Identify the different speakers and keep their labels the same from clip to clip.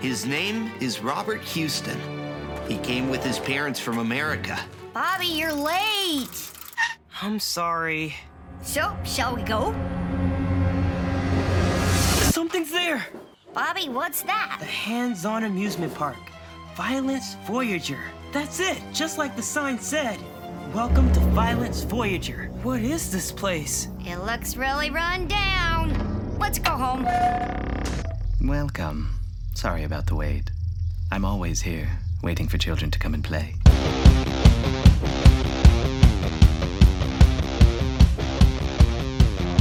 Speaker 1: His name is Robert Houston. He came with his parents from America.
Speaker 2: Bobby, you're late.
Speaker 3: I'm sorry.
Speaker 2: So, shall we go?
Speaker 3: Something's there!
Speaker 2: Bobby, what's that?
Speaker 3: The hands on amusement park. Violence Voyager. That's it, just like the sign said. Welcome to Violence Voyager. What is this place?
Speaker 2: It looks really run down. Let's go home.
Speaker 4: Welcome. Sorry about the wait. I'm always here, waiting for children to come and play.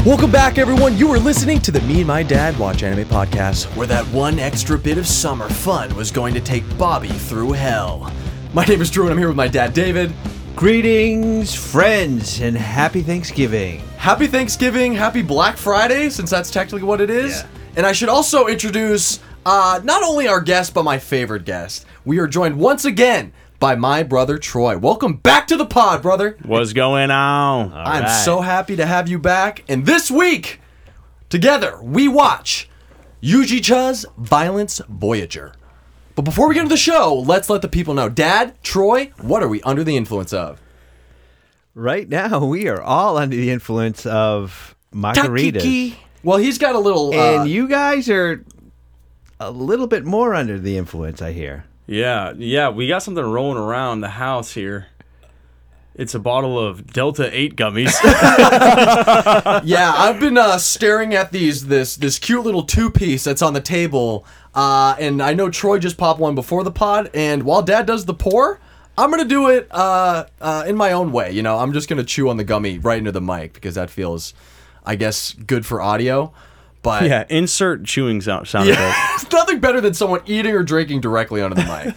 Speaker 5: Welcome back, everyone. You are listening to the Me and My Dad Watch Anime Podcast.
Speaker 6: where that one extra bit of summer fun was going to take Bobby through hell. My name is Drew, and I'm here with my dad, David.
Speaker 7: Greetings, friends, and happy Thanksgiving.
Speaker 6: Happy Thanksgiving, happy Black Friday, since that's technically what it is.
Speaker 7: Yeah.
Speaker 6: And I should also introduce uh, not only our guest, but my favorite guest. We are joined once again by my brother Troy. Welcome back to the pod, brother.
Speaker 8: What's going on?
Speaker 6: I'm so happy to have you back. And this week, together, we watch Yuji Cha's Violence Voyager. But before we get into the show, let's let the people know. Dad, Troy, what are we under the influence of?
Speaker 7: Right now, we are all under the influence of margaritas.
Speaker 6: Takiki. Well, he's got a little. uh,
Speaker 7: And you guys are a little bit more under the influence, I hear.
Speaker 8: Yeah, yeah, we got something rolling around the house here. It's a bottle of Delta 8 gummies.
Speaker 6: yeah, I've been uh, staring at these this this cute little two piece that's on the table, uh, and I know Troy just popped one before the pod. And while Dad does the pour, I'm gonna do it uh, uh, in my own way. You know, I'm just gonna chew on the gummy right into the mic because that feels, I guess, good for audio. But
Speaker 8: yeah, insert chewing sound, sound effect.
Speaker 6: it's nothing better than someone eating or drinking directly onto the mic.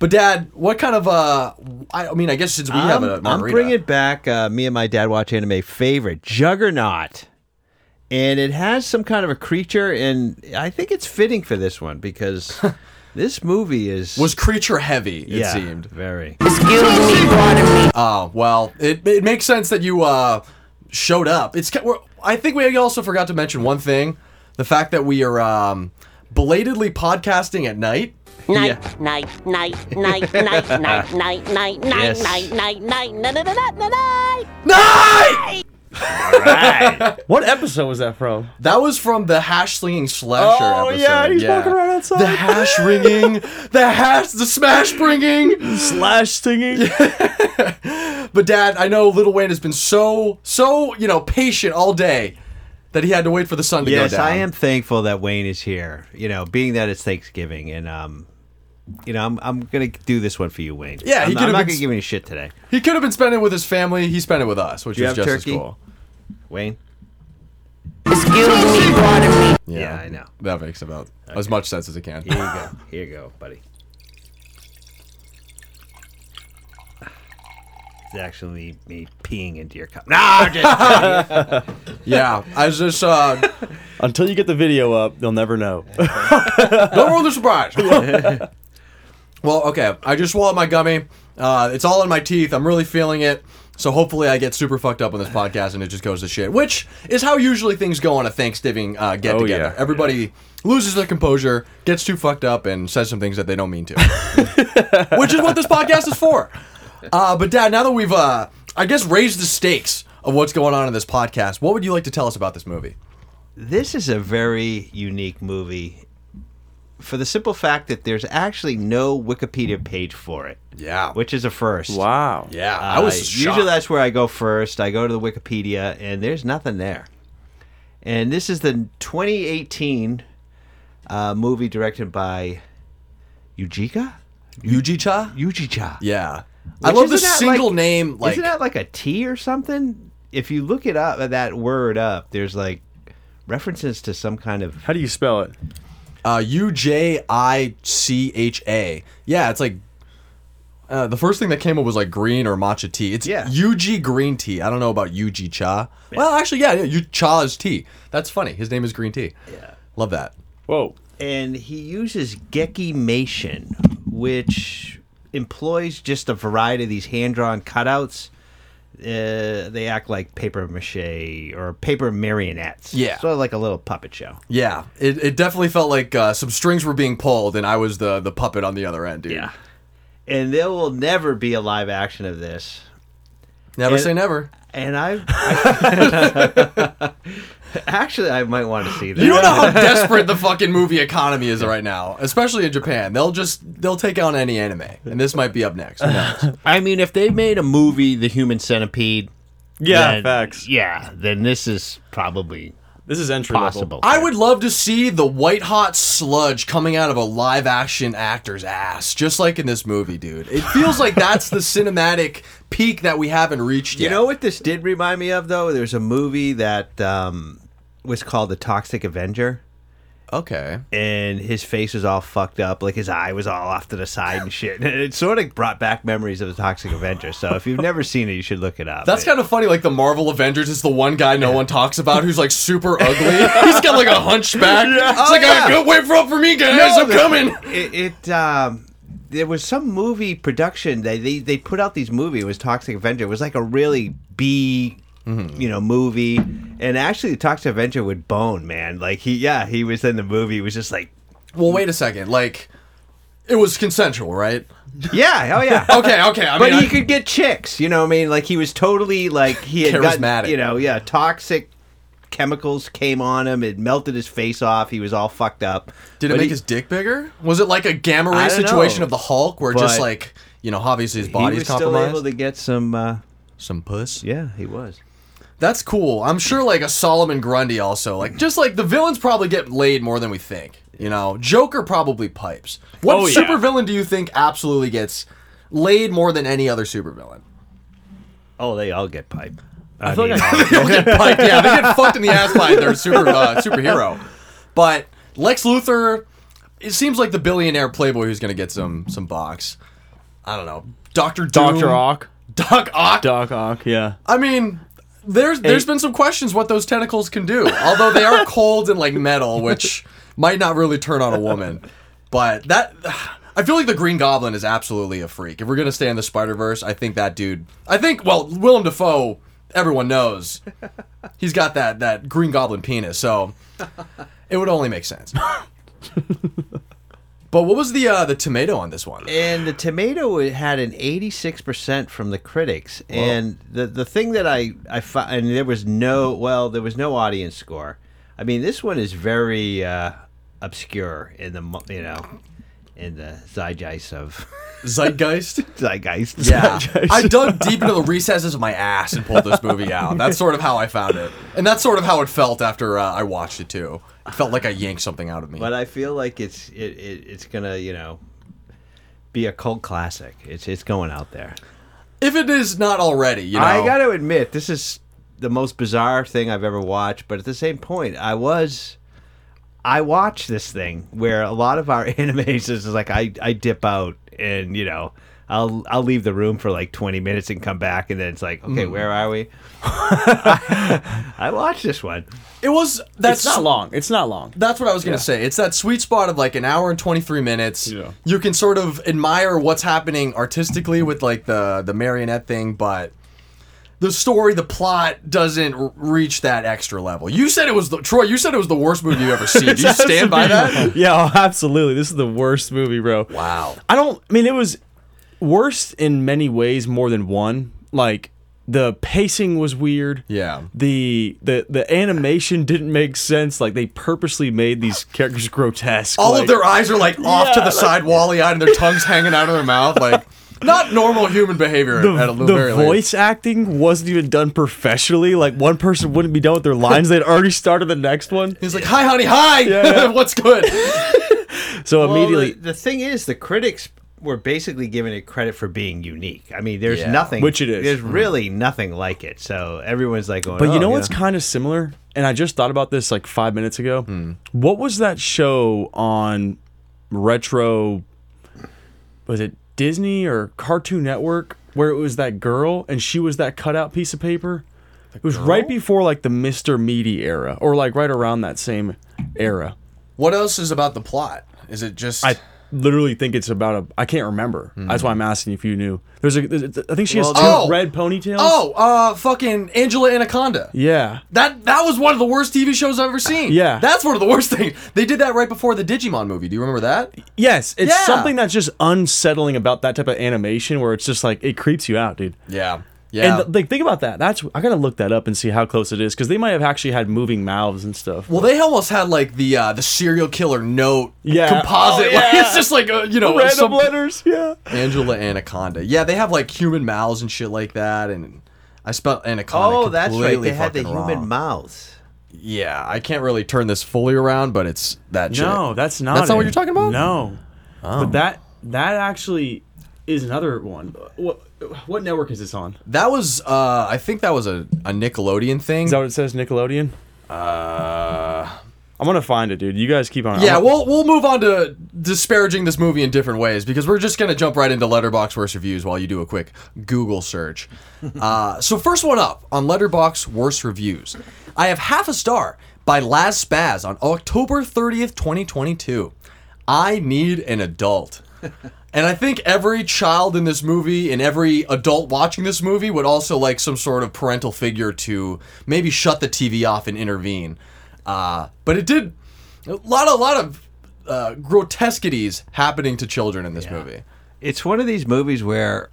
Speaker 6: But Dad, what kind of uh? I, I mean, I guess since we have
Speaker 7: I'm,
Speaker 6: a
Speaker 7: I'm
Speaker 6: margarita,
Speaker 7: bringing back uh, me and my dad watch anime favorite, Juggernaut. And it has some kind of a creature, and I think it's fitting for this one because this movie is.
Speaker 6: was creature heavy. It
Speaker 7: yeah,
Speaker 6: seemed.
Speaker 7: Very.
Speaker 6: Oh well, it, it makes sense that you uh, showed up. It's ki- we're, I think we also forgot to mention one thing: the fact that we are um, belatedly podcasting at night.
Speaker 9: Night, night, night, night, night, night, night, night, night,
Speaker 7: Yes.
Speaker 9: night, night, night, night, night, night, night.
Speaker 6: Night.
Speaker 8: What episode was that from?
Speaker 6: That was from the hash slinging slasher
Speaker 8: Oh,
Speaker 6: episode.
Speaker 8: yeah, he's walking around outside.
Speaker 6: The hash ringing, the hash, the smash bringing.
Speaker 8: Slash singing?
Speaker 6: But Dad, I know Little Wayne has been so so you know patient all day that he had to wait for the sun to
Speaker 7: Yes,
Speaker 6: go down.
Speaker 7: I am thankful that Wayne is here. You know, being that it's Thanksgiving, and um, you know, I'm I'm gonna do this one for you, Wayne.
Speaker 6: Yeah, he
Speaker 7: I'm,
Speaker 6: could
Speaker 7: I'm
Speaker 6: have
Speaker 7: not
Speaker 6: been
Speaker 7: gonna
Speaker 6: s-
Speaker 7: give any shit today.
Speaker 6: He could have been spending it with his family. He spent it with us, which
Speaker 7: Do you
Speaker 6: is
Speaker 7: have
Speaker 6: just as
Speaker 7: turkey?
Speaker 6: cool.
Speaker 7: Wayne.
Speaker 6: Yeah,
Speaker 7: I know.
Speaker 6: That makes about as much sense as it can.
Speaker 7: Here you go. Here you go, buddy. It's actually me peeing into your cup. No, I'm just
Speaker 6: yeah, I was just uh,
Speaker 8: Until you get the video up, they'll never know.
Speaker 6: don't ruin the surprise. well, okay, I just swallowed my gummy. Uh, it's all in my teeth. I'm really feeling it. So hopefully I get super fucked up on this podcast and it just goes to shit, which is how usually things go on a Thanksgiving uh, get together.
Speaker 8: Oh, yeah,
Speaker 6: Everybody loses their composure, gets too fucked up, and says some things that they don't mean to, which is what this podcast is for. Uh, but Dad, now that we've, uh, I guess, raised the stakes of what's going on in this podcast, what would you like to tell us about this movie?
Speaker 7: this is a very unique movie for the simple fact that there's actually no Wikipedia page for it,
Speaker 6: Yeah.
Speaker 7: which is a first.
Speaker 8: Wow.
Speaker 6: Yeah, I was
Speaker 7: Uh,
Speaker 6: shocked.
Speaker 7: usually that's where I go first. I go to the Wikipedia, and there's nothing there. And this is the 2018 uh, movie directed by Yujika
Speaker 6: Yuji Cha.
Speaker 7: Yujicha.
Speaker 6: Yeah, I
Speaker 7: Which
Speaker 6: love the
Speaker 7: isn't that
Speaker 6: single
Speaker 7: like-
Speaker 6: name. Like,
Speaker 7: Isn't that like a T or something? If you look it up, that word up, there's like references to some kind of
Speaker 8: How do you spell it?
Speaker 6: uh, U J I C H A. Yeah, it's like uh, the first thing that came up was like green or matcha tea. It's
Speaker 7: Yeah.
Speaker 6: UG green tea. I don't know about UG cha. Well, actually, yeah, yeah, U cha is tea. That's funny. His name is green tea. Yeah, love that.
Speaker 8: Whoa.
Speaker 7: and he uses Gekimation, which employs just a variety of these hand-drawn cutouts uh, they act like paper mache or paper marionettes.
Speaker 6: Yeah.
Speaker 7: Sort of like a little puppet show.
Speaker 6: Yeah, it, it definitely felt like uh, some strings were being pulled, and I was the the puppet on the other end, dude.
Speaker 7: And there will never be a live action of this.
Speaker 6: never
Speaker 7: And-
Speaker 6: say never.
Speaker 7: And I, I- actually I might want to see that.
Speaker 6: You don't know how desperate the fucking movie economy is right now, especially in Japan. They'll just they'll take on any anime, and this might be up next. Who knows?
Speaker 7: I mean, if they made a movie, The Human Centipede.
Speaker 8: Yeah,
Speaker 7: then-
Speaker 8: facts.
Speaker 7: Yeah, then this is probably
Speaker 8: This is entry
Speaker 7: possible.
Speaker 6: I would love to see the white hot sludge coming out of a live action actor's ass, just like in this movie, dude. It feels like that's the cinematic peak that we haven't reached
Speaker 7: You
Speaker 6: yet.
Speaker 7: know what this did remind me of, though? There's a movie that um, was called The Toxic Avenger,
Speaker 6: Okay.
Speaker 7: and his face was all fucked up. Like his eye was all off to the side and shit. And it sort of brought back memories of The Toxic Avenger. So if you've never seen it, you should look it up.
Speaker 6: That's kind of funny. Like the Marvel Avengers is the one guy no one talks about who's like super ugly. He's got like a hunchback. It's like,
Speaker 7: yeah.
Speaker 6: "Ah, good wait for up for me, guys. I'm coming.
Speaker 7: It, it um, there was some movie production. They, they they put out these movie. It was Toxic Avenger. It was like a really B,
Speaker 6: Mm-hmm.
Speaker 7: you know, movie. And actually, the Toxic Avenger would bone man. Like he, yeah, he was in the movie. He was just like,
Speaker 6: Well, wait a second. Like, it was consensual, right?
Speaker 7: yeah, oh yeah.
Speaker 6: Okay, okay. I
Speaker 7: But
Speaker 6: mean,
Speaker 7: he
Speaker 6: I-
Speaker 7: could get chicks, you know. what I mean, like he was totally like he had gotten-
Speaker 6: Charismatic.
Speaker 7: you know, yeah. Toxic chemicals came on him. It melted his face off. He was all fucked up.
Speaker 6: did it
Speaker 7: But
Speaker 6: make
Speaker 7: he-
Speaker 6: his dick bigger? Was it like a gamma
Speaker 7: I
Speaker 6: ray
Speaker 7: don't
Speaker 6: situation
Speaker 7: know.
Speaker 6: of the Hulk, where just
Speaker 7: But-
Speaker 6: like you know, obviously his
Speaker 7: He
Speaker 6: body's
Speaker 7: was still
Speaker 6: compromised?
Speaker 7: able to get some. Uh,
Speaker 6: Some puss.
Speaker 7: yeah, he was.
Speaker 6: That's cool. I'm sure like a Solomon Grundy also. Like just like the villains probably get laid more than we think. You know, Joker probably pipes. What
Speaker 8: Oh, yeah.
Speaker 6: supervillain do you think absolutely gets laid more than any other supervillain?
Speaker 7: Oh, they all get pipe. I,
Speaker 8: feel like
Speaker 7: mean,
Speaker 6: They'll get piped. Yeah, they get fucked in the ass by their super uh, superhero. But Lex Luthor, it seems like the billionaire playboy who's gonna get some some box. I don't know. Doctor Doom.
Speaker 8: Doctor Ock.
Speaker 6: Doc Ock.
Speaker 8: Doc Ock. Yeah.
Speaker 6: I mean, there's there's been some questions what those tentacles can do. Although they are cold and like metal, which might not really turn on a woman. But that I feel like the Green Goblin is absolutely a freak. If we're gonna stay in the Spider Verse, I think that dude. I think well, Willem Dafoe. Everyone knows he's got that that Green Goblin penis, so it would only make sense. but what was the uh, the tomato on this one?
Speaker 7: and the tomato had an 86% from the critics. And the the thing that I I found, and there was no well, there was no audience score. I mean, this one is very uh, obscure in the mo- you know in the zeitgeist of
Speaker 6: Zeitgeist.
Speaker 7: zeitgeist.
Speaker 6: Yeah. I dug deep into the recesses of my ass and pulled this movie out. That's sort of how I found it. And that's sort of how it felt after uh, I watched it, too. It felt like I yanked something out of me.
Speaker 7: But I feel like it's it, it it's gonna you know be a cult classic. It's it's going out there.
Speaker 6: if it is not already, you know.
Speaker 7: I got to admit, this is the most bizarre thing I've ever watched. But at the same point, I was, I watched this thing where a lot of our animes is like I I dip out and you know I'll I'll leave the room for like twenty minutes and come back and then it's like okay where are we? I watched this one.
Speaker 6: It was. That's
Speaker 8: It's not long. It's not long.
Speaker 6: That's what I was gonna say. It's that sweet spot of like an hour and twenty three minutes.
Speaker 8: Yeah.
Speaker 6: You can sort of admire what's happening artistically with like the the marionette thing, but the story, the plot doesn't r- reach that extra level. You said it was the Troy. You said it was the worst movie you ever seen. Do you stand by that?
Speaker 8: yeah, oh, absolutely. This is the worst movie, bro.
Speaker 6: Wow.
Speaker 8: I don't. I mean, it was worse in many ways, more than one. Like the pacing was weird.
Speaker 6: Yeah.
Speaker 8: The the the animation didn't make sense. Like they purposely made these characters grotesque.
Speaker 6: All
Speaker 8: like,
Speaker 6: of their eyes are like off to the side, wally eyed, and their tongues hanging out of their mouth. Like, not normal human behavior at a
Speaker 8: the,
Speaker 6: little
Speaker 8: the
Speaker 6: very least.
Speaker 8: voice acting wasn't even done professionally. Like one person wouldn't be done with their lines; they'd already started the next one.
Speaker 6: He's like, hi, honey, hi.
Speaker 8: Yeah.
Speaker 6: What's good?
Speaker 8: So
Speaker 7: Well,
Speaker 8: immediately,
Speaker 7: the, the thing is, the critics were basically giving it credit for being unique. I mean, there's
Speaker 6: Yeah.
Speaker 7: nothing
Speaker 8: Which it is. Hmm.
Speaker 7: There's really nothing like it. So everyone's like, going,
Speaker 8: But
Speaker 7: "Oh,
Speaker 8: you know what's
Speaker 7: yeah."
Speaker 8: kind of similar? And I just thought about this like five minutes ago.
Speaker 7: Hmm.
Speaker 8: What was that show on retro? Was it Disney or Cartoon Network where it was that girl and she was that cutout piece of paper? It was right before like the Mr. Meaty era or like right around that same era.
Speaker 6: What else is about the plot? Is it just
Speaker 8: I literally think it's about a. I can't remember. That's why I'm asking if you knew. There's a. There's, a- I think she has
Speaker 7: Hmm. Well,
Speaker 6: oh!
Speaker 8: two red ponytails.
Speaker 6: Oh, uh, fucking Angela Anaconda.
Speaker 8: yeah. Uh,
Speaker 6: That that was one of the worst TV shows I've ever seen.
Speaker 8: Yeah.
Speaker 6: that's one of the worst things. They did that right before the Digimon movie. Do you remember that?
Speaker 8: Yes, it's
Speaker 6: Yeah.
Speaker 8: something that's just unsettling about that type of animation where it's just like it creeps you out, dude.
Speaker 6: Yeah, yeah.
Speaker 8: And like think about that. That's I gotta look that up and see how close it is because they might have actually had moving mouths and stuff.
Speaker 6: well, they almost had like the uh, the serial killer note
Speaker 8: Yeah.
Speaker 6: composite.
Speaker 8: Oh, yeah.
Speaker 6: Like, it's just like uh, you know
Speaker 8: Random
Speaker 6: some-
Speaker 8: letters, yeah.
Speaker 6: Angela Anaconda. Yeah, they have like human mouths and shit like that. And I spelled Anaconda.
Speaker 7: Oh, that's right.
Speaker 6: completely
Speaker 7: They had the
Speaker 6: fucking
Speaker 7: human
Speaker 6: wrong.
Speaker 7: mouths.
Speaker 6: Yeah, I can't really turn this fully around, but it's that shit.
Speaker 8: No, that's not.
Speaker 6: That's not what
Speaker 8: it.
Speaker 6: you're talking about?
Speaker 8: No, Oh. but that that actually is another one. What what network is this on?
Speaker 6: That was, uh, I think that was a, a Nickelodeon thing.
Speaker 8: Is that what it says? Nickelodeon.
Speaker 6: uh,
Speaker 8: I'm gonna find it, dude. You guys keep on.
Speaker 6: yeah,
Speaker 8: I'm-
Speaker 6: we'll we'll move on to disparaging this movie in different ways because we're just gonna jump right into Letterbox worst reviews while you do a quick Google search. uh, so first one up on Letterbox worst reviews, I have half a star by Laz Spaz on October 30th, 2022. I need an adult. And I think every child in this movie and every adult watching this movie would also like some sort of parental figure to maybe shut the TV off and intervene. Uh, but it did a lot, a lot of uh, grotesquities happening to children in this movie.
Speaker 7: It's one of these movies where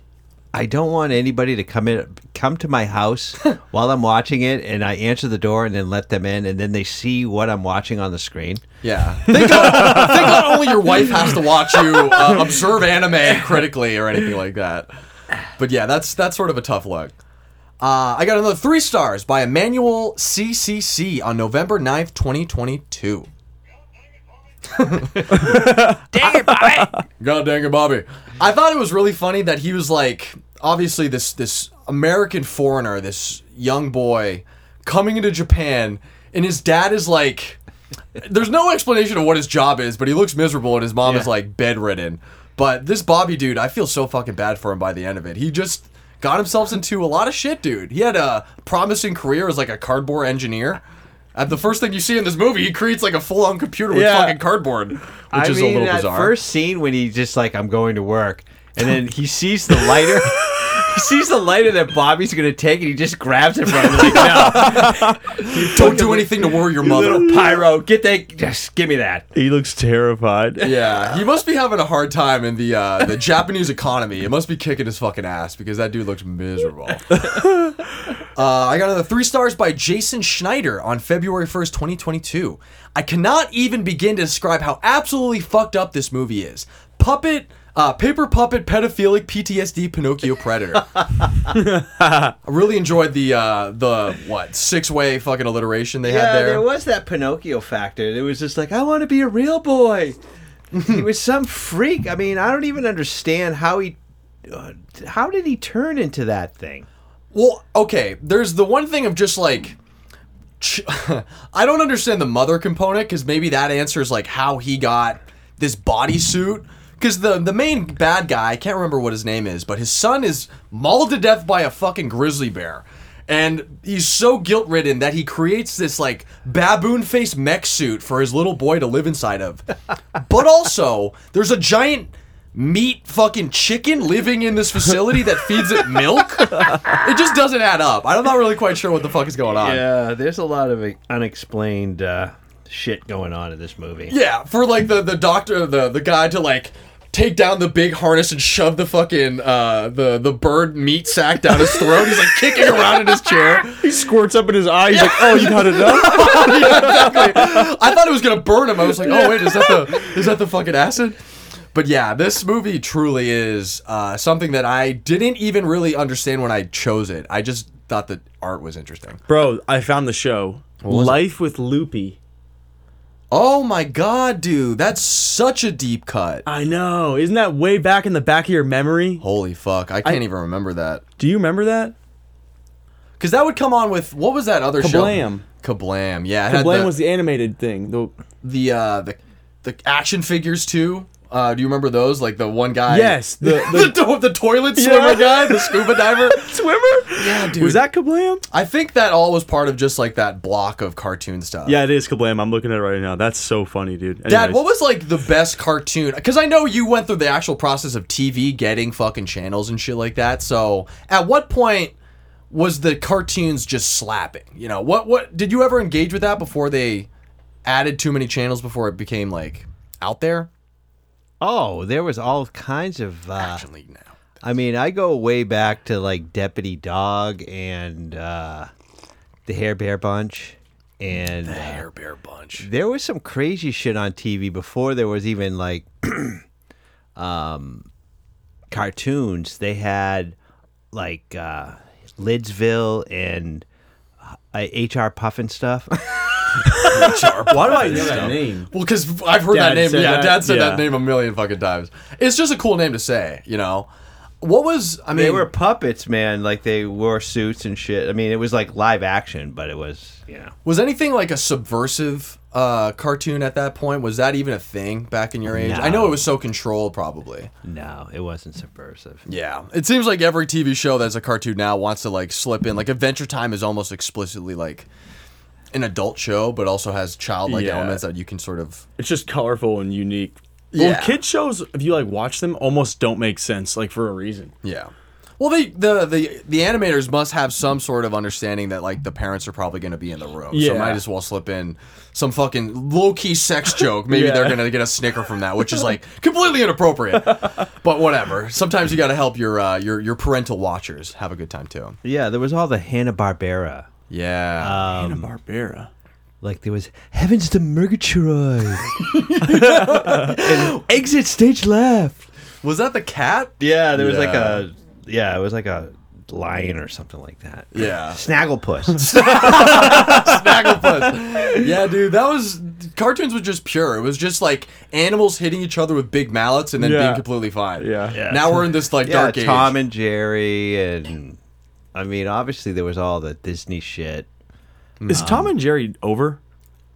Speaker 7: I don't want anybody to come in, come to my house while I'm watching it, and I answer the door and then let them in, and then they see what I'm watching on the screen.
Speaker 6: Yeah. Think not, think not only your wife has to watch you uh, observe anime critically or anything like that. But yeah, that's that's sort of a tough look. Uh, I got another three stars by Emmanuel CCC on November 9th, 2022. God dang it, Bobby. I thought it was really funny that he was like, obviously this this American foreigner, this young boy, coming into Japan, and his dad is like, there's no explanation of what his job is, but he looks miserable, and his mom is like bedridden. But this Bobby dude, I feel so fucking bad for him by the end of it. He just got himself into a lot of shit, dude. He had a promising career as like a cardboard engineer. At the first thing you see in this movie, he creates like a full-on computer with
Speaker 7: Yeah.
Speaker 6: fucking cardboard, which
Speaker 7: I
Speaker 6: is
Speaker 7: mean,
Speaker 6: a little
Speaker 7: that
Speaker 6: bizarre.
Speaker 7: first scene when he just like, I'm going to work, and then he sees the lighter. He sees the lighter that Bobby's gonna take, and he just grabs it from him. Like, no,
Speaker 6: Don't do anything to worry your mother.
Speaker 7: little pyro, get that, just give me that.
Speaker 8: He looks terrified.
Speaker 6: Yeah, he must be having a hard time in the uh, the Japanese economy. It must be kicking his fucking ass because that dude looks miserable. uh, I got another three stars by Jason Schneider on February first, twenty twenty two. I cannot even begin to describe how absolutely fucked up this movie is. Puppet, uh, paper puppet, pedophilic PTSD, Pinocchio predator. I really enjoyed the uh, the what six way fucking alliteration they had
Speaker 7: Yeah,
Speaker 6: there.
Speaker 7: there was that Pinocchio factor. It was just like, I want to be a real boy. he was some freak. I mean, I don't even understand how he. Uh, how did he turn into that thing?
Speaker 6: Well, okay. There's the one thing of just like. Ch- I don't understand the mother component because maybe that answers like how he got this bodysuit. Because the the main bad guy, I can't remember what his name is, but his son is mauled to death by a fucking grizzly bear. And he's so guilt ridden that he creates this like baboon face mech suit for his little boy to live inside of. but also, there's a giant meat fucking chicken living in this facility that feeds it milk. it just doesn't add up. I'm not really quite sure what the fuck is going on.
Speaker 7: Yeah, there's a lot of unexplained uh, shit going on in this movie.
Speaker 6: Yeah, for like the the doctor, the the guy to like take down the big harness and shove the fucking uh the the bird meat sack down his throat. He's like kicking around in his chair.
Speaker 8: He squirts up in his eye. He's like, "Oh, you got enough."
Speaker 6: I thought it was gonna burn him. I was like, oh wait, is that the is that the fucking acid? But yeah, this movie truly is uh, something that I didn't even really understand when I chose it. I just thought the art was interesting.
Speaker 8: Bro, I found the show. Life with Loopy.
Speaker 6: Oh my god, dude, that's such a deep cut.
Speaker 8: I know. Isn't that way back in the back of your memory?
Speaker 6: Holy fuck, I can't even remember that.
Speaker 8: Do you remember that?
Speaker 6: Because that would come on with what was that other
Speaker 8: Kablam.
Speaker 6: show? Kablam. Yeah. it had
Speaker 8: Blame was the animated thing. The,
Speaker 6: the uh, the the action figures too. Uh, do you remember those? Like the one guy.
Speaker 8: Yes,
Speaker 6: The
Speaker 8: the-
Speaker 6: the, to- the toilet swimmer guy, the scuba diver.
Speaker 8: Swimmer?
Speaker 6: Yeah, dude.
Speaker 8: Was that Kablam?
Speaker 6: I think that all was part of just like that block of cartoon stuff.
Speaker 8: Yeah, it is Kablam. I'm looking at it right now. That's so funny, dude.
Speaker 6: Dad, what was like the best cartoon? Because I know you went through the actual process of TV getting fucking channels and shit like that. So, at what point was the cartoons just slapping? You know, what what did you ever engage with that before they added too many channels before it became like out there?
Speaker 7: Oh, there was all kinds of. Uh,
Speaker 6: Action League now.
Speaker 7: I mean, I go way back to like Deputy Dog and uh, the Hair Bear Bunch, and uh,
Speaker 6: Hair Bear Bunch.
Speaker 7: there was some crazy shit on TV before there was even like um, cartoons. They had like uh, Lidsville and uh, HR Puffin stuff.
Speaker 8: Why do I know that name?
Speaker 6: Well, because I've heard
Speaker 8: Dad
Speaker 6: that name.
Speaker 8: said
Speaker 6: Yeah,
Speaker 8: that,
Speaker 6: Dad said that
Speaker 8: yeah.
Speaker 6: name a million fucking times. It's just a cool name to say, you know. What was I mean?
Speaker 7: they were puppets, man. Like they wore suits and shit. I mean, it was like live action, but it was you know.
Speaker 6: Was anything like a subversive uh, cartoon at that point? Was that even a thing back in your age? I know it was so controlled, probably.
Speaker 7: No, it wasn't subversive.
Speaker 6: Yeah, it seems like every TV show that's a cartoon now wants to like slip in. Like Adventure Time is almost explicitly like an adult show, but also has childlike
Speaker 8: Yeah.
Speaker 6: elements that you can sort of.
Speaker 8: It's just colorful and unique.
Speaker 6: Yeah.
Speaker 8: Well, kid shows, if you like watch them, almost don't make sense, like for a reason.
Speaker 6: Yeah. Well, they the the the animators must have some sort of understanding that like the parents are probably going to be in the room, so
Speaker 8: Yeah.
Speaker 6: might as well slip in some fucking low key sex joke. Maybe
Speaker 8: Yeah.
Speaker 6: they're going to get a snicker from that, which is like completely inappropriate. but whatever. Sometimes you got to help your uh, your your parental watchers have a good time too.
Speaker 7: Yeah, there was all the Hanna Barbera.
Speaker 6: Yeah.
Speaker 8: Anna Barbera.
Speaker 7: Like there was Heavens to Murgatroyd. And exit stage left.
Speaker 6: was that the cat?
Speaker 7: Yeah, there was like
Speaker 6: Yeah.
Speaker 7: a yeah, it was like a lion or something like that.
Speaker 6: Yeah.
Speaker 7: Snagglepuss.
Speaker 6: Snagglepuss. yeah, dude, that was cartoons was just pure. It was just like animals hitting each other with big mallets and then
Speaker 8: Yeah.
Speaker 6: being completely fine.
Speaker 8: Yeah. Yeah.
Speaker 6: Now we're in this like
Speaker 7: yeah,
Speaker 6: dark age.
Speaker 7: Tom and Jerry and I mean, obviously there was all the Disney shit.
Speaker 8: Is Tom and Jerry over?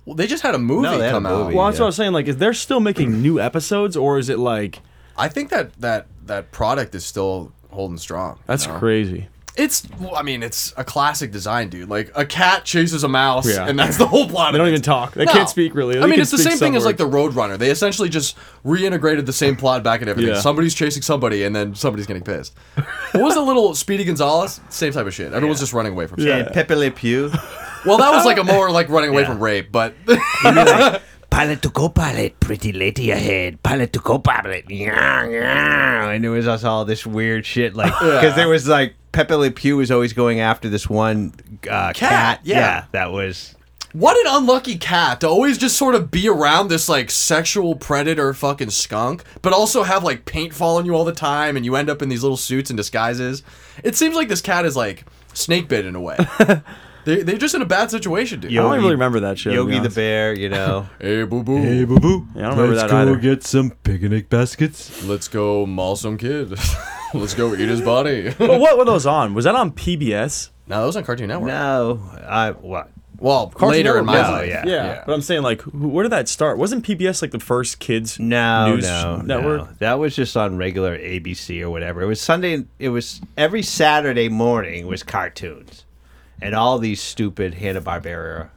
Speaker 6: Well, they just had a movie
Speaker 7: No, they had a
Speaker 6: come out.
Speaker 7: movie.
Speaker 8: Well, that's
Speaker 7: Yeah.
Speaker 8: what I was saying. Like, is they're still making new episodes, or is it like
Speaker 6: I think that that that product is still holding strong.
Speaker 8: that's
Speaker 6: you know?
Speaker 8: crazy?
Speaker 6: It's well, I mean, it's a classic design, dude. Like a cat chases a mouse
Speaker 8: Yeah.
Speaker 6: and that's the whole plot.
Speaker 8: They
Speaker 6: of
Speaker 8: don't
Speaker 6: it.
Speaker 8: even talk. They
Speaker 6: No.
Speaker 8: can't speak really.
Speaker 6: I
Speaker 8: They
Speaker 6: mean,
Speaker 8: can
Speaker 6: it's the
Speaker 8: speak
Speaker 6: same
Speaker 8: some
Speaker 6: thing as like
Speaker 8: words.
Speaker 6: the Roadrunner. They essentially just reintegrated the same plot back and everything.
Speaker 8: Yeah.
Speaker 6: Somebody's chasing somebody, and then somebody's getting pissed. what was the little Speedy Gonzales? Same type of shit. Everyone's just running away from shit.
Speaker 7: And Pepe Le Pew.
Speaker 6: Well, that was like a more like running away from rape, but
Speaker 4: Pilot to co-pilot, pretty lady ahead. Pilot to co-pilot.
Speaker 7: "Meow, meow," and it was just all this weird shit like because there was like Pepe Le Pew was always going after this one uh, cat,
Speaker 6: yeah.
Speaker 7: that was
Speaker 6: What an unlucky cat to always just sort of be around this like sexual predator fucking skunk, but also have like paint fall on you all the time and you end up in these little suits and disguises. It seems like this cat is like snake bit in a way. they, they're just in a bad situation, dude.
Speaker 8: I don't really remember that show. to be
Speaker 7: Yogi the
Speaker 8: honest.
Speaker 7: Bear, you know.
Speaker 6: Hey, boo boo.
Speaker 7: boo boo.
Speaker 8: Yeah, I don't remember Let's that go either.
Speaker 7: get some picnic baskets.
Speaker 6: Let's go maul some kid. Let's go eat his body.
Speaker 8: But what were those on? Was that on PBS?
Speaker 6: no, that was on Cartoon Network.
Speaker 7: No, I what?
Speaker 6: Well, later in my
Speaker 7: Network,
Speaker 6: life.
Speaker 7: yeah.
Speaker 8: Yeah, but I'm saying like, who, where did that start? Wasn't PBS like the first kids
Speaker 7: No,
Speaker 8: news
Speaker 7: no,
Speaker 8: network?
Speaker 7: no. That was just on regular ABC or whatever. It was Sunday. It was every Saturday morning was cartoons, and all these stupid Hanna Barbera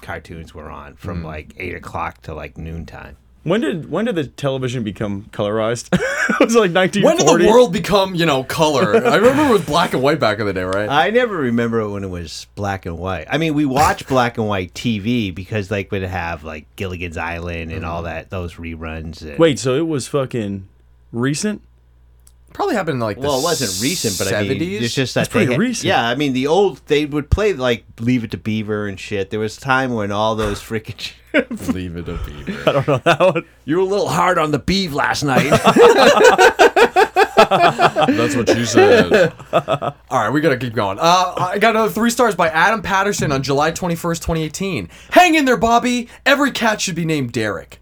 Speaker 7: cartoons were on
Speaker 8: Mm.
Speaker 7: from like eight o'clock to like noontime.
Speaker 8: When did when did the television become colorized? it was like 1940.
Speaker 6: When did the world become, you know, color? I remember it was black and white back in the day, right?
Speaker 7: I never remember it when it was black and white. I mean, we watched black and white TV because like we'd have like Gilligan's Island
Speaker 8: Mm-hmm.
Speaker 7: and all that those reruns. And,
Speaker 8: Wait, so it was fucking recent.
Speaker 6: Probably happened in like the
Speaker 7: Well, it wasn't recent, but I mean,
Speaker 6: 70s?
Speaker 7: it's just that
Speaker 8: That's pretty
Speaker 7: they had-
Speaker 8: recent.
Speaker 7: Yeah, I mean, the old they would play like "Leave It to Beaver" and shit. There was time when all those freaking
Speaker 6: Leave it to Beaver.
Speaker 7: you were a little hard on the beef last night.
Speaker 6: That's what she said. All right, we gotta keep going. Uh, I got another three stars by Adam Patterson on July twenty first, twenty eighteen. Hang in there, Bobby. Every cat should be named Derek.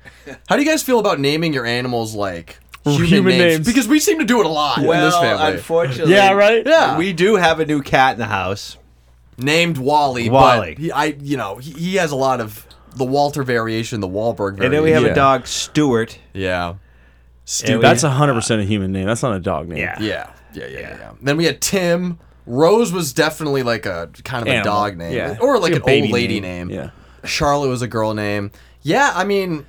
Speaker 6: How do you guys feel about naming your animals like human,
Speaker 8: Human
Speaker 6: names?
Speaker 8: names.
Speaker 6: Because we seem to do it a lot in this family.
Speaker 7: unfortunately,
Speaker 8: Yeah, right?
Speaker 6: Yeah.
Speaker 7: we do have a new cat in the house.
Speaker 6: named Wally.
Speaker 7: Wally.
Speaker 6: But he, I, you know, he, he has a lot of the Walter variation, the Wahlberg variation.
Speaker 7: And then we have
Speaker 8: Yeah.
Speaker 7: a dog, Stuart,
Speaker 6: yeah.
Speaker 8: Dude, that's hundred percent a human name. That's not a dog name.
Speaker 7: Yeah.
Speaker 6: Yeah. Yeah, yeah, yeah, yeah. Then we had Tim. Rose was definitely like a kind of a
Speaker 8: Animal.
Speaker 6: dog name,
Speaker 8: Yeah.
Speaker 6: or like,
Speaker 8: Like a
Speaker 6: an
Speaker 8: baby
Speaker 6: old lady name.
Speaker 8: name. Yeah.
Speaker 6: Charlotte was a girl name. Yeah, I mean,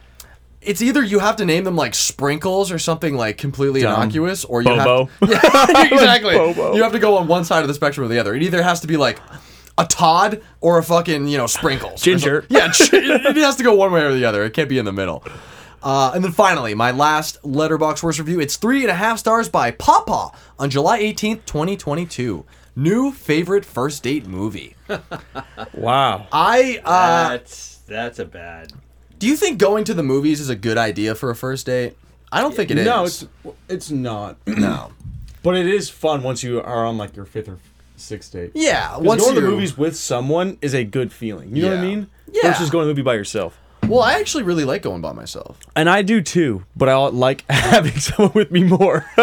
Speaker 6: it's either you have to name them like Sprinkles or something like completely
Speaker 8: Dumb.
Speaker 6: innocuous, or you
Speaker 8: Bobo.
Speaker 6: have yeah, exactly.
Speaker 8: Bobo.
Speaker 6: You have to go on one side of the spectrum or the other. It either has to be like a Todd or a fucking you know Sprinkles.
Speaker 8: Ginger.
Speaker 6: Yeah, it has to go one way or the other. It can't be in the middle. Uh, and then finally, my last letterbox worst review. It's three and a half stars by Papa on July 18th, 2022. New favorite first date movie.
Speaker 8: Wow.
Speaker 6: I uh,
Speaker 7: That's that's a bad.
Speaker 6: do you think going to the movies is a good idea for a first date? I don't think it is.
Speaker 8: no, it's it's not.
Speaker 6: no.
Speaker 8: But it is fun once you are on like your fifth or sixth date.
Speaker 6: Yeah,
Speaker 8: Once
Speaker 6: once
Speaker 8: going to the
Speaker 6: you-
Speaker 8: movies with someone is a good feeling. You know what I
Speaker 6: Yeah.
Speaker 8: mean?
Speaker 6: Yeah.
Speaker 8: Versus going to the movie by yourself.
Speaker 6: Well, I actually really like going by myself.
Speaker 8: And I do too, but I like having someone with me more.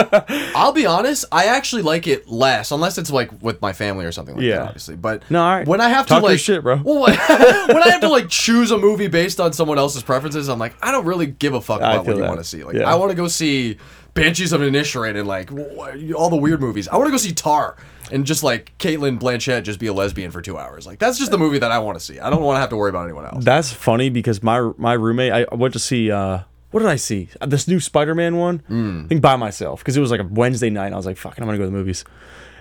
Speaker 6: I'll be honest, I actually like it less, unless it's like with my family or something like
Speaker 8: Yeah.
Speaker 6: that, obviously. But
Speaker 8: No, all right.
Speaker 6: when I have
Speaker 8: Talk
Speaker 6: to
Speaker 8: your
Speaker 6: like
Speaker 8: shit, bro.
Speaker 6: Well, when I have to like choose a movie based on someone else's preferences, I'm like, I don't really give a fuck
Speaker 8: I
Speaker 6: about what
Speaker 8: feel
Speaker 6: you
Speaker 8: that.
Speaker 6: want to see. Like,
Speaker 8: Yeah.
Speaker 6: I want to go see Banshees of Inisherin and like w- w- all the weird movies. I want to go see Tar and just like Caitlyn Blanchett just be a lesbian for two hours. Like, that's just the movie that I want to see. I don't want to have to worry about anyone else.
Speaker 8: That's funny because my my roommate, I went to see. uh what did I see? Uh, This new Spider-Man one, I think by myself because it was like a Wednesday night. And I was like, "Fucking, I'm gonna go to the movies,"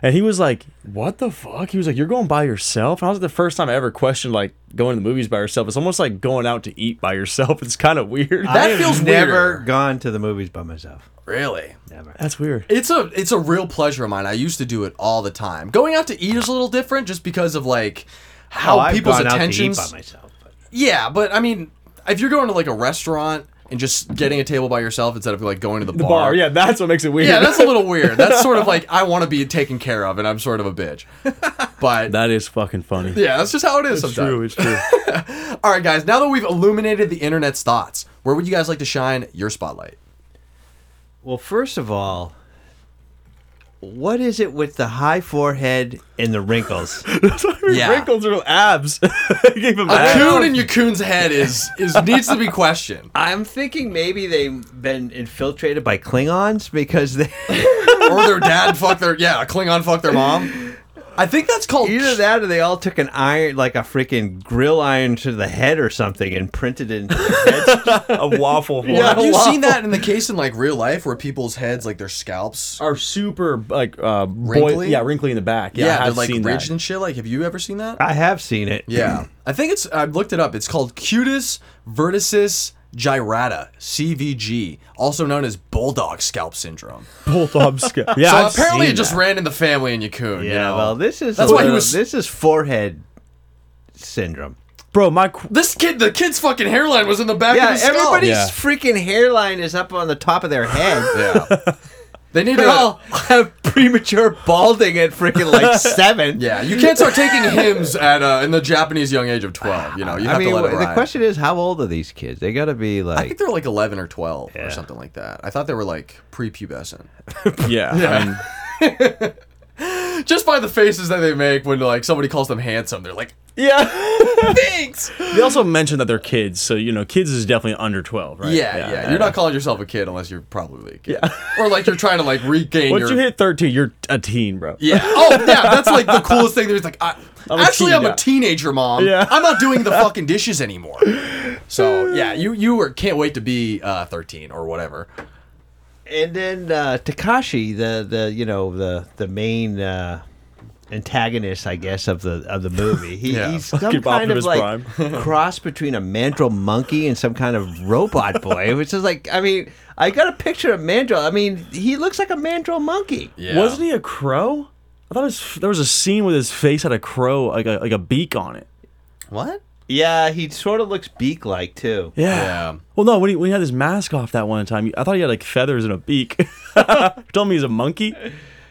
Speaker 8: and he was like, "What the fuck?" He was like, "You're going by yourself." And I was the first time I ever questioned like going to the movies by yourself. It's almost like going out to eat by yourself. It's kind of weird.
Speaker 6: That
Speaker 7: I've
Speaker 6: feels
Speaker 7: never
Speaker 6: weirder.
Speaker 7: gone to the movies by myself.
Speaker 6: Really?
Speaker 7: Never.
Speaker 8: That's weird.
Speaker 6: It's a it's a real pleasure of mine. I used to do it all the time. Going out to eat is a little different just because of like how
Speaker 7: Oh, I've
Speaker 6: people's
Speaker 7: gone out to eat
Speaker 6: attentions.
Speaker 7: by myself. but-
Speaker 6: yeah, but I mean, if you're going to like a restaurant and just getting a table by yourself instead of like going to the,
Speaker 8: The bar, yeah, that's what makes it weird.
Speaker 6: Yeah, that's a little weird. That's sort of like I want to be taken care of, and I'm sort of a bitch. But
Speaker 8: that is fucking funny.
Speaker 6: yeah, that's just how it is
Speaker 8: it's
Speaker 6: sometimes.
Speaker 8: true. It's true.
Speaker 6: All right, guys. Now that we've illuminated the internet's thoughts, where would you guys like to shine your spotlight?
Speaker 7: Well, first of all, what is it with the high forehead and the wrinkles?
Speaker 6: Yeah.
Speaker 8: Wrinkles are abs. I gave him
Speaker 6: A
Speaker 8: abs.
Speaker 6: coon in your coon's head is is needs to be questioned.
Speaker 7: I'm thinking maybe they've been infiltrated by Klingons because they,
Speaker 6: or their dad fucked their yeah, a Klingon fucked their mom. I think that's called
Speaker 7: either that or they all took an iron, like a freaking grill iron to the head or something, and printed it into their heads.
Speaker 8: A waffle.
Speaker 6: Yeah, have you
Speaker 8: Waffle.
Speaker 6: seen that in the case in like real life where people's heads like their scalps?
Speaker 8: are super like uh
Speaker 6: Wrinkly?
Speaker 8: boy yeah wrinkly in the back yeah,
Speaker 6: Yeah,
Speaker 8: I
Speaker 6: they're
Speaker 8: have
Speaker 6: like
Speaker 8: seen
Speaker 6: ridged
Speaker 8: that
Speaker 6: and shit. Like, have you ever seen that?
Speaker 7: I have seen it.
Speaker 6: Yeah, I think it's. I looked it up. It's called cutis verticis gyrata (CVG), also known as bulldog scalp syndrome.
Speaker 8: both arms go- yeah
Speaker 6: So
Speaker 8: I've
Speaker 6: apparently,
Speaker 8: seen
Speaker 6: it just
Speaker 8: that.
Speaker 6: ran in the family in Yakun.
Speaker 7: Yeah, well, this is
Speaker 6: That's
Speaker 7: a
Speaker 6: why he
Speaker 7: little-
Speaker 6: was-
Speaker 7: This is forehead syndrome.
Speaker 8: bro my qu-
Speaker 6: this kid, the kid's fucking hairline was in the back of
Speaker 7: Yeah,
Speaker 6: his scalp.
Speaker 7: everybody's
Speaker 8: Yeah.
Speaker 7: freaking hairline is up on the top of their head.
Speaker 6: Yeah, they need
Speaker 7: They
Speaker 6: to.
Speaker 7: all have premature balding at freaking like seven.
Speaker 6: Yeah, you can't start taking hymns at uh, in the Japanese young age of twelve. You know, you have
Speaker 7: I mean,
Speaker 6: to let it
Speaker 7: the
Speaker 6: ride.
Speaker 7: question is, how old are these kids? They got to be
Speaker 6: I think
Speaker 7: like
Speaker 6: they're like eleven or twelve or
Speaker 7: Yeah.
Speaker 6: something like that. I thought they were like prepubescent,
Speaker 8: yeah, I mean,
Speaker 6: just by the faces that they make when like somebody calls them handsome. They're like,
Speaker 8: yeah.
Speaker 6: thanks.
Speaker 8: they also mentioned that they're kids so you know kids is definitely under 12 right
Speaker 6: Yeah, yeah, You're not calling yourself a kid unless you're probably a kid, or like you're trying to like regain
Speaker 8: once
Speaker 6: your.
Speaker 8: you hit 13 you're a teen bro
Speaker 6: yeah. Oh, yeah. That's like the coolest thing. There's like, I,
Speaker 8: I'm a
Speaker 6: actually,
Speaker 8: teen
Speaker 6: I'm a
Speaker 8: guy.
Speaker 6: teenager, mom.
Speaker 8: Yeah.
Speaker 6: I'm not doing the fucking dishes anymore. So yeah, you you were, can't wait to be uh, 13 or whatever.
Speaker 7: And then uh, Takashi, the the you know the the main uh, antagonist, I guess, of the of the movie. He,
Speaker 6: Yeah.
Speaker 7: He's some
Speaker 8: Fucking
Speaker 7: kind of
Speaker 8: Optimus
Speaker 7: like cross between a mandrill monkey and some kind of robot boy, which is like, I mean, I got a picture of mandrill. I mean, he looks like a mandrill monkey.
Speaker 6: Yeah.
Speaker 8: wasn't he a crow i thought his, there was a scene with his face had a crow like a, like a beak on it
Speaker 6: What?
Speaker 7: Yeah, he sort of looks beak like too.
Speaker 8: yeah.
Speaker 6: Yeah.
Speaker 8: Well, no. When he, when he had his mask off that one time, I thought he had like feathers and a beak. Tell me he's a monkey.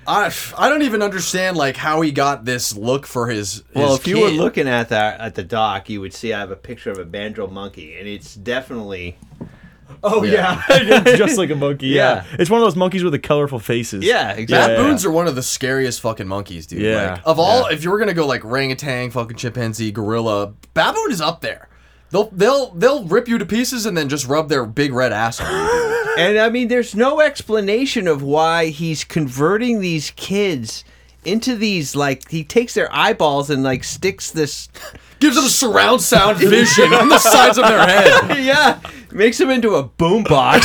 Speaker 6: I, I don't even understand like how he got this look for his. his
Speaker 7: Well, if you were
Speaker 6: kid.
Speaker 7: looking at that at the dock, you would see I have a picture of a mandrill monkey, and it's definitely
Speaker 8: Oh
Speaker 6: Yeah.
Speaker 8: just like a monkey. Yeah.
Speaker 7: Yeah.
Speaker 8: it's one of those monkeys with the colorful faces.
Speaker 7: yeah, exactly.
Speaker 6: baboons are one of the scariest fucking monkeys, dude.
Speaker 8: Yeah.
Speaker 6: Like, of all, if you were gonna go like orangutan, fucking chimpanzee, gorilla, baboon is up there. They'll they'll they'll rip you to pieces and then just rub their big red ass on you. dude.
Speaker 7: and I mean, there's no explanation of why he's converting these kids into these like he takes their eyeballs and like sticks this
Speaker 6: Gives them surround sound vision on the sides of their head.
Speaker 7: yeah makes them into a boombox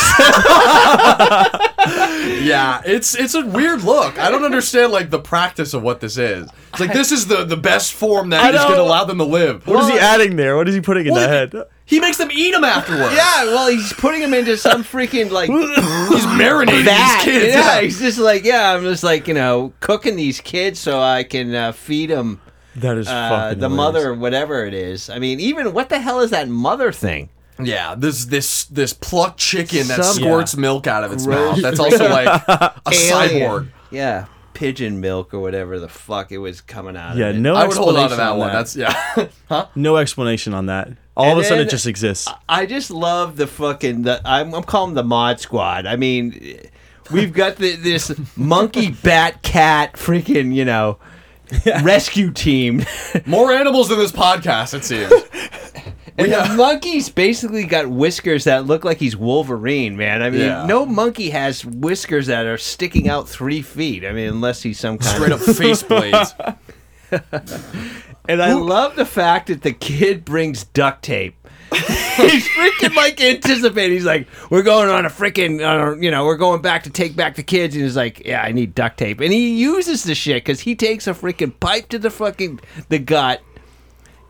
Speaker 6: Yeah, it's it's a weird look. I don't understand like the practice of what this is. It's like this is the the best form that is
Speaker 8: know.
Speaker 6: going to allow them to live.
Speaker 8: What is he adding there? What is he putting in the head?
Speaker 6: He makes them eat them afterwards.
Speaker 7: yeah well he's putting them into some freaking like
Speaker 6: he's marinating
Speaker 7: that
Speaker 6: these kids.
Speaker 7: yeah he's just like yeah I'm just like you know cooking these kids so I can uh, feed them
Speaker 8: That is
Speaker 7: uh,
Speaker 8: fucking
Speaker 7: the
Speaker 8: hilarious.
Speaker 7: mother whatever it is I mean even what the hell is that mother thing
Speaker 6: Yeah, this this this plucked chicken that
Speaker 7: Some-
Speaker 6: squirts milk out of its
Speaker 7: Gross.
Speaker 6: mouth. That's also like a
Speaker 7: Alien.
Speaker 6: cyborg.
Speaker 7: yeah pigeon milk or whatever the fuck it was coming out
Speaker 8: Yeah,
Speaker 7: of it.
Speaker 8: no
Speaker 6: I would
Speaker 8: explanation
Speaker 6: hold on to that
Speaker 8: on
Speaker 6: one. That's yeah.
Speaker 8: no explanation on that. All
Speaker 7: And
Speaker 8: of a sudden,
Speaker 7: then-
Speaker 8: it just exists.
Speaker 7: I just love the fucking. The, I'm, I'm calling the mod squad. I mean, we've got the, this monkey, bat, cat, freaking, you know, rescue team.
Speaker 6: More animals than this podcast, it seems.
Speaker 7: And
Speaker 6: Yeah.
Speaker 7: the monkey's basically got whiskers that look like he's Wolverine, man. I mean,
Speaker 6: Yeah.
Speaker 7: no monkey has whiskers that are sticking out three feet. I mean, unless he's some kind
Speaker 6: Straight
Speaker 7: of.
Speaker 6: up face blades.
Speaker 7: And I love the fact that the kid brings duct tape. he's freaking like anticipating. He's like, "We're going on a freaking, on a- you know, we're going back to take back the kids." And he's like, "Yeah, I need duct tape." And he uses the shit because he takes a freaking pipe to the fucking the gut,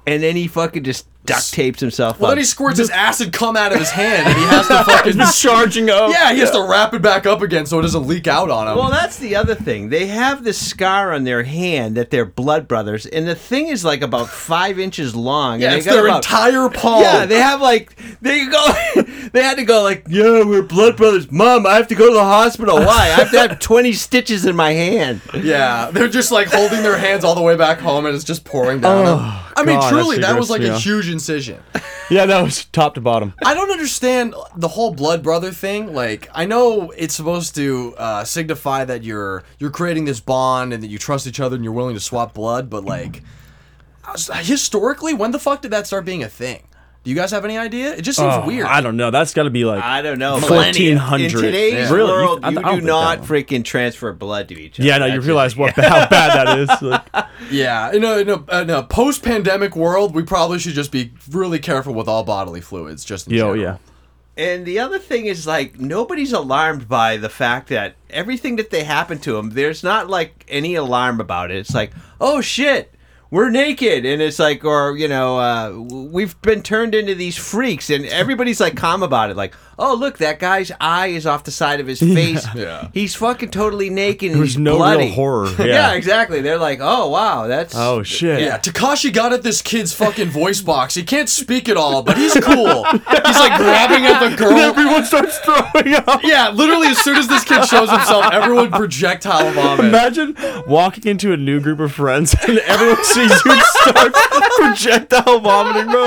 Speaker 7: and then he fucking just duct tapes himself.
Speaker 6: Well,
Speaker 7: up.
Speaker 6: then he squirts his acid cum out of his hand, and he has to fucking
Speaker 8: Charging up.
Speaker 6: yeah, he has to wrap it back up again so it doesn't leak out on him.
Speaker 7: Well, that's the other thing. They have this scar on their hand that they're blood brothers, and the thing is like about five inches long.
Speaker 6: yeah,
Speaker 7: and
Speaker 6: it's
Speaker 7: they got
Speaker 6: their
Speaker 7: about-
Speaker 6: entire palm.
Speaker 7: Yeah, they have like they go. they had to go like, yeah, we're blood brothers. Mom, I have to go to the hospital. Why? I have to have twenty stitches in my hand.
Speaker 6: Yeah, they're just like holding their hands all the way back home, and it's just pouring down.
Speaker 7: Oh,
Speaker 6: them. I mean,
Speaker 8: God, that
Speaker 6: truly,
Speaker 8: shit
Speaker 6: that was
Speaker 8: grossed
Speaker 6: like
Speaker 8: me
Speaker 6: a
Speaker 8: out.
Speaker 6: huge incision.
Speaker 8: Yeah, that was top to bottom.
Speaker 6: I don't understand the whole blood brother thing. Like, I know it's supposed to uh, signify that you're you're creating this bond and that you trust each other and you're willing to swap blood, but like, I was- historically, when the fuck did that start being a thing? Do you guys have any idea? It just seems
Speaker 8: Oh,
Speaker 6: weird.
Speaker 8: I don't know. That's got to be like
Speaker 7: I don't know.
Speaker 8: Fourteen
Speaker 7: In
Speaker 8: hundred.
Speaker 7: today's
Speaker 8: Really?
Speaker 7: world,
Speaker 8: I-
Speaker 7: you
Speaker 8: I don't
Speaker 7: do
Speaker 8: think
Speaker 7: not
Speaker 8: that one.
Speaker 7: freaking transfer blood to each other.
Speaker 8: Yeah, no, you
Speaker 7: That's
Speaker 8: realize what how bad that is. Like,
Speaker 6: yeah, in a, in a, in a post-pandemic world, we probably should just be really careful with all bodily fluids. Just in
Speaker 8: yo,
Speaker 6: general.
Speaker 8: yeah.
Speaker 7: it. And the other thing is like nobody's alarmed by the fact that everything that they happened to them. There's not like any alarm about it. It's like, oh shit. We're naked, and it's like, or you know, uh, we've been turned into these freaks, and everybody's like calm about it. Like, oh look, that guy's eye is off the side of his face.
Speaker 6: Yeah.
Speaker 7: He's fucking totally naked. and
Speaker 8: There was
Speaker 7: he's
Speaker 8: no
Speaker 7: bloody.
Speaker 8: real horror. Yeah.
Speaker 7: yeah, exactly. They're like, oh wow, that's
Speaker 8: Oh shit.
Speaker 6: Yeah, Takashi got at this kid's fucking voice box. He can't speak at all, but he's cool. he's like grabbing at the girl.
Speaker 8: Everyone starts throwing up.
Speaker 6: Yeah, literally, as soon as this kid shows himself, everyone projectile vomit.
Speaker 8: Imagine walking into a new group of friends and everyone sees you start projectile vomiting, bro.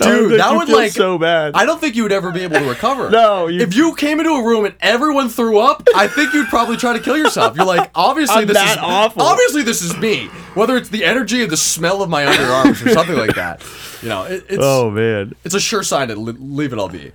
Speaker 6: Dude,
Speaker 8: make
Speaker 6: that
Speaker 8: you
Speaker 6: would,
Speaker 8: feel
Speaker 6: like-
Speaker 8: so bad.
Speaker 6: I don't think you would ever be able to recover.
Speaker 8: No, you-
Speaker 6: if you came into a room and everyone threw up, I think you'd probably try to kill yourself. You're like, obviously
Speaker 8: I'm
Speaker 6: this is
Speaker 8: that awful.
Speaker 6: Obviously this is me. Whether it's the energy or the smell of my underarms or something like that. You know, it, it's
Speaker 8: oh man.
Speaker 6: it's a sure sign to li- leave it all be.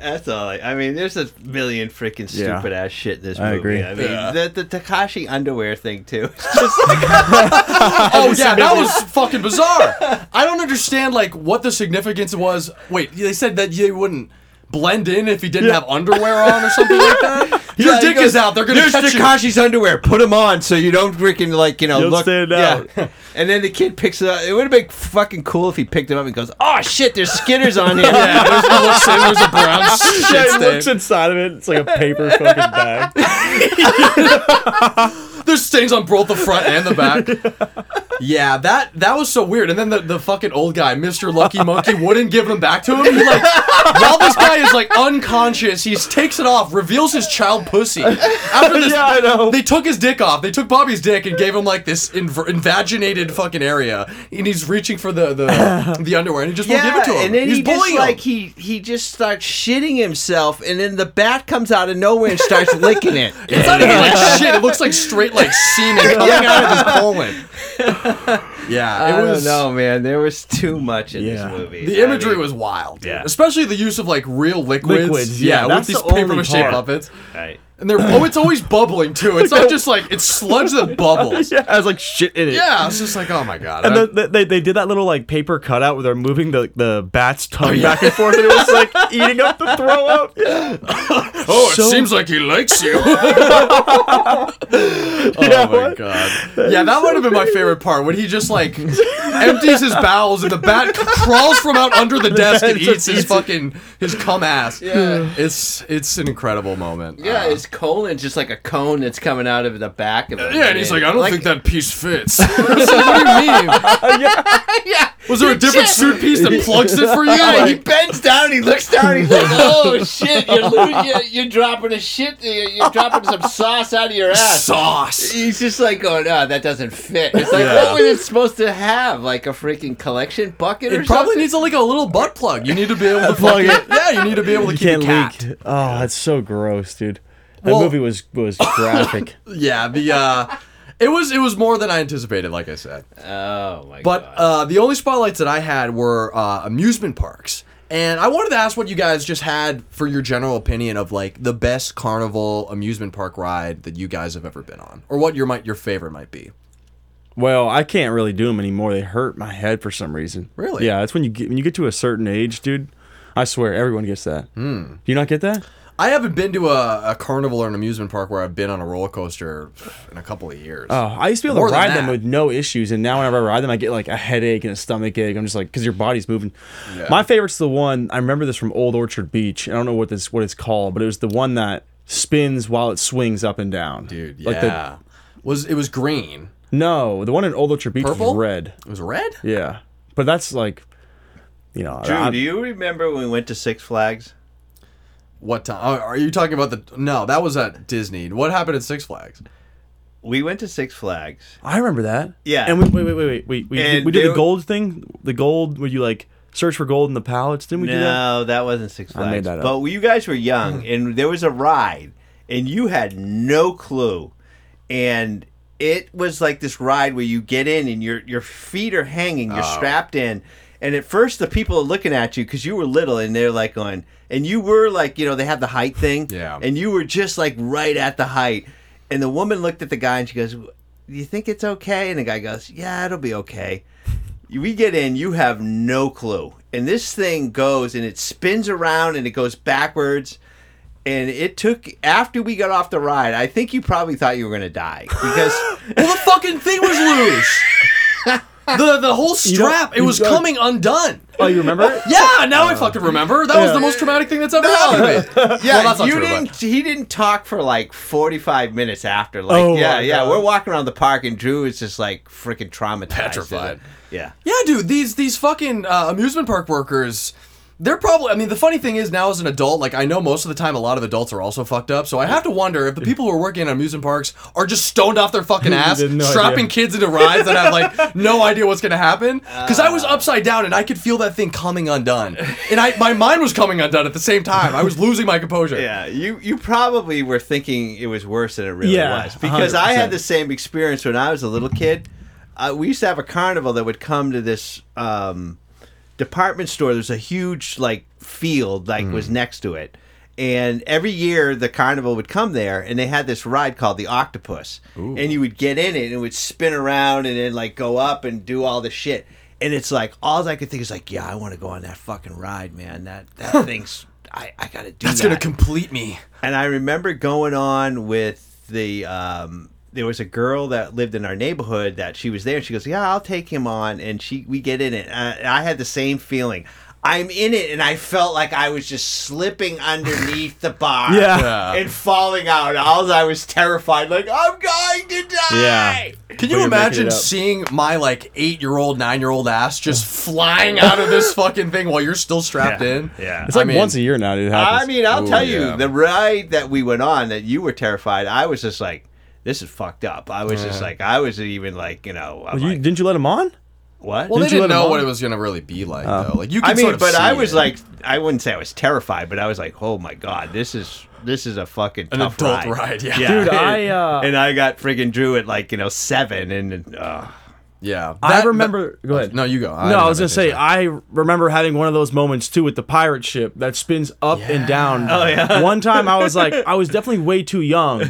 Speaker 7: That's all. I, I mean, there's a million freaking
Speaker 8: Yeah.
Speaker 7: stupid ass shit in this
Speaker 8: I
Speaker 7: movie.
Speaker 8: agree.
Speaker 7: I mean, the, the Takashi underwear thing too.
Speaker 6: Oh yeah, that was fucking bizarre. I don't understand like what the significance was. Wait, they said that you wouldn't blend in if he didn't have underwear on or something like that. Your
Speaker 7: Yeah, he
Speaker 6: dick
Speaker 7: goes,
Speaker 6: is out. They're gonna
Speaker 7: There's
Speaker 6: catch you.
Speaker 7: Takashi's underwear. Put him on so you don't freaking like you know
Speaker 8: You'll
Speaker 7: look.
Speaker 8: stand
Speaker 7: Yeah. and then the kid picks it up. It would have been fucking cool if he picked him up and goes, "Oh shit, there's Skitters on here."
Speaker 6: Yeah, there's, it looks- there's a brown
Speaker 8: Yeah,
Speaker 6: shit
Speaker 8: he looks
Speaker 6: stain.
Speaker 8: inside of it. It's like a paper fucking bag.
Speaker 6: There's stains on both the front and the back. Yeah, that that was so weird. And then the, the fucking old guy, Mr. Lucky Monkey, wouldn't give them back to him. He, like, while this guy is like unconscious, he takes it off, reveals his child pussy. After this,
Speaker 8: Yeah, I know.
Speaker 6: they took his dick off. They took Bobby's dick and gave him like this inv- invaginated fucking area, and he's reaching for the the, the underwear, and he just won't give it to him.
Speaker 7: and then
Speaker 6: he's
Speaker 7: he
Speaker 6: bullying
Speaker 7: just like
Speaker 6: him.
Speaker 7: he he just starts shitting himself, and then the bat comes out of nowhere and starts licking it.
Speaker 6: It's not even like shit. It looks like straight like semen coming out of his colon. Yeah,
Speaker 7: I
Speaker 6: it was.
Speaker 7: don't know, man. There was too much in
Speaker 8: Yeah.
Speaker 7: this movie.
Speaker 6: The imagery
Speaker 7: I mean,
Speaker 6: was wild, dude.
Speaker 7: Yeah.
Speaker 6: especially the use of like real liquids.
Speaker 8: Liquids, yeah,
Speaker 6: with
Speaker 8: that's
Speaker 6: these
Speaker 8: the only
Speaker 6: paper mache
Speaker 8: part.
Speaker 6: puppets,
Speaker 7: right.
Speaker 6: and they're oh, it's always bubbling too. It's not just like it's sludge that bubbles.
Speaker 8: yeah, has like shit in it.
Speaker 6: Yeah, it's just like oh my god.
Speaker 8: And
Speaker 6: I-
Speaker 8: the, the, they they did that little like paper cutout where they're moving the the bat's tongue back and forth. And it was like eating up the throw up.
Speaker 6: oh, it
Speaker 8: so-
Speaker 6: seems like he likes you. oh my god. yeah, that would have been my favorite part when he just like empties his bowels and the bat crawls from out under the desk and eats his fucking his cum ass. Yeah, it's it's an incredible moment.
Speaker 7: Yeah,
Speaker 6: Uh,
Speaker 7: his colon's just like a cone that's coming out of the back of it.
Speaker 6: Yeah, and he's like, I don't think that piece fits. It's like, what do you mean? yeah.
Speaker 8: Uh,
Speaker 6: Was there a different suit piece that plugs it for you?
Speaker 7: Yeah, he
Speaker 6: Like,
Speaker 7: bends down, he looks down, he's like, "Oh shit, you're losing, you're, you're dropping a shit, you're, you're dropping some sauce out of your ass."
Speaker 6: sauce.
Speaker 7: He's just like going, "Oh, that doesn't fit." It's like, what was it supposed to have? Like a freaking collection bucket or
Speaker 6: It probably
Speaker 7: something?
Speaker 6: needs a, like a little butt plug. You need to be able to plug it. Yeah, you need to be able to keep it capped.
Speaker 8: Oh, that's so gross, dude. That
Speaker 6: Well-
Speaker 8: movie was was graphic.
Speaker 6: Yeah, the uh, it was it was more than I anticipated. Like I said,
Speaker 7: oh my
Speaker 6: but
Speaker 7: god!
Speaker 6: uh, the only spotlights that I had were uh, amusement parks. And I wanted to ask what you guys just had for your general opinion of like the best carnival amusement park ride that you guys have ever been on, or what your might your favorite might be.
Speaker 8: well, I can't really do them anymore. They hurt my head for some reason.
Speaker 6: Really?
Speaker 8: Yeah, that's when you get when you get to a certain age, dude. I swear, everyone gets that.
Speaker 6: Hmm.
Speaker 8: Do you not get that?
Speaker 6: I haven't been to a, a carnival or an amusement park where I've been on a roller coaster in a couple of years.
Speaker 8: Oh, I used to be able
Speaker 6: More
Speaker 8: to
Speaker 6: than
Speaker 8: ride them
Speaker 6: that.
Speaker 8: with no issues, and now whenever I ride them, I get like a headache and a stomach ache. I'm just like, because your body's moving. My favorite's the one I remember this from Old Orchard Beach. I don't know what this what it's called, but it was the one that spins while it swings up and down.
Speaker 6: Dude, yeah.
Speaker 8: Like the,
Speaker 6: was it was green?
Speaker 8: no, the one in Old Orchard Beach
Speaker 6: Purple?
Speaker 8: was red.
Speaker 6: It was red.
Speaker 8: Yeah, but that's like, you know, I-
Speaker 7: Drew, do you remember when we went to Six Flags?
Speaker 6: What time? Oh, are you talking about the? No, that was at Disney. What happened at Six Flags?
Speaker 7: We went to Six Flags.
Speaker 8: I remember that.
Speaker 7: Yeah.
Speaker 8: And we wait, wait, wait, wait, wait. We,
Speaker 7: And
Speaker 8: we did
Speaker 7: they
Speaker 8: the
Speaker 7: were-
Speaker 8: gold thing. The gold where you like search for gold in the pallets. Didn't we do that?
Speaker 7: No, that wasn't Six Flags.
Speaker 8: I made that up.
Speaker 7: But you guys were young, and there was a ride, and you had no clue, and it was like this ride where you get in and your your feet are hanging,
Speaker 8: Oh.
Speaker 7: you're strapped in, and at first the people are looking at you because you were little, and they're like going, and you were like, you know, they have the height thing,
Speaker 6: Yeah.
Speaker 7: and you were just like right at the height, and the woman looked at the guy and she goes, "Do you think it's okay?" And the guy goes, "Yeah, it'll be okay." we get in, you have no clue. And this thing goes and it spins around and it goes backwards. And it took after we got off the ride, I think you probably thought you were gonna die. Because
Speaker 6: Well, the fucking thing was loose. the the whole strap it
Speaker 8: you
Speaker 6: was
Speaker 8: don't- Uh,
Speaker 6: coming undone.
Speaker 8: Oh, you remember it?
Speaker 6: Yeah, now I fucking remember. That was the most traumatic thing that's ever happened. to me.
Speaker 7: yeah,
Speaker 6: well, that's not
Speaker 7: you
Speaker 6: true, but-
Speaker 7: didn't he didn't talk for like forty five minutes after. Like
Speaker 8: Oh,
Speaker 7: yeah,
Speaker 8: my
Speaker 7: yeah.
Speaker 8: God.
Speaker 7: We're walking around the park and Drew is just like freaking traumatized.
Speaker 6: Petrified.
Speaker 7: Yeah.
Speaker 6: Yeah, dude, these these fucking uh, amusement park workers. They're probably. I mean, the funny thing is now as an adult, like I know most of the time, a lot of adults are also fucked up. So I have to wonder if the people who are working in amusement parks are just stoned off their fucking ass,
Speaker 8: have no
Speaker 6: strapping
Speaker 8: idea.
Speaker 6: kids into rides that have like no idea what's gonna happen. Because I was upside down and I could feel that thing coming undone, and I my mind was coming undone at the same time. I was losing my composure.
Speaker 7: Yeah, you you probably were thinking it was worse than it really
Speaker 8: Yeah,
Speaker 7: was because I
Speaker 8: 100%.
Speaker 7: had the same experience when I was a little kid. Uh, we used to have a carnival that would come to this um, department store. There's a huge like field like was next to it, and every year the carnival would come there, and they had this ride called the Octopus, and you would get in it and it would spin around and then like go up and do all this shit. And it's like all I could think is like, yeah, I want to go on that fucking ride, man. That that thing's I, I gotta do
Speaker 6: that's
Speaker 7: that.
Speaker 6: gonna complete me.
Speaker 7: And I remember going on with the um, there was a girl that lived in our neighborhood that she was there. and She goes, "Yeah, I'll take him on." And she we get in it. And I I had the same feeling. I'm in it, and I felt like I was just slipping underneath the bar
Speaker 8: Yeah.
Speaker 6: Yeah.
Speaker 7: and falling out. All I was terrified, like I'm going to die.
Speaker 6: Can you
Speaker 8: you're making
Speaker 6: imagine
Speaker 8: it up.
Speaker 6: seeing my like eight year old, nine year old ass just flying out of this fucking thing while you're still strapped in?
Speaker 7: Yeah.
Speaker 8: It's like
Speaker 6: I mean-
Speaker 8: once a year now. It happens.
Speaker 7: I mean, I'll
Speaker 6: Ooh,
Speaker 7: tell you,
Speaker 6: yeah.
Speaker 7: the ride that we went on that you were terrified. I was just like, "This is fucked up." I was just like, I was even like, you know, I'm
Speaker 8: Well, you,
Speaker 7: like,
Speaker 8: didn't you let him on?
Speaker 7: what?
Speaker 6: Well,
Speaker 8: Didn't
Speaker 6: they
Speaker 8: you
Speaker 6: didn't
Speaker 8: let him
Speaker 6: know
Speaker 8: on? Oh.
Speaker 6: what it was gonna really be like though. Like you, could
Speaker 7: I mean,
Speaker 6: sort of
Speaker 7: but
Speaker 6: see
Speaker 7: I was
Speaker 6: it.
Speaker 7: like, I wouldn't say I was terrified, but I was like, oh my god, this is this is a fucking
Speaker 6: an
Speaker 7: tough
Speaker 6: adult ride.
Speaker 7: ride.
Speaker 6: yeah.
Speaker 7: Yeah.
Speaker 8: Dude, I, uh,
Speaker 7: and I got friggin' Drew at like you know seven, and uh,
Speaker 6: Yeah.
Speaker 8: I
Speaker 6: That-
Speaker 8: remember. go ahead.
Speaker 6: No, you go.
Speaker 8: no,
Speaker 6: don't
Speaker 8: I was
Speaker 6: have
Speaker 8: gonna say
Speaker 6: anything
Speaker 8: I remember having one of those moments too with the pirate ship that spins up and down. Oh yeah. One time I was like, I was definitely way too young,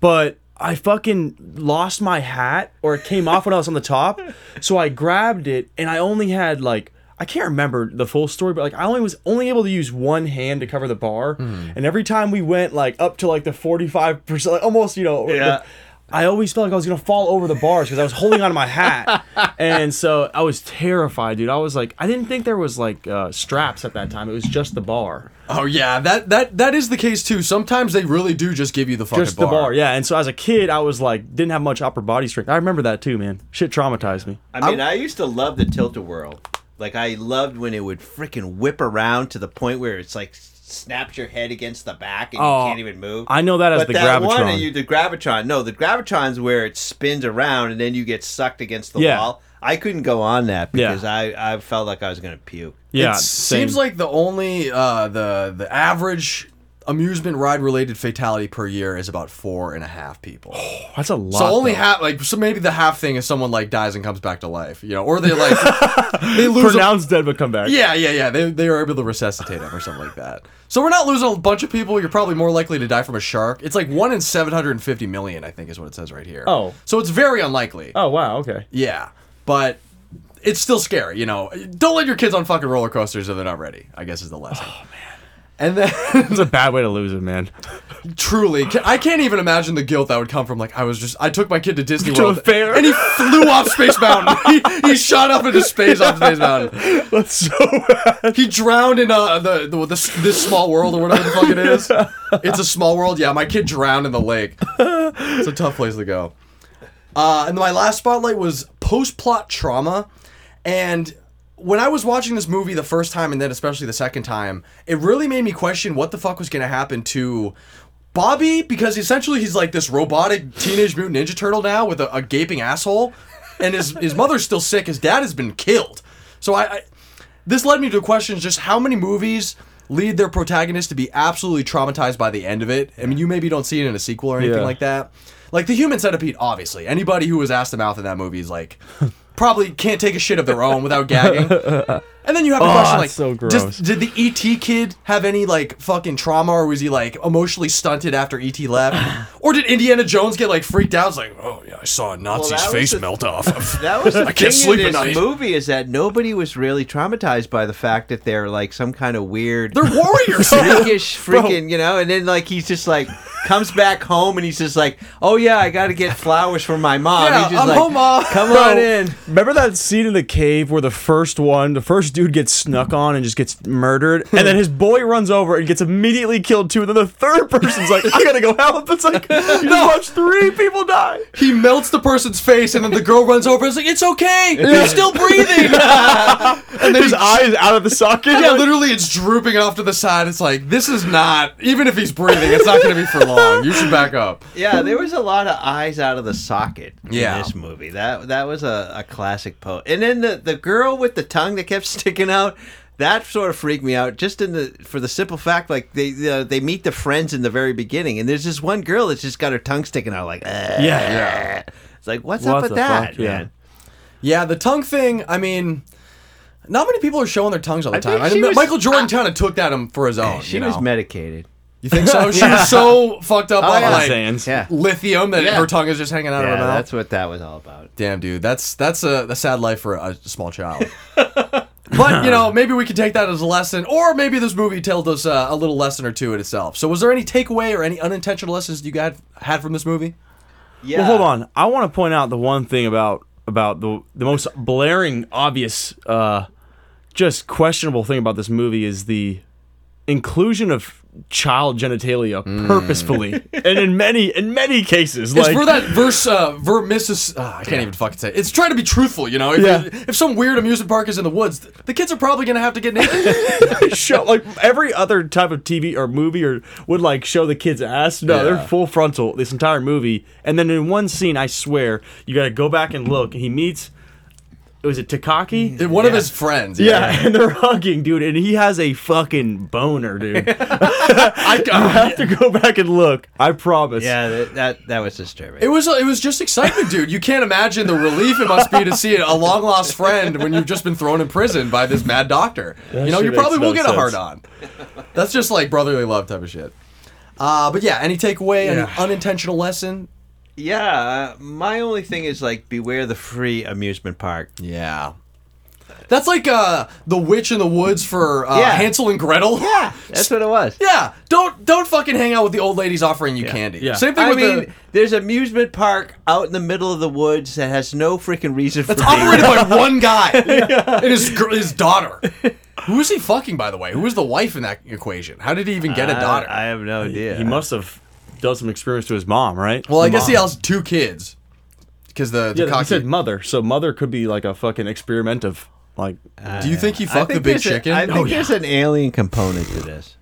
Speaker 8: but I fucking lost my hat or it came off when I was on the top, so I grabbed it and I only had like. I can't remember the full story, but like I only was only able to use one hand to cover the bar, and every time we went like up to like the forty five percent, like almost you know,
Speaker 7: Yeah.
Speaker 8: I always felt like I was gonna fall over the bars because I was holding on to my hat, and so I was terrified, dude. I was like, I didn't think there was like uh, straps at that time. It was just the bar,
Speaker 6: Oh yeah, that that that is the case too. Sometimes they really do just give you the fucking
Speaker 8: just the bar, yeah. And so as a kid, I was like, didn't have much upper body strength. I remember that too, man. Shit traumatized me.
Speaker 7: I mean, I, used to love the tilt a whirl. Like I loved when it would freaking whip around to the point where it's like snaps your head against the back and
Speaker 8: Oh,
Speaker 7: you can't even move.
Speaker 8: I know that as
Speaker 7: but
Speaker 8: the
Speaker 7: that One,
Speaker 8: Gravitron.
Speaker 7: that you, the gravitron. No, the gravitron's where it spins around and then you get sucked against the
Speaker 8: Yeah.
Speaker 7: wall. I couldn't go on that
Speaker 8: Yeah.
Speaker 7: because I, I felt like I was gonna puke.
Speaker 8: Yeah,
Speaker 6: it
Speaker 8: same.
Speaker 6: seems like the only uh, the the average amusement ride related fatality per year is about four and a half people.
Speaker 8: that's a lot.
Speaker 6: so only
Speaker 8: though.
Speaker 6: half, like so maybe the half thing is someone like dies and comes back to life, you know, or they like they lose. A,
Speaker 8: pronounced dead but come back.
Speaker 6: yeah, yeah, yeah. They they are able to resuscitate him or something like that. So we're not losing a bunch of people. You're probably more likely to die from a shark. It's like one in seven hundred and fifty million, I think, is what it says right here.
Speaker 8: Oh.
Speaker 6: so it's very unlikely.
Speaker 8: Oh wow. Okay.
Speaker 6: Yeah, but it's still scary, you know. Don't let your kids on fucking roller coasters if they're not ready. I guess is the lesson. Oh man. And then,
Speaker 8: It's a bad way to lose it, man.
Speaker 6: truly, ca- I can't even imagine the guilt that would come from. Like, I was just, I took my kid to Disney
Speaker 8: To a
Speaker 6: World,
Speaker 8: fair.
Speaker 6: and he flew off Space Mountain. he, he shot up into space off Space Mountain.
Speaker 8: That's so
Speaker 6: He drowned in uh, the, the, this this small world or whatever the fuck it is. It's a small world. Yeah, my kid drowned in the lake. It's a tough place to go. Uh, and my last spotlight was post plot trauma. And when I was watching this movie the first time and then especially the second time, it really made me question what the fuck was going to happen to Bobby because essentially he's like this robotic teenage mutant ninja turtle now with a, a gaping asshole. And his, his mother's still sick. His dad has been killed. So I, I this led me to questions just how many movies lead their protagonist to be absolutely traumatized by the end of it. I mean, you maybe don't see it in a sequel or anything
Speaker 8: Yeah.
Speaker 6: like that. Like the human centipede, obviously. Anybody who was ass to mouth in that movie is like probably can't take a shit of their own without gagging. And then you have the question
Speaker 8: Oh, that's
Speaker 6: like,
Speaker 8: so
Speaker 6: does-
Speaker 8: gross.
Speaker 6: did the ET kid have any like fucking trauma, or was he like emotionally stunted after ET left, or did Indiana Jones get like freaked out? It's like, oh yeah, I saw a Nazi's
Speaker 7: that was
Speaker 6: face
Speaker 7: the-
Speaker 6: melt off.
Speaker 7: That was the
Speaker 6: I can't
Speaker 7: thing
Speaker 6: sleep at
Speaker 7: in this
Speaker 6: night.
Speaker 7: movie is that nobody was really traumatized by the fact that they're like some kind of weird
Speaker 6: They're warriors.
Speaker 7: freakish freaking you know and then like he's just like comes back home and he's just like oh yeah i gotta get flowers for my mom
Speaker 6: Yeah,
Speaker 7: he's just
Speaker 6: I'm
Speaker 7: like
Speaker 6: home, Mom.
Speaker 7: come
Speaker 8: Bro,
Speaker 7: on in
Speaker 8: Remember that scene in the cave where the first one, the first dude gets snuck on and just gets murdered, and then his boy runs over and gets immediately killed too, and then the third person's like, "I gotta go help." It's like you just watched three people die.
Speaker 6: he melts the person's face, and then the girl runs over and is like, "It's okay, you're still breathing." and then
Speaker 8: His
Speaker 6: he-
Speaker 8: eye is out of the socket.
Speaker 6: Yeah, literally, it's drooping off to the side. It's like this is not. Even if he's breathing, it's not going to be for long. You should back up.
Speaker 7: yeah there was a lot of eyes out of the socket
Speaker 6: Yeah.
Speaker 7: in this movie that that was a, a classic post and then the, the girl with the tongue that kept sticking out that sort of freaked me out just in the for the simple fact like they uh, they meet the friends in the very beginning and there's this one girl that's just got her tongue sticking out like "Ugh."
Speaker 8: Yeah.
Speaker 7: it's like what's
Speaker 8: What
Speaker 7: up with
Speaker 8: the
Speaker 7: that
Speaker 8: fuck? Yeah.
Speaker 7: man?
Speaker 6: Yeah, the tongue thing. I mean, not many people are showing their tongues all the time.
Speaker 7: think
Speaker 6: I
Speaker 7: she
Speaker 6: mean,
Speaker 7: was-
Speaker 6: Michael Jordan kind of took that him for his own.
Speaker 7: she
Speaker 6: you know?
Speaker 7: was medicated
Speaker 6: You think so? She was so fucked up on
Speaker 7: yeah.
Speaker 6: like
Speaker 8: Sands.
Speaker 7: yeah
Speaker 6: lithium that her tongue is just hanging out of her
Speaker 7: Yeah,
Speaker 6: mouth.
Speaker 7: that's what that was all about.
Speaker 6: Damn, dude, that's that's a, a sad life for a, small child. but you know, maybe we can take that as a lesson, or maybe this movie tells us uh, a little lesson or two in itself. So, was there any takeaway or any unintentional lessons you got had from this movie?
Speaker 7: Yeah.
Speaker 8: Well, hold on. I want to point out the one thing about about the the most blaring, obvious, uh, just questionable thing about this movie is the inclusion of child genitalia purposefully, and in many in many cases,
Speaker 6: It's
Speaker 8: like
Speaker 6: for that verse, uh, ver missus. Uh, I can't even fucking say. It. It's trying to be truthful, you know. If,
Speaker 8: Yeah.
Speaker 6: if some weird amusement park is in the woods, th- the kids are probably gonna have to get naked.
Speaker 8: show like every other type of TV or movie or would like show the kid's ass. No,
Speaker 6: Yeah.
Speaker 8: they're full frontal this entire movie. And then in one scene, I swear, you gotta go back and look. He meets was it Takaki?
Speaker 6: One of his friends.
Speaker 8: Yeah, and they're hugging, dude, and he has a fucking boner, dude. I, I have to go back and look. I promise.
Speaker 7: Yeah, that that, that was disturbing.
Speaker 6: It was it was just excitement, dude. You can't imagine the relief it must be to see a long lost friend when you've just been thrown in prison by this mad doctor. you know,
Speaker 8: shit
Speaker 6: you probably
Speaker 8: makes no
Speaker 6: will get a hard
Speaker 8: sense.
Speaker 6: on. That's just like brotherly love type of shit. Uh, but yeah, any takeaway,
Speaker 7: Yeah.
Speaker 6: any unintentional lesson?
Speaker 7: yeah, uh, my only thing is like beware the free amusement park.
Speaker 6: Yeah. That's like uh, the witch in the woods for uh,
Speaker 7: Yeah.
Speaker 6: Hansel and Gretel.
Speaker 7: Yeah, that's what it was.
Speaker 6: Yeah, don't don't fucking hang out with the old ladies offering you candy.
Speaker 8: yeah.
Speaker 6: Same thing
Speaker 7: I
Speaker 6: with
Speaker 7: mean,
Speaker 6: the
Speaker 7: there's amusement park out in the middle of the woods that has no freaking reason for being
Speaker 6: operated by one guy and his gr- his daughter. Who is he fucking, by the way? Who was the wife in that equation? How did he even get a
Speaker 7: I-
Speaker 6: daughter?
Speaker 7: Uh, I, have no idea.
Speaker 8: He must have done some experience to his mom, right?
Speaker 6: well, I guess he
Speaker 8: Mom.
Speaker 6: has two kids because the, the
Speaker 8: Yeah, he
Speaker 6: cocky-
Speaker 8: said mother, so mother could be like a fucking experiment of like.
Speaker 6: Do you think he fucked the big
Speaker 7: there's a-
Speaker 6: chicken? Oh,
Speaker 7: I think there's an alien component to this.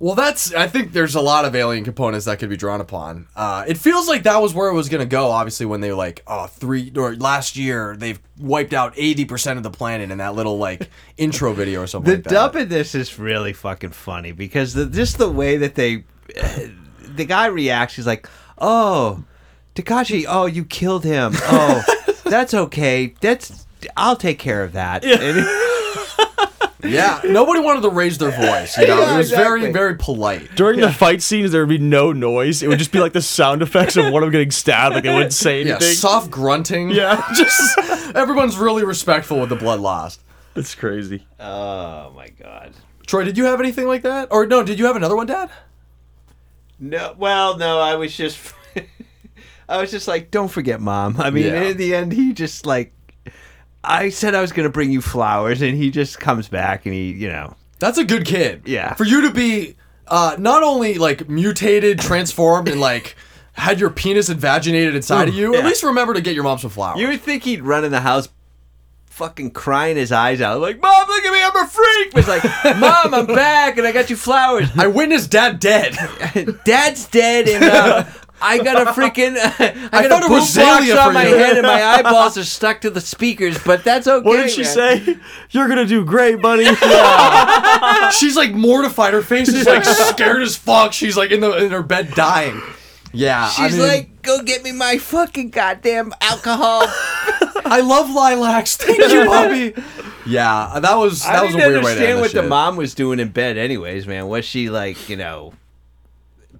Speaker 6: Well, that's. I think there's a lot of alien components that could be drawn upon. Uh, it feels like that was where it was going to go. Obviously, when they were like, oh, three or last year they've wiped out eighty percent of the planet in that little like intro video or something.
Speaker 7: The
Speaker 6: like
Speaker 7: dub
Speaker 6: that.
Speaker 7: in this is really fucking funny because the, just the way that they, the guy reacts, he's like, "Oh, Takashi, oh, you killed him. Oh, that's okay. That's I'll take care of that." And
Speaker 6: yeah. Nobody wanted to raise their voice. You know,
Speaker 7: Yeah,
Speaker 6: it was very
Speaker 7: exactly.
Speaker 6: very polite.
Speaker 8: During the fight scenes, there would be no noise. It would just be like the sound effects of one of them getting stabbed. Like they wouldn't say
Speaker 6: Yeah,
Speaker 8: anything.
Speaker 6: soft grunting.
Speaker 8: Yeah.
Speaker 6: just everyone's really respectful with the blood lost.
Speaker 8: It's crazy.
Speaker 7: oh my god.
Speaker 6: Troy, did you have anything like that? Or no, did you have another one, Dad?
Speaker 7: No, well, no, I was just, I was just like, don't forget, mom. I mean,
Speaker 6: Yeah.
Speaker 7: in the end, he just like, I said I was gonna bring you flowers, and he just comes back, and he, you know,
Speaker 6: That's a good kid.
Speaker 7: Yeah.
Speaker 6: For you to be uh, not only like mutated, transformed, and like had your penis invaginated inside of you, at
Speaker 7: yeah.
Speaker 6: least remember to get your mom some flowers.
Speaker 7: you would think he'd run in the house. Fucking crying his eyes out, like "Mom, look at me, I'm a freak." But it's like, "Mom, I'm back, and I got you flowers."
Speaker 6: I witnessed dad dead.
Speaker 7: Dad's dead, and uh, I got a freaking. I,
Speaker 6: I thought
Speaker 7: got a
Speaker 6: it was
Speaker 7: boombox
Speaker 6: Zalea for
Speaker 7: on my
Speaker 6: you.
Speaker 7: head, and my eyeballs are stuck to the speakers. But that's okay.
Speaker 8: What did she
Speaker 7: man.
Speaker 8: say? You're gonna do great, buddy.
Speaker 6: She's like mortified. Her face is like scared as fuck. She's like in the in her bed dying. Yeah. I
Speaker 7: She's
Speaker 6: mean,
Speaker 7: like, go get me my fucking goddamn alcohol.
Speaker 6: I love lilacs. Thank you, mommy. Yeah, that was that
Speaker 7: I
Speaker 6: was a
Speaker 7: didn't
Speaker 6: weird way to
Speaker 7: understand
Speaker 6: end
Speaker 7: what
Speaker 6: this
Speaker 7: the
Speaker 6: shit.
Speaker 7: mom was doing in bed, anyways, man. Was she like, you know,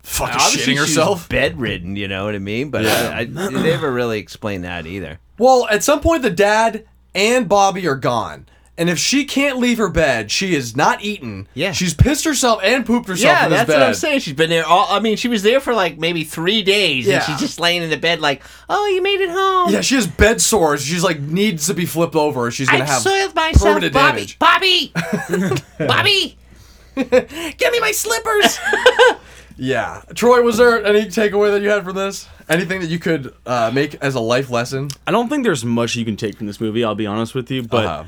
Speaker 6: fucking
Speaker 7: obviously
Speaker 6: shitting
Speaker 7: she was
Speaker 6: herself.
Speaker 7: bedridden? You know what I mean? But I, I, they never really explained that either.
Speaker 6: Well, at some point, the dad and Bobby are gone. And if she can't leave her bed, she is not eaten.
Speaker 7: Yeah.
Speaker 6: She's pissed herself and pooped herself in this bed.
Speaker 7: She's been there all. I mean, she was there for like maybe three days,
Speaker 6: Yeah.
Speaker 7: laying in the bed, like, "Oh, you made it home."
Speaker 6: Yeah, she has bed sores. She's like, needs to be flipped over. or She's going to have permanent damage.
Speaker 9: Bobby! Bobby!
Speaker 6: Give me my slippers. yeah. Troy, was there any takeaway that you had from this? Anything that you could uh, make as a life lesson?
Speaker 8: I don't think there's much you can take from this movie. I'll be honest with you, but
Speaker 6: Uh-huh.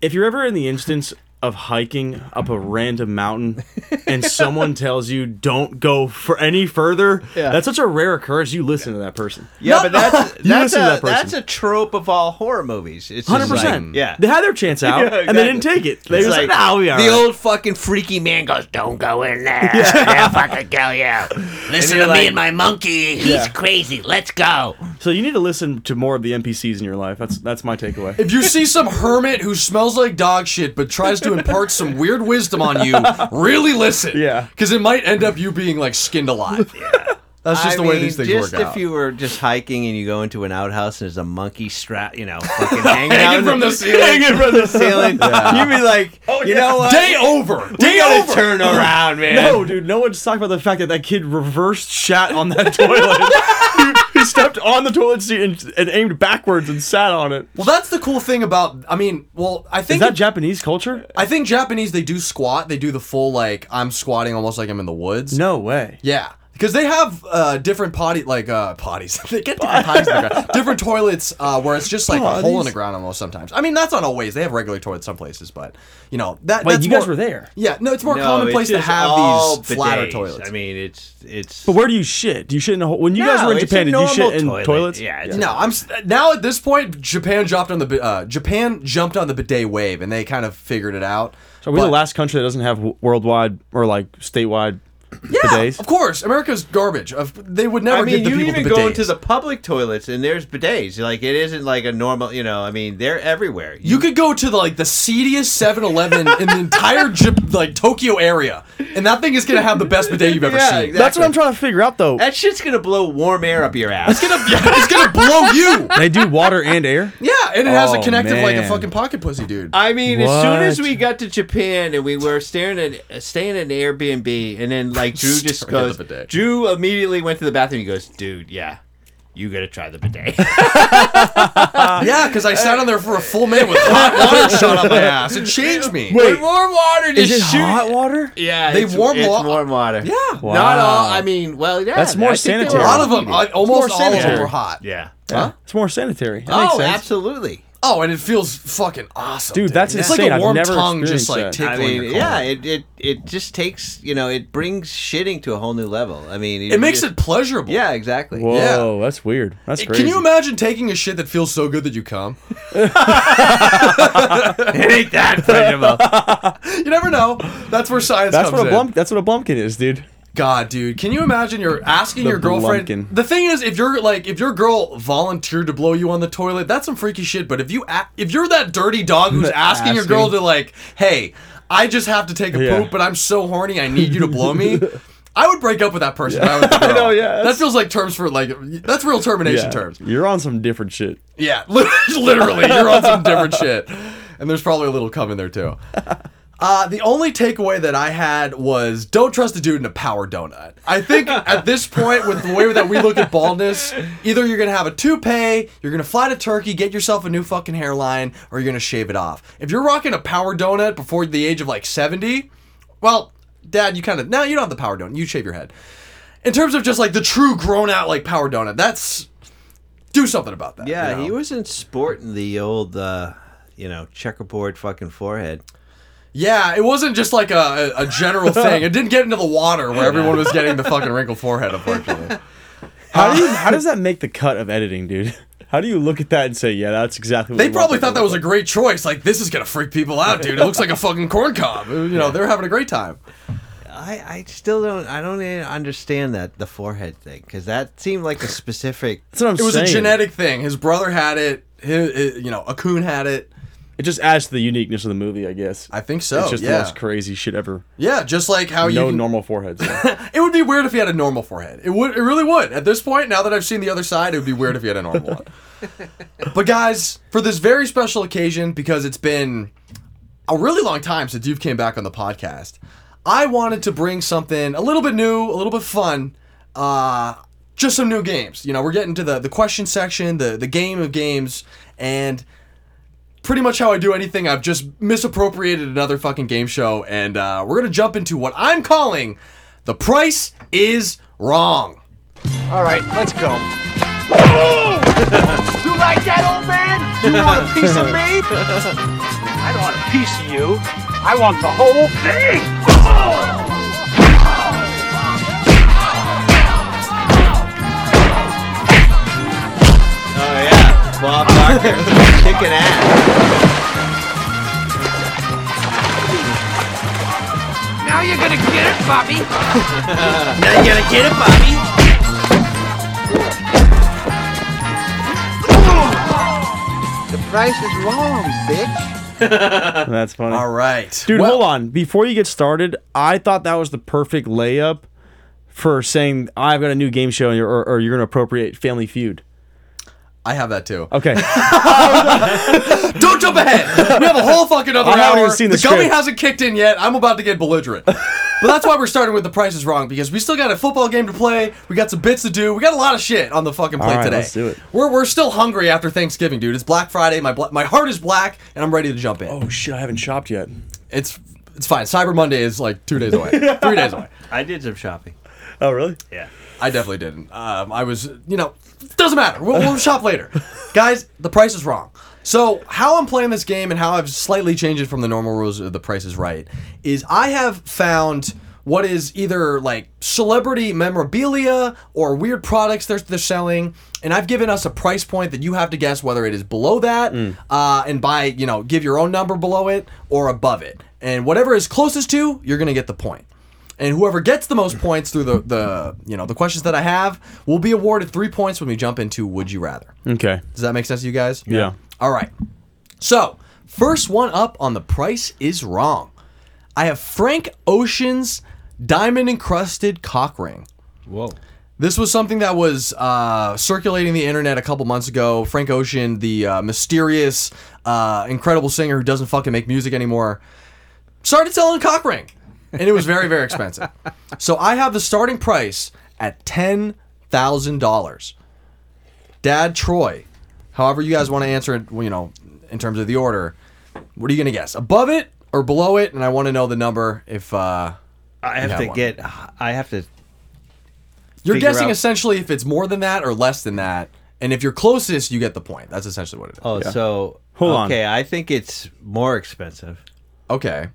Speaker 8: if you're ever in the instance of hiking up a random mountain and someone tells you don't go for any further, that's such a rare occurrence. You listen to that person.
Speaker 7: Yeah, but that's that's a,
Speaker 8: You listen to that person.
Speaker 7: that's a trope of all horror movies. It's
Speaker 8: Hundred
Speaker 7: just like-
Speaker 8: percent.
Speaker 7: yeah.
Speaker 8: they had their chance out
Speaker 7: Yeah,
Speaker 8: and
Speaker 7: exactly.
Speaker 8: they didn't take it. They
Speaker 7: It's
Speaker 8: was like,
Speaker 7: like,
Speaker 8: "Nah, we are."
Speaker 7: The
Speaker 8: right."
Speaker 7: old fucking freaky man goes,
Speaker 9: Don't go in there. They'll fucking kill you. Listen
Speaker 7: you're
Speaker 9: to
Speaker 7: like-
Speaker 9: me and my monkey. He's crazy. Let's go.
Speaker 8: so you need to listen to more of the NPCs in your life. That's that's my takeaway.
Speaker 6: If you see some hermit who smells like dog shit but tries to impart some weird wisdom on you, really listen.
Speaker 8: Yeah.
Speaker 6: Because it might end up you being like skinned alive. Yeah. That's just
Speaker 7: I
Speaker 6: the way
Speaker 7: mean,
Speaker 6: these things
Speaker 7: just
Speaker 6: work
Speaker 7: if
Speaker 6: out.
Speaker 7: you were just hiking and you go into an outhouse and there's a monkey strap, you know, fucking hanging,
Speaker 6: Hanging
Speaker 7: out
Speaker 6: from the ceiling.
Speaker 7: hanging from the ceiling, you'd be like, you know what?
Speaker 6: Day over.
Speaker 7: we
Speaker 6: Day
Speaker 7: gotta
Speaker 6: over.
Speaker 7: turn around, man.
Speaker 8: No, dude, no one's talking about the fact that that kid reversed shot on that toilet. he, he stepped on the toilet seat and, and aimed backwards and sat on it.
Speaker 6: Well, that's the cool thing about. I mean, well, I
Speaker 8: Is
Speaker 6: think Uh,
Speaker 8: that Japanese culture?
Speaker 6: I think Japanese they do squat. They do the full like I'm squatting almost like I'm in the woods.
Speaker 8: No way.
Speaker 6: Yeah. Because they have uh, different potty, like uh, potties. they get different potties in the ground, different toilets, uh, where it's just like a hole in the ground almost. Sometimes, I mean, that's not always. They have regular toilets some places, but you know that.
Speaker 8: Wait,
Speaker 6: that's
Speaker 8: you guys
Speaker 6: more-
Speaker 8: were there.
Speaker 6: Yeah, no, it's more
Speaker 7: No,
Speaker 6: commonplace
Speaker 7: it's
Speaker 6: to
Speaker 7: just
Speaker 6: have
Speaker 7: all
Speaker 6: these flatter
Speaker 7: bidets.
Speaker 6: toilets.
Speaker 7: I mean, it's it's.
Speaker 8: But where do you shit? Do you shit in a hole? When you guys
Speaker 7: No,
Speaker 8: were in
Speaker 7: it's
Speaker 8: Japan,
Speaker 7: a
Speaker 8: did you shit
Speaker 7: normal
Speaker 8: in
Speaker 7: toilet.
Speaker 8: toilets?
Speaker 7: Yeah, it's
Speaker 6: no, I'm s- now at this point. Japan jumped on the bi- uh, Japan jumped on the bidet wave, and they kind of figured it out.
Speaker 8: So we're the
Speaker 6: But-
Speaker 8: last country that doesn't have w- worldwide or like statewide
Speaker 6: Yeah,
Speaker 8: bidets.
Speaker 6: of course, America's garbage. Of they would never
Speaker 7: I mean,
Speaker 6: give the
Speaker 7: you
Speaker 6: people
Speaker 7: even
Speaker 6: the
Speaker 7: go
Speaker 6: bidets.
Speaker 7: into the public toilets and there's bidets. Like it isn't like a normal, you know. I mean, they're everywhere.
Speaker 6: You could go to the, like the seediest 7-Eleven in the entire Jap- like Tokyo area, and that thing is gonna have the best bidet you've ever
Speaker 7: Yeah,
Speaker 6: seen.
Speaker 7: exactly.
Speaker 8: That's what I'm trying to figure out, though.
Speaker 7: that shit's gonna blow warm air up your ass.
Speaker 6: It's gonna it's gonna blow you.
Speaker 8: they do water and air.
Speaker 6: Yeah, and it has a
Speaker 8: Oh,
Speaker 6: connective like a
Speaker 8: man.
Speaker 6: fucking pocket pussy, dude.
Speaker 7: I mean, as soon as
Speaker 8: What?
Speaker 7: we got to Japan and we were staring at uh, staying at an Airbnb, and then like Drew just
Speaker 6: Staring at
Speaker 7: goes,
Speaker 6: the bidet.
Speaker 7: Drew immediately went to the bathroom. He goes, dude, yeah, you gotta try the bidet.
Speaker 6: Uh, yeah, because I sat on there for a full minute with hot water shot up my ass. It changed me.
Speaker 7: Wait, warm water just
Speaker 8: Is it
Speaker 7: shoot.
Speaker 8: hot water?
Speaker 7: Yeah,
Speaker 6: They
Speaker 7: it's,
Speaker 6: warm
Speaker 7: it's
Speaker 6: wa-
Speaker 7: warm water.
Speaker 6: Yeah.
Speaker 7: not all. I mean, well, yeah,
Speaker 8: That's more
Speaker 7: I think they were
Speaker 8: sanitary.
Speaker 6: A lot of them,
Speaker 7: heated.
Speaker 6: uh, almost all of them
Speaker 8: sanitary.
Speaker 6: were hot.
Speaker 7: Yeah.
Speaker 6: Huh?
Speaker 8: It's more sanitary. That makes
Speaker 7: Oh,
Speaker 8: sense.
Speaker 7: absolutely.
Speaker 6: Oh, and it feels fucking awesome,
Speaker 8: Dude, that's
Speaker 6: it's
Speaker 8: insane.
Speaker 6: like
Speaker 8: I've
Speaker 6: a warm
Speaker 8: never
Speaker 6: tongue just like
Speaker 8: experienced that.
Speaker 6: tickling.
Speaker 7: I mean,
Speaker 6: your
Speaker 7: yeah,
Speaker 6: colon.
Speaker 7: it, it it just takes you know it brings shitting to a whole new level. I mean,
Speaker 6: it makes
Speaker 7: just-
Speaker 6: it pleasurable.
Speaker 7: Yeah, exactly.
Speaker 8: Whoa, that's weird. That's crazy.
Speaker 6: Oh, Can you imagine taking a shit that feels so good that you come?
Speaker 7: it ain't that pleasurable.
Speaker 6: You never know. That's where science
Speaker 8: That's
Speaker 6: comes
Speaker 8: what a
Speaker 6: in.
Speaker 8: blump. That's what a blumpkin is, dude.
Speaker 6: God, dude, can you imagine you're asking your girlfriend?
Speaker 8: blumpkin.
Speaker 6: The thing is, if you're like, if your girl volunteered to blow you on the toilet, that's some freaky shit. But if you, a- if you're that dirty dog who's asking, your girl to like, hey, I just have to take a
Speaker 8: Yeah.
Speaker 6: poop, but I'm so horny, I need you to blow me. I would break up with that person. if I, was the girl.
Speaker 8: know, yeah,
Speaker 6: That
Speaker 8: that's-
Speaker 6: feels like terms for like that's real termination
Speaker 8: Yeah.
Speaker 6: terms.
Speaker 8: You're on some different shit.
Speaker 6: Yeah, lit- literally, you're on some different shit. And there's probably a little cum in there too. Uh, the only takeaway that I had was don't trust a dude in a power donut. I think at this point, with the way that we look at baldness, either you're gonna have a toupee, you're gonna fly to Turkey, get yourself a new fucking hairline, or you're gonna shave it off. If you're rocking a power donut before the age of like 70, well, dad, you kind of now you don't have the power donut. You shave your head. In terms of just like the true grown out like power donut, that's do something about that.
Speaker 7: Yeah,
Speaker 6: you know?
Speaker 7: he wasn't sporting the old, uh, you know, checkerboard fucking forehead.
Speaker 6: Yeah, it wasn't just like a, a a general thing. It didn't get into the water where everyone was getting the fucking wrinkled forehead, unfortunately.
Speaker 8: How do you? How does that make the cut of editing, dude? How do you look at that and say, yeah, that's exactly? what
Speaker 6: They
Speaker 8: we want
Speaker 6: probably thought that was a great choice. Like, this is going to freak people out, dude. It looks like a fucking corn cob. You know, they're having a great time.
Speaker 7: I, I still don't I don't even understand that the forehead thing because that seemed like a specific.
Speaker 8: That's what I'm
Speaker 6: It was
Speaker 8: saying.
Speaker 6: a genetic thing. His brother had it. His, you know, a coon had it.
Speaker 8: It just adds to the uniqueness of the movie, I guess.
Speaker 6: I think so.
Speaker 8: it's just the
Speaker 6: yeah.
Speaker 8: most crazy shit ever.
Speaker 6: yeah, just like how you.
Speaker 8: no
Speaker 6: can-
Speaker 8: normal foreheads.
Speaker 6: It would be weird if he had a normal forehead. It would. It really would. At this point, now that I've seen the other side, it would be weird if he had a normal one. But guys, for this very special occasion, because it's been a really long time since you've came back on the podcast, I wanted to bring something a little bit new, a little bit fun. Uh, just some new games. You know, we're getting to the the question section, the the game of games, and pretty much how I do anything. I've just misappropriated another fucking game show, and uh, we're gonna jump into what I'm calling the price is wrong.
Speaker 10: All right, let's go. you like that, old man? You want a piece of me? I don't want a piece of you. I want the whole thing.
Speaker 7: Oh yeah, Bob Barker kicking ass.
Speaker 10: Now you're gonna get it, Bobby.
Speaker 7: Now you gotta get it, Bobby.
Speaker 10: The price is wrong, bitch.
Speaker 8: that's funny.
Speaker 6: All right,
Speaker 8: Dude,
Speaker 6: Well,
Speaker 8: hold on. Before you get started, I thought that was the perfect layup for saying I've got a new game show and you're, or, or you're going to appropriate Family Feud.
Speaker 6: I have that too.
Speaker 8: Okay.
Speaker 6: Don't jump ahead. We have a whole fucking other
Speaker 8: I
Speaker 6: hour.
Speaker 8: haven't even seen the
Speaker 6: gummy
Speaker 8: script.
Speaker 6: hasn't kicked in yet. I'm about to get belligerent. but that's why we're starting with the price is wrong because we still got a football game to play. We got some bits to do. We got a lot of shit on the fucking plate
Speaker 8: right,
Speaker 6: today.
Speaker 8: let's do it.
Speaker 6: We're, we're still hungry after Thanksgiving, dude. It's Black Friday. My bla- my heart is black, and I'm ready to jump in.
Speaker 8: oh, shit. I haven't shopped yet.
Speaker 6: It's it's fine. Cyber Monday is like two days away, three days away.
Speaker 7: I did some shopping.
Speaker 8: Oh, really?
Speaker 7: Yeah.
Speaker 6: I definitely didn't. Um, I was, you know, doesn't matter. We'll, we'll shop later. Guys, the price is wrong. So, how I'm playing this game and how I've slightly changed it from the normal rules of The Price is Right is I have found what is either like celebrity memorabilia or weird products they're, they're selling. And I've given us a price point that you have to guess whether it is below that uh, and buy, you know, give your own number below it or above it. And whatever is closest to, you're going to get the point and whoever gets the most points through the, the you know the questions that I have will be awarded three points when we jump into Would You Rather.
Speaker 8: Okay.
Speaker 6: Does that make sense to you guys?
Speaker 8: Yeah.
Speaker 6: All right. So first one up on the Price is Wrong. I have Frank Ocean's diamond encrusted cock ring.
Speaker 7: Whoa.
Speaker 6: This was something that was uh, circulating the internet a couple months ago. Frank Ocean, the uh, mysterious, uh, incredible singer who doesn't fucking make music anymore, started selling a cock ring, and it was very, very expensive. So I have the starting price at ten thousand dollars. Dad Troy, however you guys want to answer it, well, you know, in terms of the order, what are you gonna guess? Above it or below it? And I want to know the number. If uh,
Speaker 7: I
Speaker 6: You
Speaker 7: have
Speaker 6: have
Speaker 7: to
Speaker 6: one.
Speaker 7: get. I have to.
Speaker 6: You're
Speaker 7: figure
Speaker 6: guessing
Speaker 7: out-
Speaker 6: essentially if it's more than that or less than that. And if you're closest, you get the point. That's essentially what it is.
Speaker 7: Oh, so
Speaker 8: Hold on.
Speaker 7: Okay, I think it's more expensive.
Speaker 6: Okay.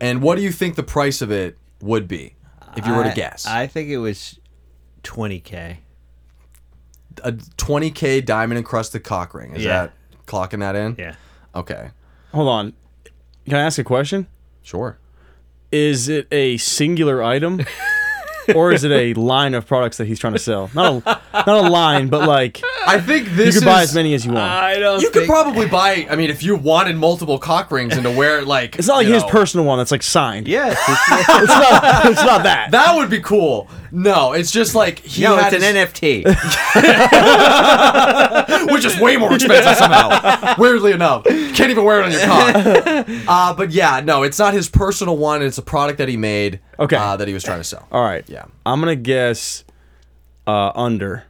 Speaker 6: And what do you think the price of it would be if you were to
Speaker 7: I-
Speaker 6: guess?
Speaker 7: I think it was twenty k.
Speaker 6: A 20K diamond encrusted cock ring. Is
Speaker 7: Yeah.
Speaker 6: that clocking that in?
Speaker 7: Yeah.
Speaker 6: Okay.
Speaker 8: Hold on. Can I ask a question?
Speaker 6: Sure.
Speaker 8: Is it a singular item? or is it a line of products that he's trying to sell? Not a, not a line, but like you
Speaker 6: I think this
Speaker 8: can buy
Speaker 6: is-
Speaker 8: as many as you want.
Speaker 7: don't.
Speaker 6: You could probably buy, I mean, if you wanted multiple cock rings and to wear like.
Speaker 8: it's not like
Speaker 6: you
Speaker 8: his
Speaker 6: know,
Speaker 8: personal one that's like signed.
Speaker 7: Yes.
Speaker 8: it's not. It's not that.
Speaker 6: That would be cool. No, it's just like he
Speaker 7: no,
Speaker 6: had
Speaker 7: it's an
Speaker 6: his-
Speaker 7: NFT.
Speaker 6: which is way more expensive somehow. Weirdly enough, you can't even wear it on your car. Uh, but yeah, no, it's not his personal one. It's a product that he made.
Speaker 8: Okay.
Speaker 6: uh, that he was trying to sell.
Speaker 8: All right.
Speaker 6: Yeah.
Speaker 8: I'm gonna guess uh, under.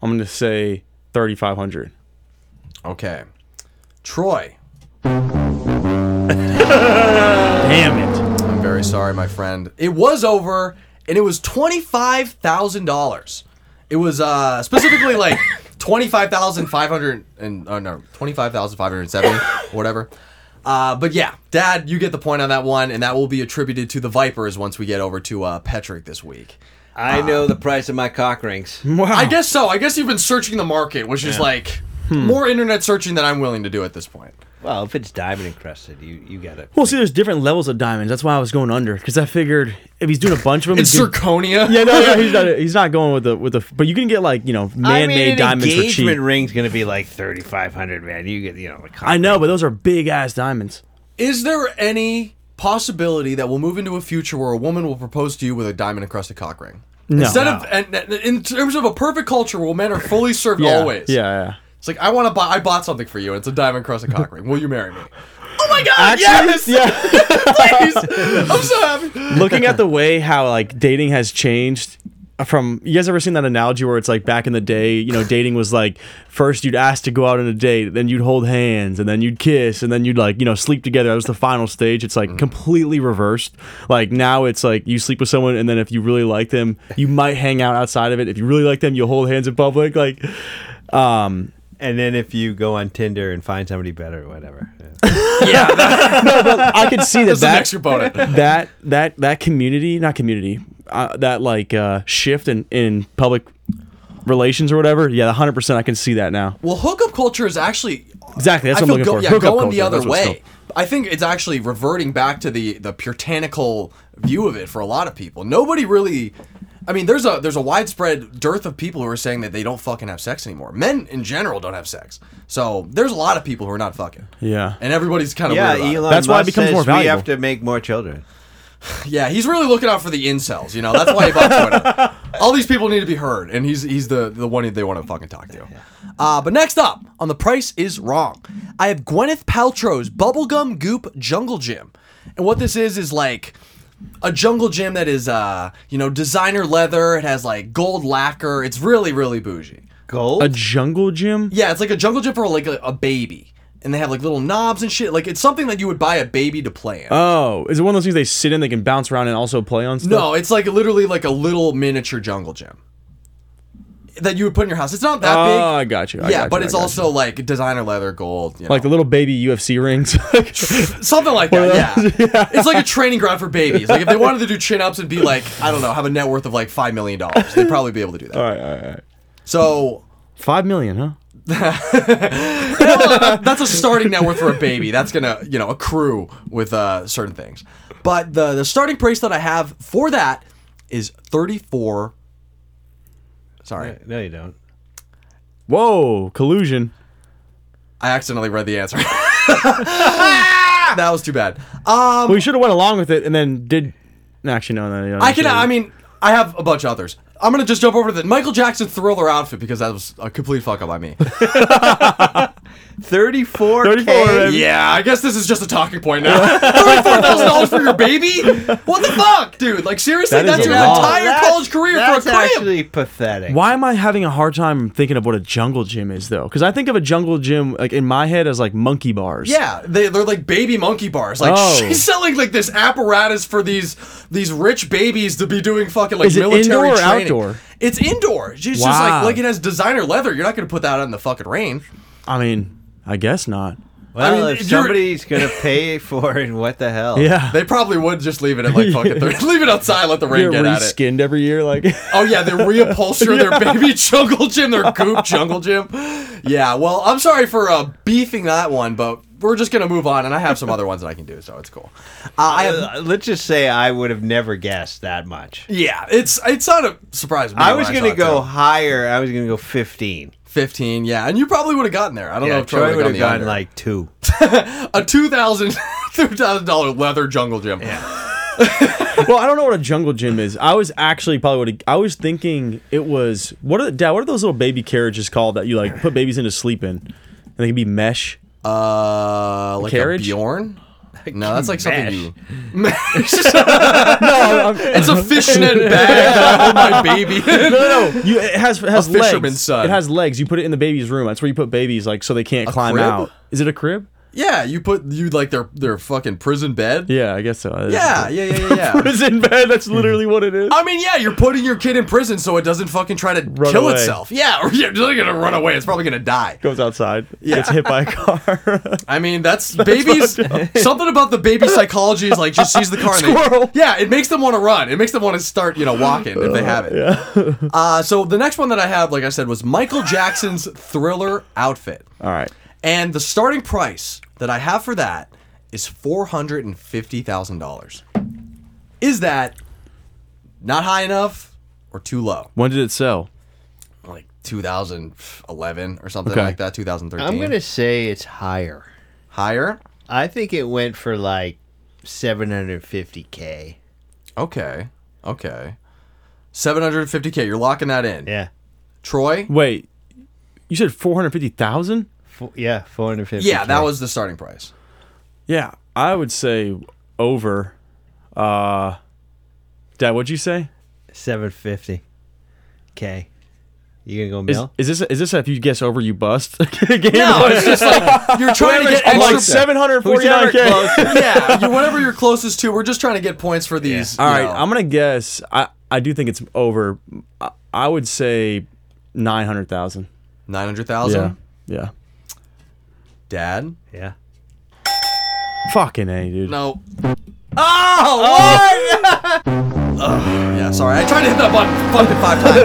Speaker 8: I'm gonna say 3,500.
Speaker 6: Okay. Troy,
Speaker 8: Damn it.
Speaker 6: I'm very sorry, my friend. It was over, and it was twenty five thousand dollars. It was uh, specifically like twenty five thousand five hundred and oh no, twenty five thousand five hundred seventy, whatever. Uh, but yeah, Dad, you get the point on that one, and that will be attributed to the Vipers once we get over to uh, Petrick this week.
Speaker 7: I know the price of my cock rings.
Speaker 8: Wow.
Speaker 6: I guess so. I guess you've been searching the market, which is like
Speaker 8: Hmm.
Speaker 6: more internet searching than I'm willing to do at this point.
Speaker 7: Well, if it's diamond encrusted, you you got it.
Speaker 8: Well, see, there's different levels of diamonds. That's why I was going under because I figured if he's doing a bunch of them,
Speaker 6: It's
Speaker 8: he's gonna-
Speaker 6: zirconia.
Speaker 8: yeah, no, no, he's not. He's not going with the with the. But you can get like you know man-made diamonds for cheap.
Speaker 7: engagement ring's gonna be like thirty five hundred, man. You get you know the cock
Speaker 8: I know,
Speaker 7: ring.
Speaker 8: but those are big ass diamonds.
Speaker 6: Is there any possibility that we'll move into a future where a woman will propose to you with a diamond encrusted cock ring?
Speaker 8: No.
Speaker 6: Instead of and, and in terms of a perfect culture where men are fully served
Speaker 8: Yeah,
Speaker 6: always.
Speaker 8: Yeah, yeah.
Speaker 6: It's like I want to buy. I bought something for you. and It's a diamond encrusted cock ring. Will you marry me? Oh my god! yes.
Speaker 8: yeah.
Speaker 6: Please. I'm so happy.
Speaker 8: Looking at the way how like dating has changed from you guys ever seen that analogy where it's like back in the day, you know, dating was like first you'd ask to go out on a date, then you'd hold hands, and then you'd kiss, and then you'd like, you know, sleep together. That was the final stage. It's like completely reversed. Like now it's like you sleep with someone and then if you really like them, you might hang out outside of it. If you really like them, you'll hold hands in public. Like um
Speaker 7: And then if you go on Tinder and find somebody better, or whatever. Yeah.
Speaker 8: I could see that
Speaker 6: That's the
Speaker 8: that
Speaker 6: next component.
Speaker 8: that that that community, not community, uh, that like uh, shift in in public relations or whatever. Yeah, hundred percent. I can see that now.
Speaker 6: Well, hookup culture is actually
Speaker 8: Exactly. That's
Speaker 6: I
Speaker 8: what
Speaker 6: feel
Speaker 8: I'm looking
Speaker 6: go-
Speaker 8: for.
Speaker 6: Yeah,
Speaker 8: Hookup
Speaker 6: going the
Speaker 8: culture,
Speaker 6: other
Speaker 8: that's what it's
Speaker 6: way. I think it's actually reverting back to the the puritanical view of it for a lot of people. Nobody really. I mean, there's a there's a widespread dearth of people who are saying that they don't fucking have sex anymore. Men in general don't have sex, so there's a lot of people who are not fucking.
Speaker 8: Yeah.
Speaker 6: and everybody's kind of
Speaker 7: Yeah,
Speaker 6: Weird about it.
Speaker 7: Elon
Speaker 8: That's why it
Speaker 7: Musk
Speaker 8: becomes
Speaker 7: says
Speaker 8: more
Speaker 7: We
Speaker 8: valuable.
Speaker 7: have to make more children.
Speaker 6: Yeah, he's really looking out for the incels. You know, that's why he bought Twitter. All these people need to be heard, and he's he's the the one they want to fucking talk to. Uh, but next up on the Price is Wrong, I have Gwyneth Paltrow's bubblegum goop jungle gym, and what this is is like a jungle gym that is uh you know designer leather. It has like gold lacquer. It's really really bougie.
Speaker 7: Gold.
Speaker 8: A jungle gym.
Speaker 6: Yeah, it's like a jungle gym for like a, a baby. and they have like little knobs and shit. Like it's something that you would buy a baby to play in.
Speaker 8: Oh, is it one of those things they sit in, they can bounce around and also play on stuff?
Speaker 6: No, it's like literally like a little miniature jungle gym that you would put in your house. It's not that
Speaker 8: Oh,
Speaker 6: big.
Speaker 8: I got you, I
Speaker 6: yeah,
Speaker 8: got
Speaker 6: but
Speaker 8: you, I
Speaker 6: it's
Speaker 8: got
Speaker 6: also like designer leather, gold, you know,
Speaker 8: Like the little baby UFC rings.
Speaker 6: something like that. Yeah. it's like a training ground for babies. Like if they wanted to do chin ups and be like, I don't know, have a net worth of like five million dollars, they'd probably be able to do that.
Speaker 8: all right, all right, all right.
Speaker 6: So
Speaker 8: Five million, huh?
Speaker 6: that's a starting net worth for a baby. That's gonna you know accrue with uh, certain things. But the the starting price that I have for that is thirty four. Sorry,
Speaker 7: No, you don't.
Speaker 8: Whoa, collusion.
Speaker 6: I accidentally read the answer. that was too bad. Um,
Speaker 8: Well, you should have went along with it and then did. no, Actually, no, no, no.
Speaker 6: I can. I mean, I have a bunch of others. I'm gonna just jump over to the Michael Jackson Thriller outfit because that was a complete fuck up by me.
Speaker 7: 34
Speaker 8: 34, baby.
Speaker 6: yeah, I guess this is just a talking point now. Thirty-four thousand dollars for your baby? What the fuck, dude? Like seriously,
Speaker 8: That is
Speaker 6: that's
Speaker 8: a
Speaker 6: your
Speaker 8: lot.
Speaker 6: entire college career
Speaker 7: that's
Speaker 6: for a crib.
Speaker 7: actually pathetic.
Speaker 8: Why am I having a hard time thinking of what a jungle gym is though? Because I think of a jungle gym like in my head as like monkey bars.
Speaker 6: Yeah, they, they're like baby monkey bars. Like
Speaker 8: Oh.
Speaker 6: she's selling like this apparatus for these these rich babies to be doing fucking like
Speaker 8: Is it
Speaker 6: military
Speaker 8: indoor or
Speaker 6: training.
Speaker 8: outdoor?
Speaker 6: It's indoor. She's just
Speaker 8: Wow.
Speaker 6: like like it has designer leather. You're not gonna put that out in the fucking rain.
Speaker 8: I mean, I guess not.
Speaker 7: Well,
Speaker 6: I mean,
Speaker 7: if
Speaker 6: you're-
Speaker 7: somebody's gonna pay for it, what the hell?
Speaker 8: Yeah.
Speaker 6: They probably would just leave it at like fucking thirty. leave it outside, let the rain
Speaker 8: Get
Speaker 6: get at it.
Speaker 8: reskinned every year, like
Speaker 6: Oh yeah, they reupholster their baby jungle gym, their goop jungle gym. Yeah, well, I'm sorry for uh, beefing that one, but we're just gonna move on, and I have some other ones that I can do, so it's cool. Uh, I have
Speaker 7: Uh, let's just say I would have never guessed that much.
Speaker 6: Yeah, it's it's not a surprise. to me
Speaker 7: I
Speaker 6: when
Speaker 7: was
Speaker 6: saw
Speaker 7: gonna
Speaker 6: it,
Speaker 7: go
Speaker 6: too.
Speaker 7: higher. I was gonna go fifteen.
Speaker 6: fifteen. Yeah, and you probably would have gotten there. I don't know
Speaker 7: Yeah,
Speaker 6: if Troy,
Speaker 7: Troy would have
Speaker 6: the
Speaker 7: gone
Speaker 6: under.
Speaker 7: like two.
Speaker 6: a two thousand two thousand dollar leather jungle gym.
Speaker 8: Well, I don't know what a jungle gym is. I was actually probably would have I was thinking it was what are dad, what are those little baby carriages called that you like put babies into sleep in? And they can be mesh.
Speaker 6: Uh, like
Speaker 8: Carriage?
Speaker 6: a Bjorn. No, that's like something
Speaker 7: Mesh.
Speaker 6: you.
Speaker 8: Oh,
Speaker 6: it's a fishnet bag that I hold my baby. in.
Speaker 8: No, no, you, it has it has
Speaker 6: fisherman's
Speaker 8: legs.
Speaker 6: son.
Speaker 8: It has legs. You put it in the baby's room. That's where you put babies, like so they can't climb
Speaker 6: crib?
Speaker 8: out. Is it a crib?
Speaker 6: Yeah, you put you like their their fucking prison bed.
Speaker 8: Yeah, I guess so. That is a
Speaker 6: yeah,
Speaker 8: crib.
Speaker 6: yeah, yeah, yeah. yeah.
Speaker 8: Prison bed. That's literally what it is.
Speaker 6: I mean, yeah, you're putting your kid in prison so it doesn't fucking try to
Speaker 8: Run
Speaker 6: kill
Speaker 8: away.
Speaker 6: itself. Yeah, or you're gonna run away. It's probably gonna die.
Speaker 8: Goes outside. Gets hit by a car.
Speaker 6: I mean, that's, babies. Something about the baby psychology is like just sees the car. and they-
Speaker 8: Squirrel.
Speaker 6: yeah, it makes them want to run. It makes them want to start, you know, walking if they have it. uh, so the next one that I have, like I said, was Michael Jackson's Thriller outfit,
Speaker 8: All right.
Speaker 6: and the starting price that I have for that is four hundred and fifty thousand dollars. Is that not high enough or too low?
Speaker 8: When did it sell?
Speaker 6: Like 2011 or something
Speaker 8: Okay.
Speaker 6: like that. 2013.
Speaker 7: I'm gonna say it's higher.
Speaker 6: higher.
Speaker 7: I think it went for like 750k.
Speaker 6: Okay. Okay. 750k. You're locking that in.
Speaker 7: Yeah,
Speaker 6: Troy?
Speaker 8: Wait, you said four hundred fifty thousand?
Speaker 7: Fo- yeah, 450.
Speaker 6: Yeah, that was the starting price.
Speaker 8: Yeah, I would say over. Uh, Dad, what'd you say?
Speaker 7: 750k. You gonna go
Speaker 8: Is,
Speaker 7: mill?
Speaker 8: is this is this a if you guess over you bust? game?
Speaker 6: No, it's just like you're trying to get
Speaker 8: I'm like
Speaker 6: extra.
Speaker 8: seven hundred forty nine k.
Speaker 6: yeah, you, whatever you're closest to. We're just trying to get points for these.
Speaker 8: All
Speaker 6: you
Speaker 8: right,
Speaker 6: know.
Speaker 8: I'm gonna guess. I I do think it's over. I, I would say nine hundred thousand.
Speaker 6: 900,000.
Speaker 8: yeah.
Speaker 6: Dad?
Speaker 7: Yeah.
Speaker 8: Fucking a, dude.
Speaker 6: No. Oh, what? Ugh, yeah, sorry. I tried to hit that button fucking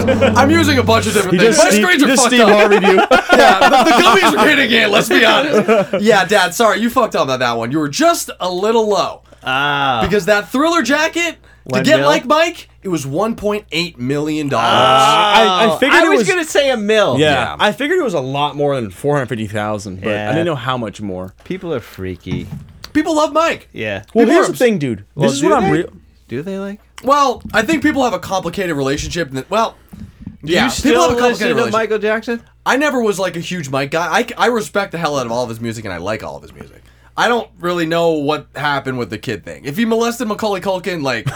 Speaker 6: five times. I'm using a bunch of different
Speaker 8: You
Speaker 6: things.
Speaker 8: just
Speaker 6: My
Speaker 8: Steve,
Speaker 6: screens
Speaker 8: you
Speaker 6: are
Speaker 8: just
Speaker 6: fucked
Speaker 8: Steve
Speaker 6: up.
Speaker 8: Harvey'd you.
Speaker 6: yeah, the, the gummies are hitting it, let's be honest. Yeah, Dad, sorry, you fucked up on that one. You were just a little low.
Speaker 7: Ah.
Speaker 6: Because that thriller jacket, to
Speaker 7: One
Speaker 6: get
Speaker 7: mil?
Speaker 6: like Mike, it was $1.8 million.
Speaker 7: Ah.
Speaker 8: I, I figured
Speaker 7: Oh, I
Speaker 8: it
Speaker 7: was,
Speaker 8: was.
Speaker 7: gonna say a mill.
Speaker 8: yeah,
Speaker 6: yeah.
Speaker 8: I figured it was a lot more than four hundred fifty thousand, but I
Speaker 7: Yeah.
Speaker 8: didn't know how much more.
Speaker 7: People are freaky.
Speaker 6: people love Mike.
Speaker 7: Yeah.
Speaker 8: Well,
Speaker 6: People
Speaker 8: here's
Speaker 6: are
Speaker 8: the thing, dude.
Speaker 7: Well,
Speaker 8: this is
Speaker 7: do
Speaker 8: what I'm
Speaker 7: they?
Speaker 8: real.
Speaker 7: Do they like?
Speaker 6: Well, I think people have a complicated relationship. That, well, yeah, people
Speaker 7: you still
Speaker 6: have a complicated
Speaker 7: listen to
Speaker 6: relationship.
Speaker 7: Michael Jackson?
Speaker 6: I never was like a huge Mike guy. I, I respect the hell out of all of his music, and I like all of his music. I don't really know what happened with the kid thing. If he molested Macaulay Culkin, like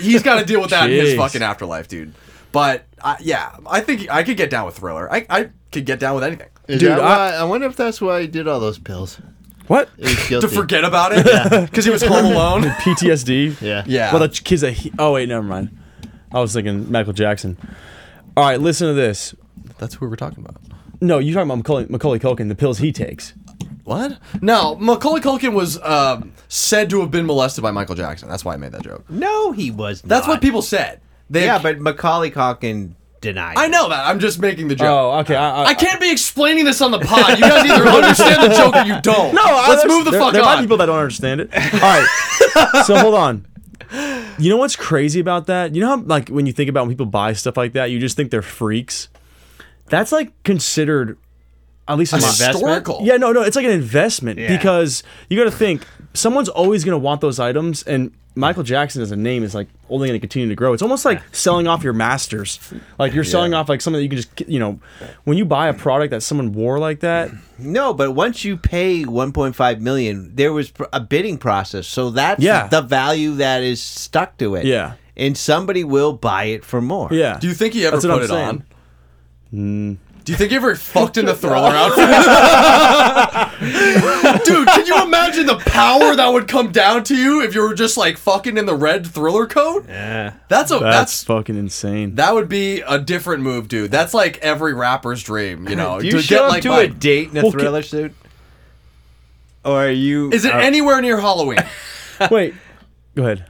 Speaker 6: he's got to deal with that in his
Speaker 8: Jeez.
Speaker 6: fucking afterlife, dude. But I, yeah, I think I could get down with Thriller. I, I could get down with anything.
Speaker 11: Is
Speaker 6: Dude,
Speaker 11: that
Speaker 6: I-
Speaker 11: why, I wonder if that's why he did all those pills.
Speaker 8: What?
Speaker 11: He was guilty.
Speaker 6: To forget about it? Because he was home alone?
Speaker 8: PTSD.
Speaker 11: Yeah.
Speaker 6: Yeah.
Speaker 8: Well, the ch- kid's a. He- oh wait, never mind. I was thinking Michael Jackson. All right, listen to this.
Speaker 6: That's who we're talking about.
Speaker 8: No, you're talking about Macaulay, Macaulay Culkin, the pills he takes.
Speaker 6: What? No, Macaulay Culkin was um said to have been molested by Michael Jackson. That's why I made that joke.
Speaker 7: No, he was.
Speaker 6: That's
Speaker 7: not.
Speaker 6: what people said. They,
Speaker 7: yeah, but Macaulay Culkin denied.
Speaker 6: I know that. I'm just making the joke.
Speaker 8: Oh, okay. I, I,
Speaker 6: I can't be explaining this on the pod. You guys either understand the joke or you don't.
Speaker 8: No, I-
Speaker 6: let's
Speaker 8: there's-
Speaker 6: move the
Speaker 8: there,
Speaker 6: fuck
Speaker 8: there might
Speaker 6: on.
Speaker 8: be people that don't understand it. All right. so hold on. You know what's crazy about that? You know how like when you think about when people buy stuff like that, you just think they're freaks. That's like considered at least in my-
Speaker 6: Historical.
Speaker 8: Yeah, no, no, it's like an investment because you got to think someone's always going to want those items and Michael Jackson as a name is like only going to continue to grow. It's almost like selling off your masters. Like you're selling off like something that you can just, you know, when you buy a product that someone wore like that,
Speaker 7: No, but once you pay 1.5 million, there was pr- a bidding process, so that's
Speaker 8: Yeah.
Speaker 7: the value that is stuck to it.
Speaker 8: Yeah.
Speaker 7: and somebody will buy it for more.
Speaker 8: yeah.
Speaker 6: Do you think he ever
Speaker 8: That's
Speaker 6: put
Speaker 8: what
Speaker 6: it
Speaker 8: I'm saying.
Speaker 6: on? Do you think he ever fucked in the thriller outfit? Dude, can you imagine the power that would come down to you if you were just like fucking in the red thriller coat? Yeah. That's a
Speaker 8: That's,
Speaker 6: that's,
Speaker 8: fucking insane.
Speaker 6: that would be a different move, dude. That's like every rapper's dream, you know.
Speaker 7: Do you show up to
Speaker 6: my-
Speaker 7: a date in a
Speaker 8: Well, ca-
Speaker 7: thriller suit, or are you?
Speaker 6: Is it
Speaker 8: Oh.
Speaker 7: uh,
Speaker 6: anywhere near Halloween?
Speaker 8: Wait, go ahead.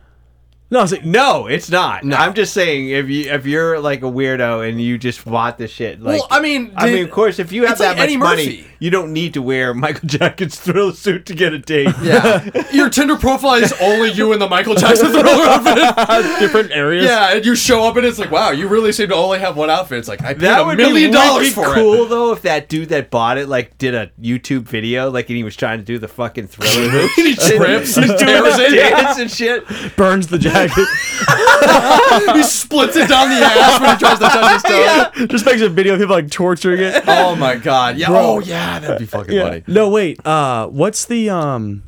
Speaker 8: No, I was like,
Speaker 7: No, it's not. I'm just saying if you if you're like a weirdo and you just want the shit, like
Speaker 6: Well, I mean,
Speaker 7: I
Speaker 6: did-
Speaker 7: mean, of course, if you have
Speaker 6: it's
Speaker 7: that
Speaker 6: like
Speaker 7: much
Speaker 6: Eddie
Speaker 7: money,
Speaker 6: Murphy.
Speaker 7: you don't need to wear Michael Jackson's thriller suit to get a date.
Speaker 6: yeah. Your Tinder profile is only you in the Michael Jackson thriller outfit.
Speaker 8: different areas.
Speaker 6: Yeah, and you show up and it's like, wow, you really seem to only have one outfit. It's like I paid
Speaker 7: That
Speaker 6: a
Speaker 7: would
Speaker 6: million
Speaker 7: be
Speaker 6: dollars
Speaker 7: wicked
Speaker 6: for
Speaker 7: cool
Speaker 6: it.
Speaker 7: though if that dude that bought it like did a YouTube video like and he was trying to do the fucking thriller move.
Speaker 6: He trips, he tears it.
Speaker 7: dance and shit.
Speaker 8: Burns the jacket.
Speaker 6: He splits it down the ass when he tries to touch his toe.
Speaker 8: Just makes a video of him like torturing it.
Speaker 6: Oh my god. Yeah. Oh yeah, that'd be fucking funny.
Speaker 8: No, wait. Uh, what's the um,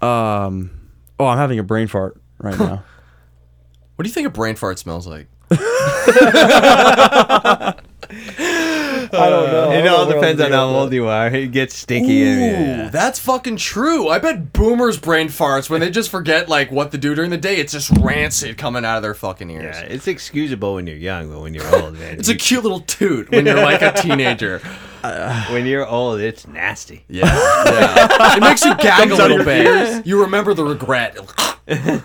Speaker 8: um? Oh, I'm having a brain fart right now.
Speaker 6: What do you think a brain fart smells like?
Speaker 7: it all depends on how old you are. It gets stinky. and-
Speaker 6: Ooh, that's fucking true. I bet boomers brain farts when they just forget like what to do during the day. It's just rancid coming out of their fucking
Speaker 7: yeah.
Speaker 6: ears.
Speaker 7: yeah, it's excusable when you're young, but when you're old, man,
Speaker 6: It's a cute little toot when you're like a teenager.
Speaker 7: when you're old, it's nasty.
Speaker 6: Yeah, yeah. it makes you gag a little bit. You remember the regret.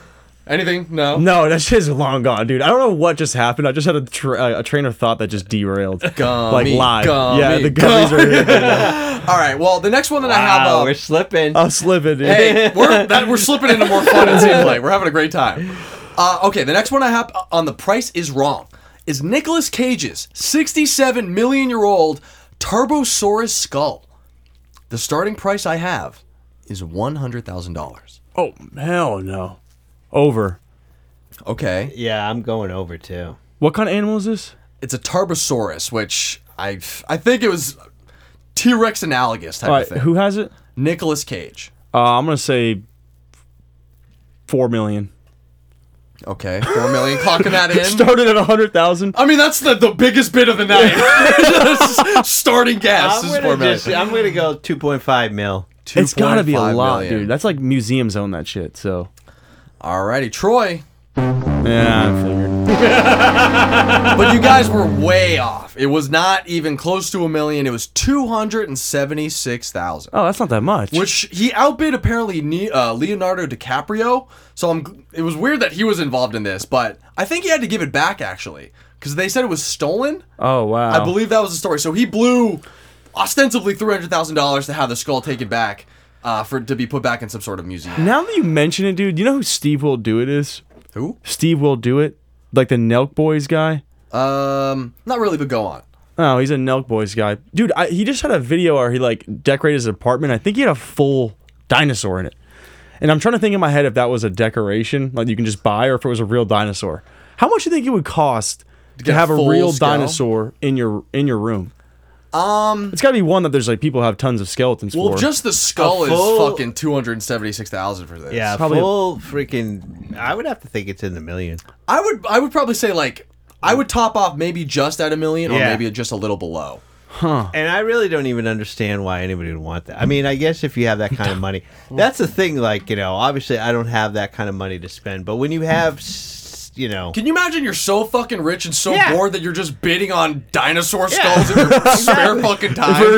Speaker 6: Anything? No.
Speaker 8: No, that shit's long gone, dude. I don't know what just happened. I just had a, tra- uh, a train of thought that just derailed. like
Speaker 6: Gummy,
Speaker 8: live.
Speaker 6: gummy,
Speaker 8: yeah, the gummies are here.
Speaker 6: All right. Well, the next one that I have
Speaker 7: Wow,
Speaker 6: up.
Speaker 7: Oh, we're slipping.
Speaker 8: I'm slipping, dude.
Speaker 6: hey, we're that, we're slipping into more fun. It seems like we're having a great time. Uh, okay, the next one I have on the Price is Wrong is Nicolas Cage's 67 million year old Tarbosaurus skull. The starting price I have is one hundred thousand dollars.
Speaker 8: Oh hell no. Over.
Speaker 6: Okay,
Speaker 7: yeah, I'm going over too.
Speaker 8: What kind of animal is this?
Speaker 6: it's a Tarbosaurus, which I I think it was T Rex analogous type
Speaker 8: All
Speaker 6: of
Speaker 8: right,
Speaker 6: thing.
Speaker 8: who has it?
Speaker 6: Nicolas Cage.
Speaker 8: Uh, I'm gonna say four million.
Speaker 6: Okay, four million. Clocking that in.
Speaker 8: Started at a hundred thousand.
Speaker 6: I mean, that's the, the biggest bit of the night. Starting gas is
Speaker 7: I'm
Speaker 6: four
Speaker 7: gonna,
Speaker 6: million.
Speaker 7: just, I'm gonna go 2.5 mil.
Speaker 8: It's gotta be a
Speaker 6: 2.5
Speaker 8: lot,
Speaker 6: million.
Speaker 8: dude. That's like museums own that shit. So
Speaker 6: Alrighty, Troy.
Speaker 8: yeah, I figured.
Speaker 6: But you guys were way off. It was not even close to a million. It was two hundred and seventy-six thousand.
Speaker 8: Oh, that's not that much.
Speaker 6: Which he outbid apparently Ne- uh, Leonardo DiCaprio. So I'm. gl- It was weird that he was involved in this, but I think he had to give it back actually, because they said it was stolen.
Speaker 8: oh wow.
Speaker 6: I believe that was the story. So he blew ostensibly three hundred thousand dollars to have the skull taken back uh, for to be put back in some sort of museum.
Speaker 8: Now that you mention it, dude, you know who Steve will do it is?
Speaker 6: Who?
Speaker 8: Steve will do it, like the Nelk Boys guy.
Speaker 6: Um, not really, but go on.
Speaker 8: Oh, he's a Nelk Boys guy, dude. I, he just had a video where he like decorated his apartment. I think he had a full dinosaur in it, and I'm trying to think in my head if that was a decoration, like you can just buy, or if it was a real dinosaur. How much do you think it would cost to,
Speaker 6: get a
Speaker 8: have a,
Speaker 6: full
Speaker 8: real
Speaker 6: skull?
Speaker 8: dinosaur in your in your room? Um, it's got to be one that there's like people have tons of skeletons
Speaker 6: Well,
Speaker 8: for.
Speaker 6: just the skull
Speaker 7: A full-
Speaker 6: is fucking two hundred seventy-six thousand for this.
Speaker 7: Yeah,
Speaker 8: probably a-
Speaker 7: full freaking. I would have to think it's in the million.
Speaker 6: I would. I would probably say like I would top off maybe just at a million, or
Speaker 7: Yeah.
Speaker 6: maybe just a little below.
Speaker 7: Huh. And I really don't even understand why anybody would want that. I mean, I guess if you have that kind of money, that's the thing. Like, you know, obviously I don't have that kind of money to spend, but when you have, s- you know,
Speaker 6: Can you imagine you're so fucking rich and so
Speaker 7: Yeah.
Speaker 6: bored that you're just bidding on dinosaur skulls in your spare fucking time?
Speaker 8: For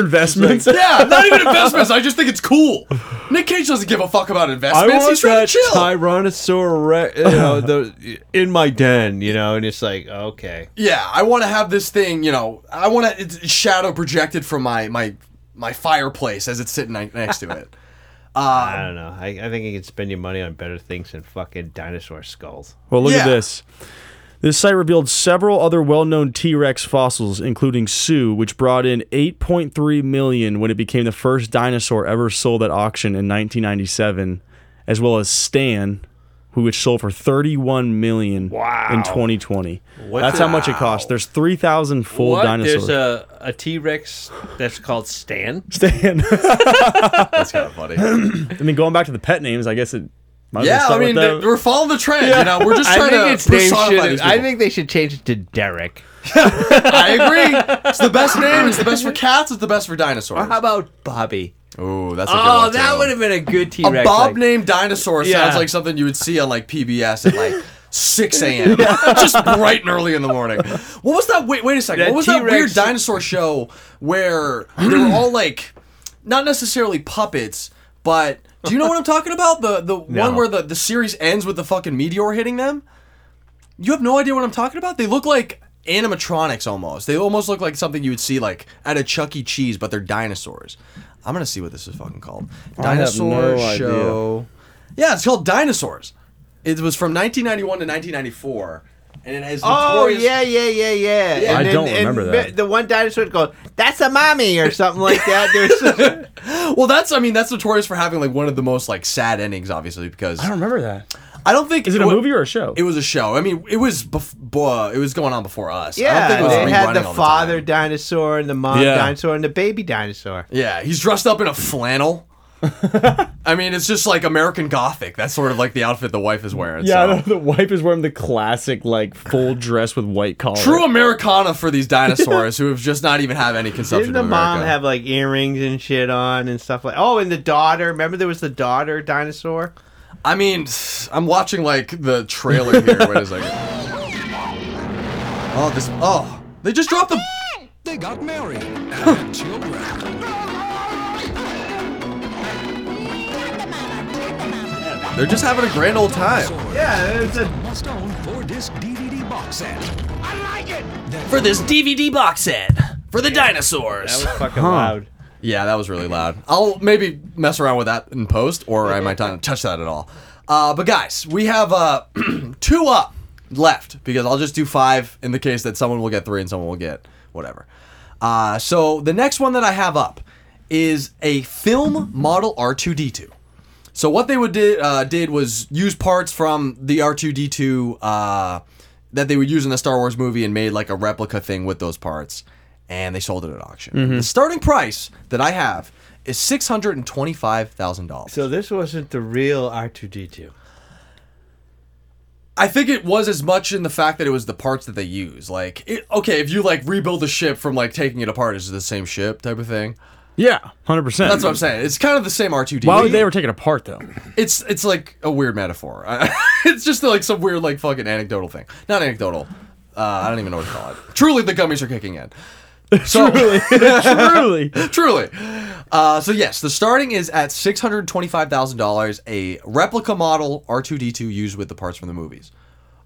Speaker 8: investments?
Speaker 6: yeah, not even investments. I just think it's cool. Nick Cage doesn't give a fuck about
Speaker 7: I
Speaker 6: investments.
Speaker 7: want
Speaker 6: He's trying
Speaker 7: that
Speaker 6: to chill.
Speaker 7: Tyrannosaurus, Rex- you know, the in my den, you know, and it's like, okay,
Speaker 6: yeah, I want to have this thing. You know, I want to it's shadow projected from my my my fireplace as it's sitting ni- next to it.
Speaker 7: I don't know. I, I think you can spend your money on better things than fucking dinosaur skulls.
Speaker 8: Well, look at
Speaker 6: Yeah.
Speaker 8: this. This site revealed several other well-known T-Rex fossils, including Sue, which brought in 8.3 million when it became the first dinosaur ever sold at auction in 1997, as well as Stan, who which sold for 31 million in 2020. That's how much it cost. There's 3,000 full
Speaker 12: what?
Speaker 8: dinosaurs.
Speaker 12: There's a, a T Rex that's called Stan.
Speaker 8: Stan.
Speaker 6: That's kind of funny.
Speaker 8: I mean, going back to the pet names, I guess it. Might as well
Speaker 6: yeah, I
Speaker 8: start with
Speaker 6: mean,
Speaker 8: that.
Speaker 6: they, we're following the trend. You know, we're just
Speaker 7: I
Speaker 6: trying
Speaker 7: think
Speaker 6: to
Speaker 7: its name
Speaker 6: personify
Speaker 7: should-
Speaker 6: these
Speaker 7: I
Speaker 6: people.
Speaker 7: think they should change it to Derek.
Speaker 6: I agree. It's the best name. It's the best for cats. It's the best for dinosaurs. Or how
Speaker 7: about Bobby?
Speaker 6: Oh, that's a good
Speaker 12: Oh,
Speaker 6: one,
Speaker 12: that
Speaker 6: too.
Speaker 12: would have been a good T
Speaker 6: A
Speaker 12: Rex.
Speaker 6: Bob named dinosaur sounds
Speaker 12: Yeah.
Speaker 6: like something you would see on like PBS at like 6 a.m. Just bright and early in the morning. What was that? Wait, wait a second.
Speaker 12: That
Speaker 6: what was that
Speaker 12: T-Rex-
Speaker 6: weird dinosaur show where they were all like, not necessarily puppets, but do you know what I'm talking about? The the
Speaker 7: No.
Speaker 6: one where the, the series ends with the fucking meteor hitting them. You have no idea what I'm talking about. They look like animatronics almost. They almost look like something you would see like at a Chuck E. Cheese, but they're dinosaurs. I'm gonna see what this is fucking called.
Speaker 7: I have
Speaker 6: Dinosaur
Speaker 7: no idea. Oh,
Speaker 6: show. Yeah, it's called Dinosaurs. It was from 1991 to 1994, and it has
Speaker 7: Oh
Speaker 6: notorious-
Speaker 7: yeah, yeah, yeah, yeah.
Speaker 6: Yeah. I don't remember
Speaker 7: and
Speaker 6: that.
Speaker 7: The one dinosaur would go, "That's a mommy" or something like that. There's
Speaker 6: Well, that's I mean that's notorious for having like one of the most like sad endings, obviously because I don't
Speaker 8: remember that.
Speaker 6: I don't think
Speaker 8: Is it a
Speaker 6: wa-
Speaker 8: movie or a show?
Speaker 6: It was a show. I mean, it was bef- uh, it was going on before us. I don't
Speaker 7: yeah.
Speaker 6: think it was
Speaker 7: they had
Speaker 6: rerunning
Speaker 7: the
Speaker 6: all
Speaker 7: father dinosaur and the mom
Speaker 6: Yeah.
Speaker 7: dinosaur and the baby dinosaur.
Speaker 6: Yeah, he's dressed up in a flannel. I mean, it's just like American Gothic. That's sort of like the outfit the wife is wearing.
Speaker 8: Yeah, I
Speaker 6: so.
Speaker 8: know, the wife is wearing the classic like full dress with white collar.
Speaker 6: True Americana for these dinosaurs who have just not even have any
Speaker 7: Didn't
Speaker 6: conception
Speaker 7: the
Speaker 6: of
Speaker 7: mom
Speaker 6: America.
Speaker 7: have like earrings and shit on and stuff like? Oh, and the daughter. Remember there was the daughter dinosaur.
Speaker 6: I mean, I'm watching like the trailer here. Wait a second. Oh, this. Oh, they just dropped the.
Speaker 13: They got married and had children.
Speaker 6: They're just having a grand old time.
Speaker 13: Yeah, it's a must own four disc DVD box set. I like it.
Speaker 6: For this DVD box set. For the dinosaurs.
Speaker 7: That was fucking loud.
Speaker 6: Yeah, that was really loud. I'll maybe mess around with that in post, or I might not touch that at all. Uh, but guys, we have uh, two up left because I'll just do five in the case that someone will get three and someone will get whatever. Uh, so the next one that I have up is a film model R2D2. So what they would did uh, did was use parts from the R2D2 uh, that they would use in the Star Wars movie and made like a replica thing with those parts, and they sold it at auction.
Speaker 8: Mm-hmm.
Speaker 7: Mhm.
Speaker 6: The starting price that I have is six hundred and twenty five thousand dollars.
Speaker 7: So this wasn't the real R two D two.
Speaker 6: I think it was as much in the fact that it was the parts that they use. Like, it, okay, if you like rebuild the ship from like taking it apart, is it the same ship type of thing?
Speaker 8: Yeah, hundred percent.
Speaker 6: That's what I'm saying. It's kind of the same R2D.
Speaker 8: Why would they were taking apart though?
Speaker 6: It's it's like a weird metaphor. it's just like some weird like fucking anecdotal thing. Not anecdotal. Uh, I don't even know what to call it. Truly, the gummies are kicking in. So,
Speaker 8: truly,
Speaker 6: truly. Uh, so yes, the starting is at six hundred twenty-five thousand dollars, a replica model R two D two used with the parts from the movies.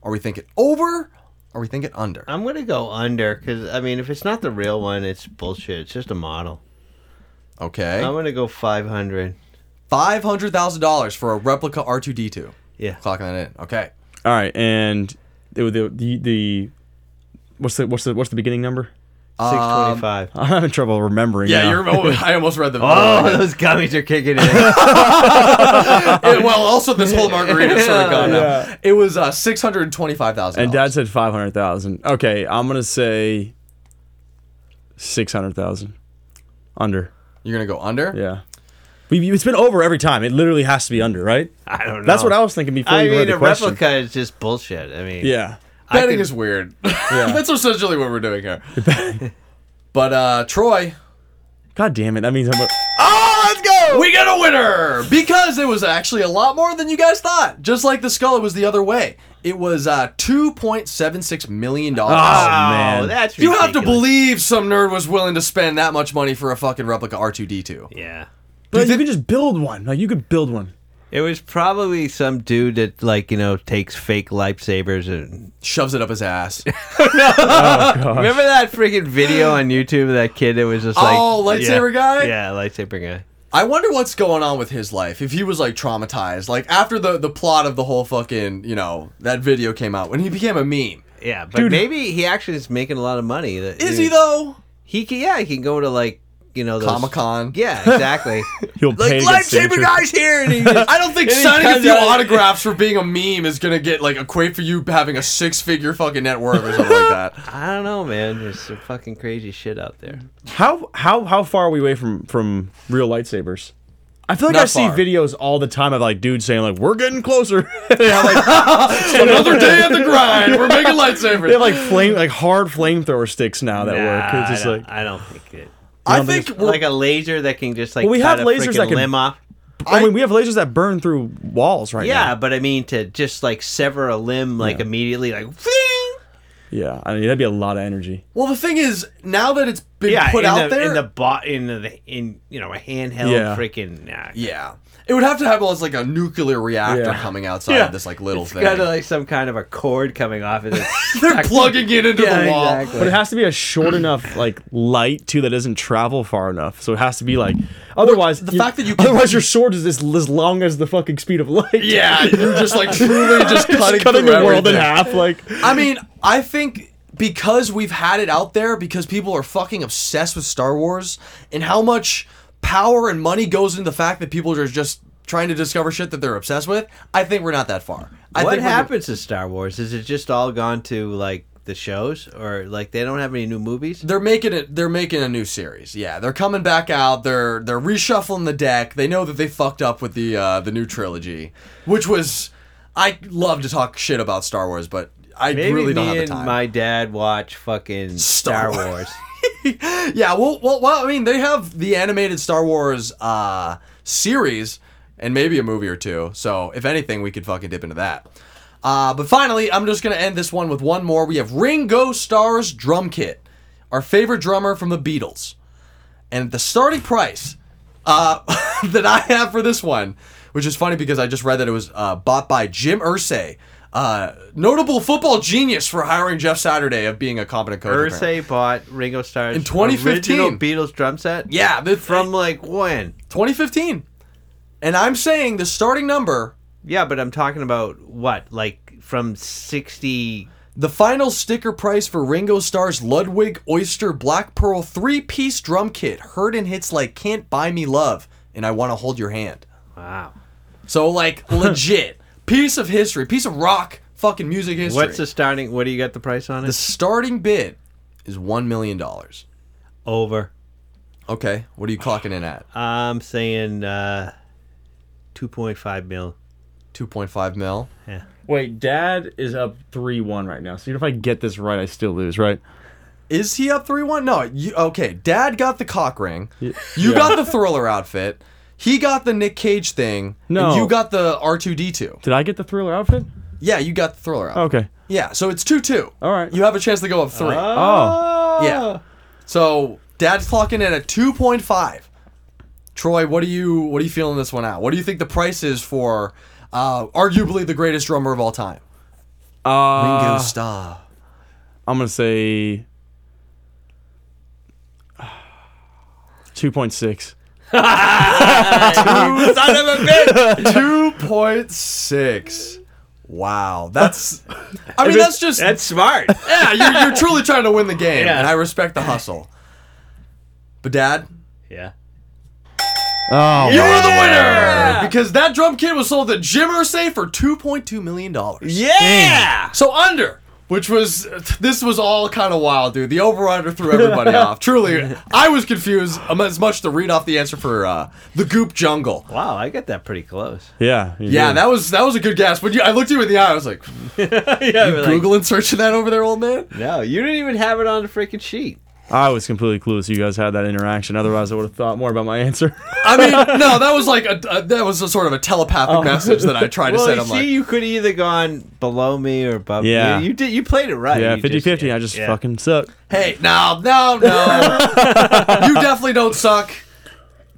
Speaker 6: Are we thinking over? Are we thinking under?
Speaker 7: I'm gonna go under because I mean, if it's not the real one, it's bullshit. It's just a model.
Speaker 6: Okay.
Speaker 7: I'm gonna go five hundred.
Speaker 6: Five hundred thousand dollars for a replica R two D two.
Speaker 7: Yeah.
Speaker 6: Clocking that in. Okay.
Speaker 8: All right, and it, was the, the the what's the what's the what's the beginning number?
Speaker 6: Um, 625.
Speaker 8: I'm having trouble remembering.
Speaker 6: Yeah,
Speaker 8: now.
Speaker 6: you're. Oh, I almost read the.
Speaker 7: Oh, those gummies are kicking in.
Speaker 6: Yeah, well, also this whole margarita sort of gone
Speaker 8: Um, Yeah.
Speaker 6: up. It was uh, six hundred twenty-five thousand.
Speaker 8: and Dad said five hundred thousand. Okay, I'm gonna say six hundred thousand under.
Speaker 6: You're gonna go under?
Speaker 8: Yeah. We, it's been over every time. It literally has to be under, right?
Speaker 7: I don't
Speaker 8: That's
Speaker 7: know.
Speaker 8: what I was thinking before
Speaker 7: I
Speaker 8: you
Speaker 7: mean,
Speaker 8: read the
Speaker 7: a
Speaker 8: question.
Speaker 7: replica is just bullshit. I mean,
Speaker 8: Yeah.
Speaker 7: I
Speaker 6: Betting
Speaker 7: could-
Speaker 6: is weird. That's essentially what we're doing here. but uh Troy.
Speaker 8: God damn it. That means I'm a-
Speaker 6: Oh, let's go! We got a winner! Because it was actually a lot more than you guys thought. Just like the skull, it was the other way. It was uh $2.76 million. Oh,
Speaker 8: Ah.
Speaker 7: man. that's
Speaker 6: You have to
Speaker 7: ridiculous.
Speaker 6: believe some nerd was willing to spend that much money for a fucking replica R2D2.
Speaker 7: Yeah.
Speaker 8: But you could just build one. Like you could build one.
Speaker 7: It was probably some dude that, like, you know, takes fake lifesavers and Oh,
Speaker 6: shoves it up his ass.
Speaker 7: Remember that freaking video on YouTube of that kid that was just like,
Speaker 6: Oh, lightsaber
Speaker 7: yeah,
Speaker 6: guy?
Speaker 7: Yeah, lightsaber guy.
Speaker 6: I wonder what's going on with his life. If he was like traumatized, like after the the plot of the whole fucking, you know, that video came out when he became a meme.
Speaker 7: Yeah, but maybe he actually is making a lot of money. That-
Speaker 6: Is he though?
Speaker 7: He can, yeah, he can go to like you know those-
Speaker 6: Comic-Con.
Speaker 7: Yeah, exactly.
Speaker 8: You'll
Speaker 7: like lightsaber guys here, and he just-
Speaker 6: I don't think
Speaker 7: and he
Speaker 6: signing a
Speaker 7: comes
Speaker 6: few
Speaker 7: out-
Speaker 6: autographs for being a meme is gonna get like equate for you having a six figure fucking net worth or something like that.
Speaker 7: I don't know, man. There's some fucking crazy shit out there.
Speaker 8: How how how far are we away from from real lightsabers? I feel like
Speaker 7: Not
Speaker 8: I see
Speaker 7: far.
Speaker 8: videos all the time of like dudes saying like we're getting closer. they have like
Speaker 6: Another day at the grind. We're making lightsabers.
Speaker 8: they have like flame like hard flamethrower sticks now that work. It's
Speaker 7: I
Speaker 8: just
Speaker 7: don't,
Speaker 8: like
Speaker 7: I don't think it.
Speaker 6: I think we're-
Speaker 7: like a laser that can just like
Speaker 8: well, we
Speaker 7: cut
Speaker 8: have
Speaker 7: a
Speaker 8: lasers
Speaker 7: freaking
Speaker 8: that can
Speaker 7: limb off.
Speaker 8: I, mean, we have lasers that burn through walls right
Speaker 7: yeah,
Speaker 8: now.
Speaker 7: but I mean to just like sever a limb like immediately, like
Speaker 8: Yeah, I mean that'd be a lot of energy.
Speaker 6: Well, the thing is, now that it's been
Speaker 7: yeah,
Speaker 6: put
Speaker 7: in
Speaker 6: out
Speaker 7: the,
Speaker 6: there,
Speaker 7: in the bot in the in you know a handheld
Speaker 8: Yeah.
Speaker 7: freaking nah.
Speaker 6: yeah, it would have to have almost like a nuclear reactor
Speaker 7: Yeah.
Speaker 6: coming outside
Speaker 7: Yeah.
Speaker 6: of this like little
Speaker 7: It's
Speaker 6: thing.
Speaker 7: kind of like some kind of a cord coming off of it.
Speaker 6: They're plugging it into
Speaker 7: Yeah,
Speaker 6: the wall.
Speaker 7: exactly.
Speaker 8: But it has to be a short enough like light too that doesn't travel far enough. So it has to be like otherwise the
Speaker 6: fact that you can-
Speaker 8: otherwise your sword is as, as long as the fucking speed of light.
Speaker 6: Yeah, you're just like truly just
Speaker 8: Just
Speaker 6: cutting,
Speaker 8: cutting
Speaker 6: through
Speaker 8: the world in
Speaker 6: everything.
Speaker 8: half, like-
Speaker 6: I mean, I think because we've had it out there, because people are fucking obsessed with Star Wars and how much power and money goes into the fact that people are just trying to discover shit that they're obsessed with. I think we're not that far. I
Speaker 7: what
Speaker 6: think we're-
Speaker 7: happens to Star Wars? Is it just all gone to like the shows, or like they don't have any new movies?
Speaker 6: They're making it. They're making a new series. Yeah, they're coming back out. They're they're reshuffling the deck. They know that they fucked up with the uh, the new trilogy, which was I love to talk shit about Star Wars, but I
Speaker 7: Maybe
Speaker 6: really don't
Speaker 7: me
Speaker 6: have the
Speaker 7: and
Speaker 6: time.
Speaker 7: my dad watch fucking Star,
Speaker 6: Wars.
Speaker 7: Wars.
Speaker 6: yeah, well, well, well, I mean, they have the animated Star Wars uh, series and maybe a movie or two. So, if anything, we could fucking dip into that. Uh, but finally, I'm just going to end this one with one more. We have Ringo Starr's drum kit, our favorite drummer from the Beatles. And the starting price uh, that I have for this one, which is funny because I just read that it was uh, bought by Jim Ursay. Uh, notable football genius for hiring Jeff Saturday of being a competent coach. apparently.
Speaker 7: Ursay bought Ringo Starr's
Speaker 6: In 2015.
Speaker 7: original Beatles drum set.
Speaker 6: Yeah, the,
Speaker 7: from like when?
Speaker 6: 2015. And I'm saying the starting number,
Speaker 7: Yeah, but I'm talking about what, like from sixty.
Speaker 6: the final sticker price for Ringo Starr's Ludwig Oyster Black Pearl three-piece drum kit, heard in hits like "Can't Buy Me Love" and "I Want to Hold Your Hand."
Speaker 7: Wow.
Speaker 6: So like legit piece of history, piece of rock fucking music history.
Speaker 7: What's the starting? What do you got the price on it?
Speaker 6: the starting bid? Is one million dollars.
Speaker 7: Over.
Speaker 6: Okay, what are you clocking in at?
Speaker 7: I'm saying uh, two point five mil.
Speaker 6: Two point five mil.
Speaker 7: Yeah.
Speaker 8: Wait, Dad is up three one right now. So even if I get this right, I still lose, right?
Speaker 6: Is he up three one? No. You, okay. Dad got the cock ring. You got the thriller outfit. He got the Nick Cage thing.
Speaker 8: No.
Speaker 6: And you got the R two D two.
Speaker 8: Did I get the thriller outfit?
Speaker 6: Yeah, you got the thriller outfit.
Speaker 8: Okay.
Speaker 6: Yeah. So it's two two.
Speaker 8: Oh. All right.
Speaker 6: You have a chance to go up three.
Speaker 8: Oh,
Speaker 6: yeah. So Dad's clocking in at two point five. Troy, what are you what are you feeling this one out? What do you think the price is for uh, arguably the greatest drummer of all time?
Speaker 8: uh,
Speaker 6: Ringo Starr.
Speaker 8: I'm gonna say two point six.
Speaker 6: Two point six. Wow, that's. I mean,
Speaker 7: If it-
Speaker 6: that's just.
Speaker 7: That's smart.
Speaker 6: yeah, you're, you're truly trying to win the game,
Speaker 7: Yeah.
Speaker 6: and I respect the hustle. But Dad,
Speaker 7: yeah.
Speaker 8: Oh,
Speaker 6: you were the winner because that drum kit was sold to Jim Irsay for two point two million dollars.
Speaker 7: Yeah.
Speaker 6: So under Which was this was all kind of wild, dude. The overrider threw everybody off. Truly, I was confused um, as much to read off the answer for uh, the Goop Jungle.
Speaker 7: Wow, I get that pretty close.
Speaker 8: Yeah.
Speaker 6: Yeah, that was that was a good guess. But you, I looked you in the eye. I was like, "You
Speaker 7: we're like-
Speaker 6: Google and searching that over there, old man."
Speaker 7: No, you didn't even have it on the freaking sheet.
Speaker 8: I was completely clueless. You guys had that interaction. Otherwise, I would have thought more about my answer.
Speaker 6: I mean, no, that was like a, a that was a sort of a telepathic message that I tried
Speaker 7: Oh.
Speaker 6: to
Speaker 7: well,
Speaker 6: send.
Speaker 7: you
Speaker 6: I'm
Speaker 7: see,
Speaker 6: like,
Speaker 7: you could have either gone below me or above
Speaker 8: Yeah.
Speaker 7: me. You, did. You played it right.
Speaker 8: yeah,
Speaker 7: You
Speaker 8: 50
Speaker 7: just-
Speaker 8: 50. I just
Speaker 7: yeah.
Speaker 8: fucking suck.
Speaker 6: "Hey, no, no, no, you definitely don't suck."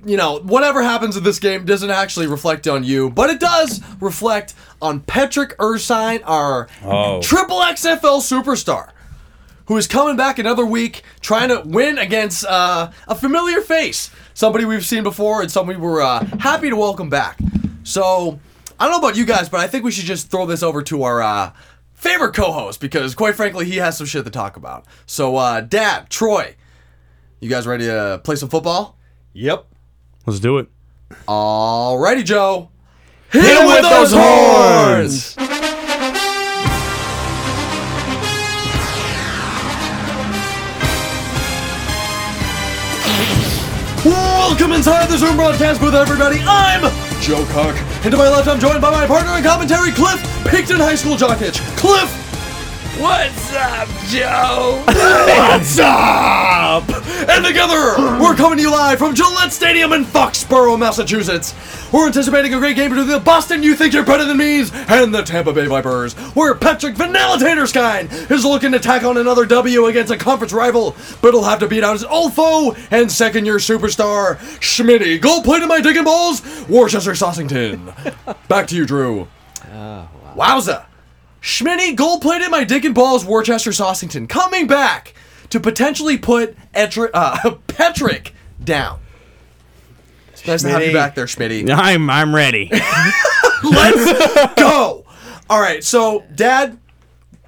Speaker 6: You know, whatever happens in this game doesn't actually reflect on you, but it does reflect on Patrick Ursine, our
Speaker 12: Oh.
Speaker 6: triple XFL superstar, who is coming back another week trying to win against uh, a familiar face, somebody we've seen before and somebody we're uh, happy to welcome back. So I don't know about you guys, but I think we should just throw this over to our uh, favorite co-host because, quite frankly, he has some shit to talk about. So, uh, Dad, Troy, you guys ready to play some football?
Speaker 7: Yep.
Speaker 8: Let's do it.
Speaker 6: Alrighty, Joe.
Speaker 10: Hit 'em with those
Speaker 6: horns! Welcome inside the Zoom broadcast booth, everybody. I'm Joe Cock, and to my left, I'm joined by my partner in commentary, Cliff Picton High School Jock Hitch. Cliff,
Speaker 10: What's up, Joe?
Speaker 6: what's up? And together, we're coming to you live from Gillette Stadium in Foxborough, Massachusetts. We're anticipating a great game between the Boston You Think You're Better Than Me's and the Tampa Bay Vipers, where Patrick Vanellitatorskine is looking to tack on another W against a conference rival, but he'll have to beat out his old foe and second-year superstar, Schmitty. Gold play to my digging balls, Worcester Saucington. Back to you, Drew. Wowza! Schmitty gold plated my dick and balls, Worcester Saucington, coming back to potentially put Etri- uh, Patrick down. It's nice to have you
Speaker 8: Schmitty.
Speaker 6: back there, Schmitty.
Speaker 8: I'm I'm ready.
Speaker 6: Let's go! All right, so, Dad,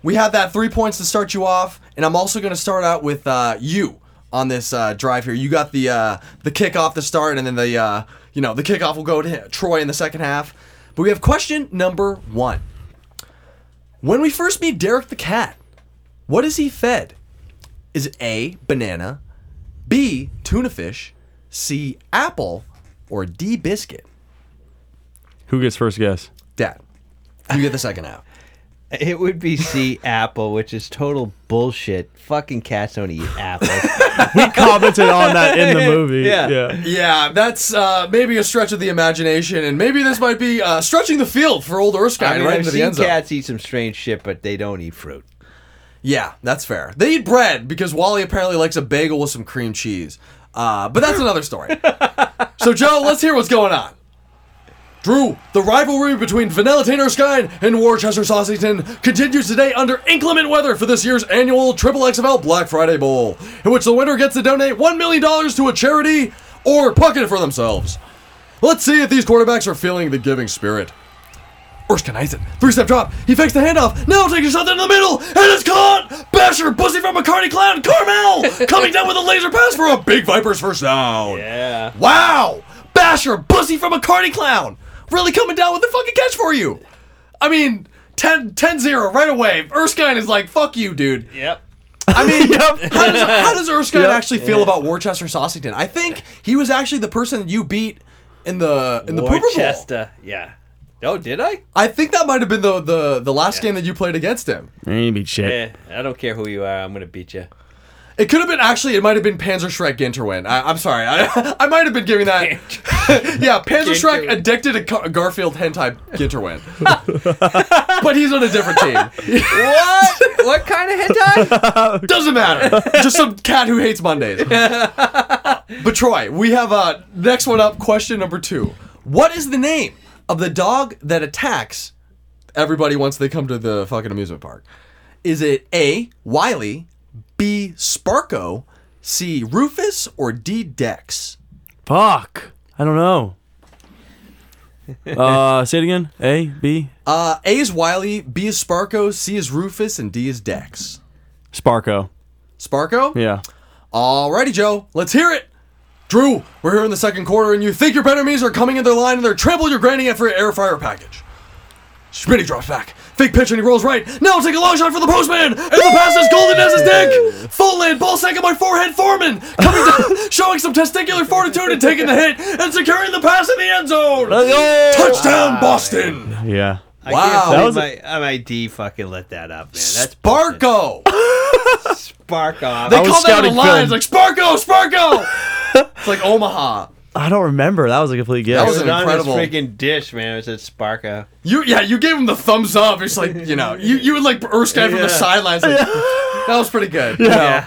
Speaker 6: we have that three points to start you off, and I'm also going to start out with uh, you on this uh, drive here. You got the uh, the kickoff to start, and then the uh, you know the kickoff will go to Troy in the second half. But we have question number one. When we first meet Derek the cat, what is he fed? Is it A, banana, B, tuna fish, C, apple, or D, biscuit?
Speaker 8: Who gets first guess?
Speaker 6: Dad, you get the second out.
Speaker 7: It would be C apple, which is total bullshit. Fucking cats don't eat apples.
Speaker 8: we commented on that in the movie. Yeah.
Speaker 6: Yeah, that's uh, maybe a stretch of the imagination, and maybe this might be uh, stretching the field for old Erskine
Speaker 7: I mean,
Speaker 6: right
Speaker 7: I've
Speaker 6: into the
Speaker 7: seen
Speaker 6: end zone.
Speaker 7: cats eat some strange shit, but they don't eat fruit.
Speaker 6: Yeah, that's fair. They eat bread because Wally apparently likes a bagel with some cream cheese. Uh, but that's another story. so, Joe, let's hear what's going on. Drew, the rivalry between Vanilla Tanner Skine and Worcester Saucington continues today under inclement weather for this year's annual Triple XFL Black Friday Bowl, in which the winner gets to donate $1 million to a charity or pocket it for themselves. Let's see if these quarterbacks are feeling the giving spirit. Erskine Eisen. Three step drop. He fakes the handoff. Now takes a shot in the middle. And it's caught. Basher, pussy from McCarty Clown. Carmel coming down with a laser pass for a big Vipers first down. Yeah. Wow. Basher, pussy from McCarty Clown. Really coming down with the fucking catch for you. I mean, 10 10 0 right away. Erskine is like, fuck you, dude.
Speaker 12: Yep.
Speaker 6: I mean, how, does, how does Erskine
Speaker 12: Yep.
Speaker 6: actually feel
Speaker 12: Yeah.
Speaker 6: about Worcester Saucington? I think he was actually the person you beat in the in the Pooper Bowl.
Speaker 12: Worcester. Yeah. Oh, did I?
Speaker 6: I think that might have been the the, the last game that you played against him.
Speaker 8: Maybe shit.
Speaker 12: Eh, I don't care who you are. I'm gonna beat you.
Speaker 6: It could have been actually. It might have been Panzer Shrek Ginterwin. I, I'm sorry. I, I might have been giving that. yeah, Panzer Shrek
Speaker 12: Ginterwin.
Speaker 6: addicted to Gar- Garfield hentai Ginterwin, but he's on a different team.
Speaker 12: what? What kind of hentai?
Speaker 6: Doesn't matter. Just some cat who hates Mondays. but Troy, we have uh next one up. Question number two. What is the name of the dog that attacks everybody once they come to the fucking amusement park? Is it A. Wiley, B. Sparko, C. Rufus, or D. Dex?
Speaker 8: Fuck. I don't know. Uh, say it again. A, B,
Speaker 6: Uh, A is Wiley, B is Sparko, C is Rufus, and D is Dex.
Speaker 8: Sparko.
Speaker 6: Sparko?
Speaker 8: Yeah.
Speaker 6: Alrighty, Joe, let's hear it. Drew, we're here in the second quarter, and you think your enemies are coming in their line and they're trample your granny in for an air fryer package. Schmitty drops back. Fake pitch and he rolls right. Now take a long shot for the postman. And the pass is golden as his dick. Full land, ball sack on my forehead. Foreman coming down, showing some testicular fortitude and taking the hit and securing the pass in the end zone. Touchdown, Boston.
Speaker 8: Yeah.
Speaker 7: I wow, that was
Speaker 8: a-
Speaker 7: my, my D fucking let that up, man. That's
Speaker 6: Sparko.
Speaker 7: spark off.
Speaker 6: They call that on the lines like Sparko, Sparko. it's like Omaha.
Speaker 8: I don't remember. That was a complete guess.
Speaker 6: That was an
Speaker 7: It was
Speaker 6: incredible.
Speaker 7: on this freaking dish, man. It said Sparko.
Speaker 6: You yeah, you gave him the thumbs up. It's like you know, you you would like Erskine from
Speaker 7: Yeah.
Speaker 6: the sidelines. Like, That was pretty good.
Speaker 8: Yeah.
Speaker 6: You know?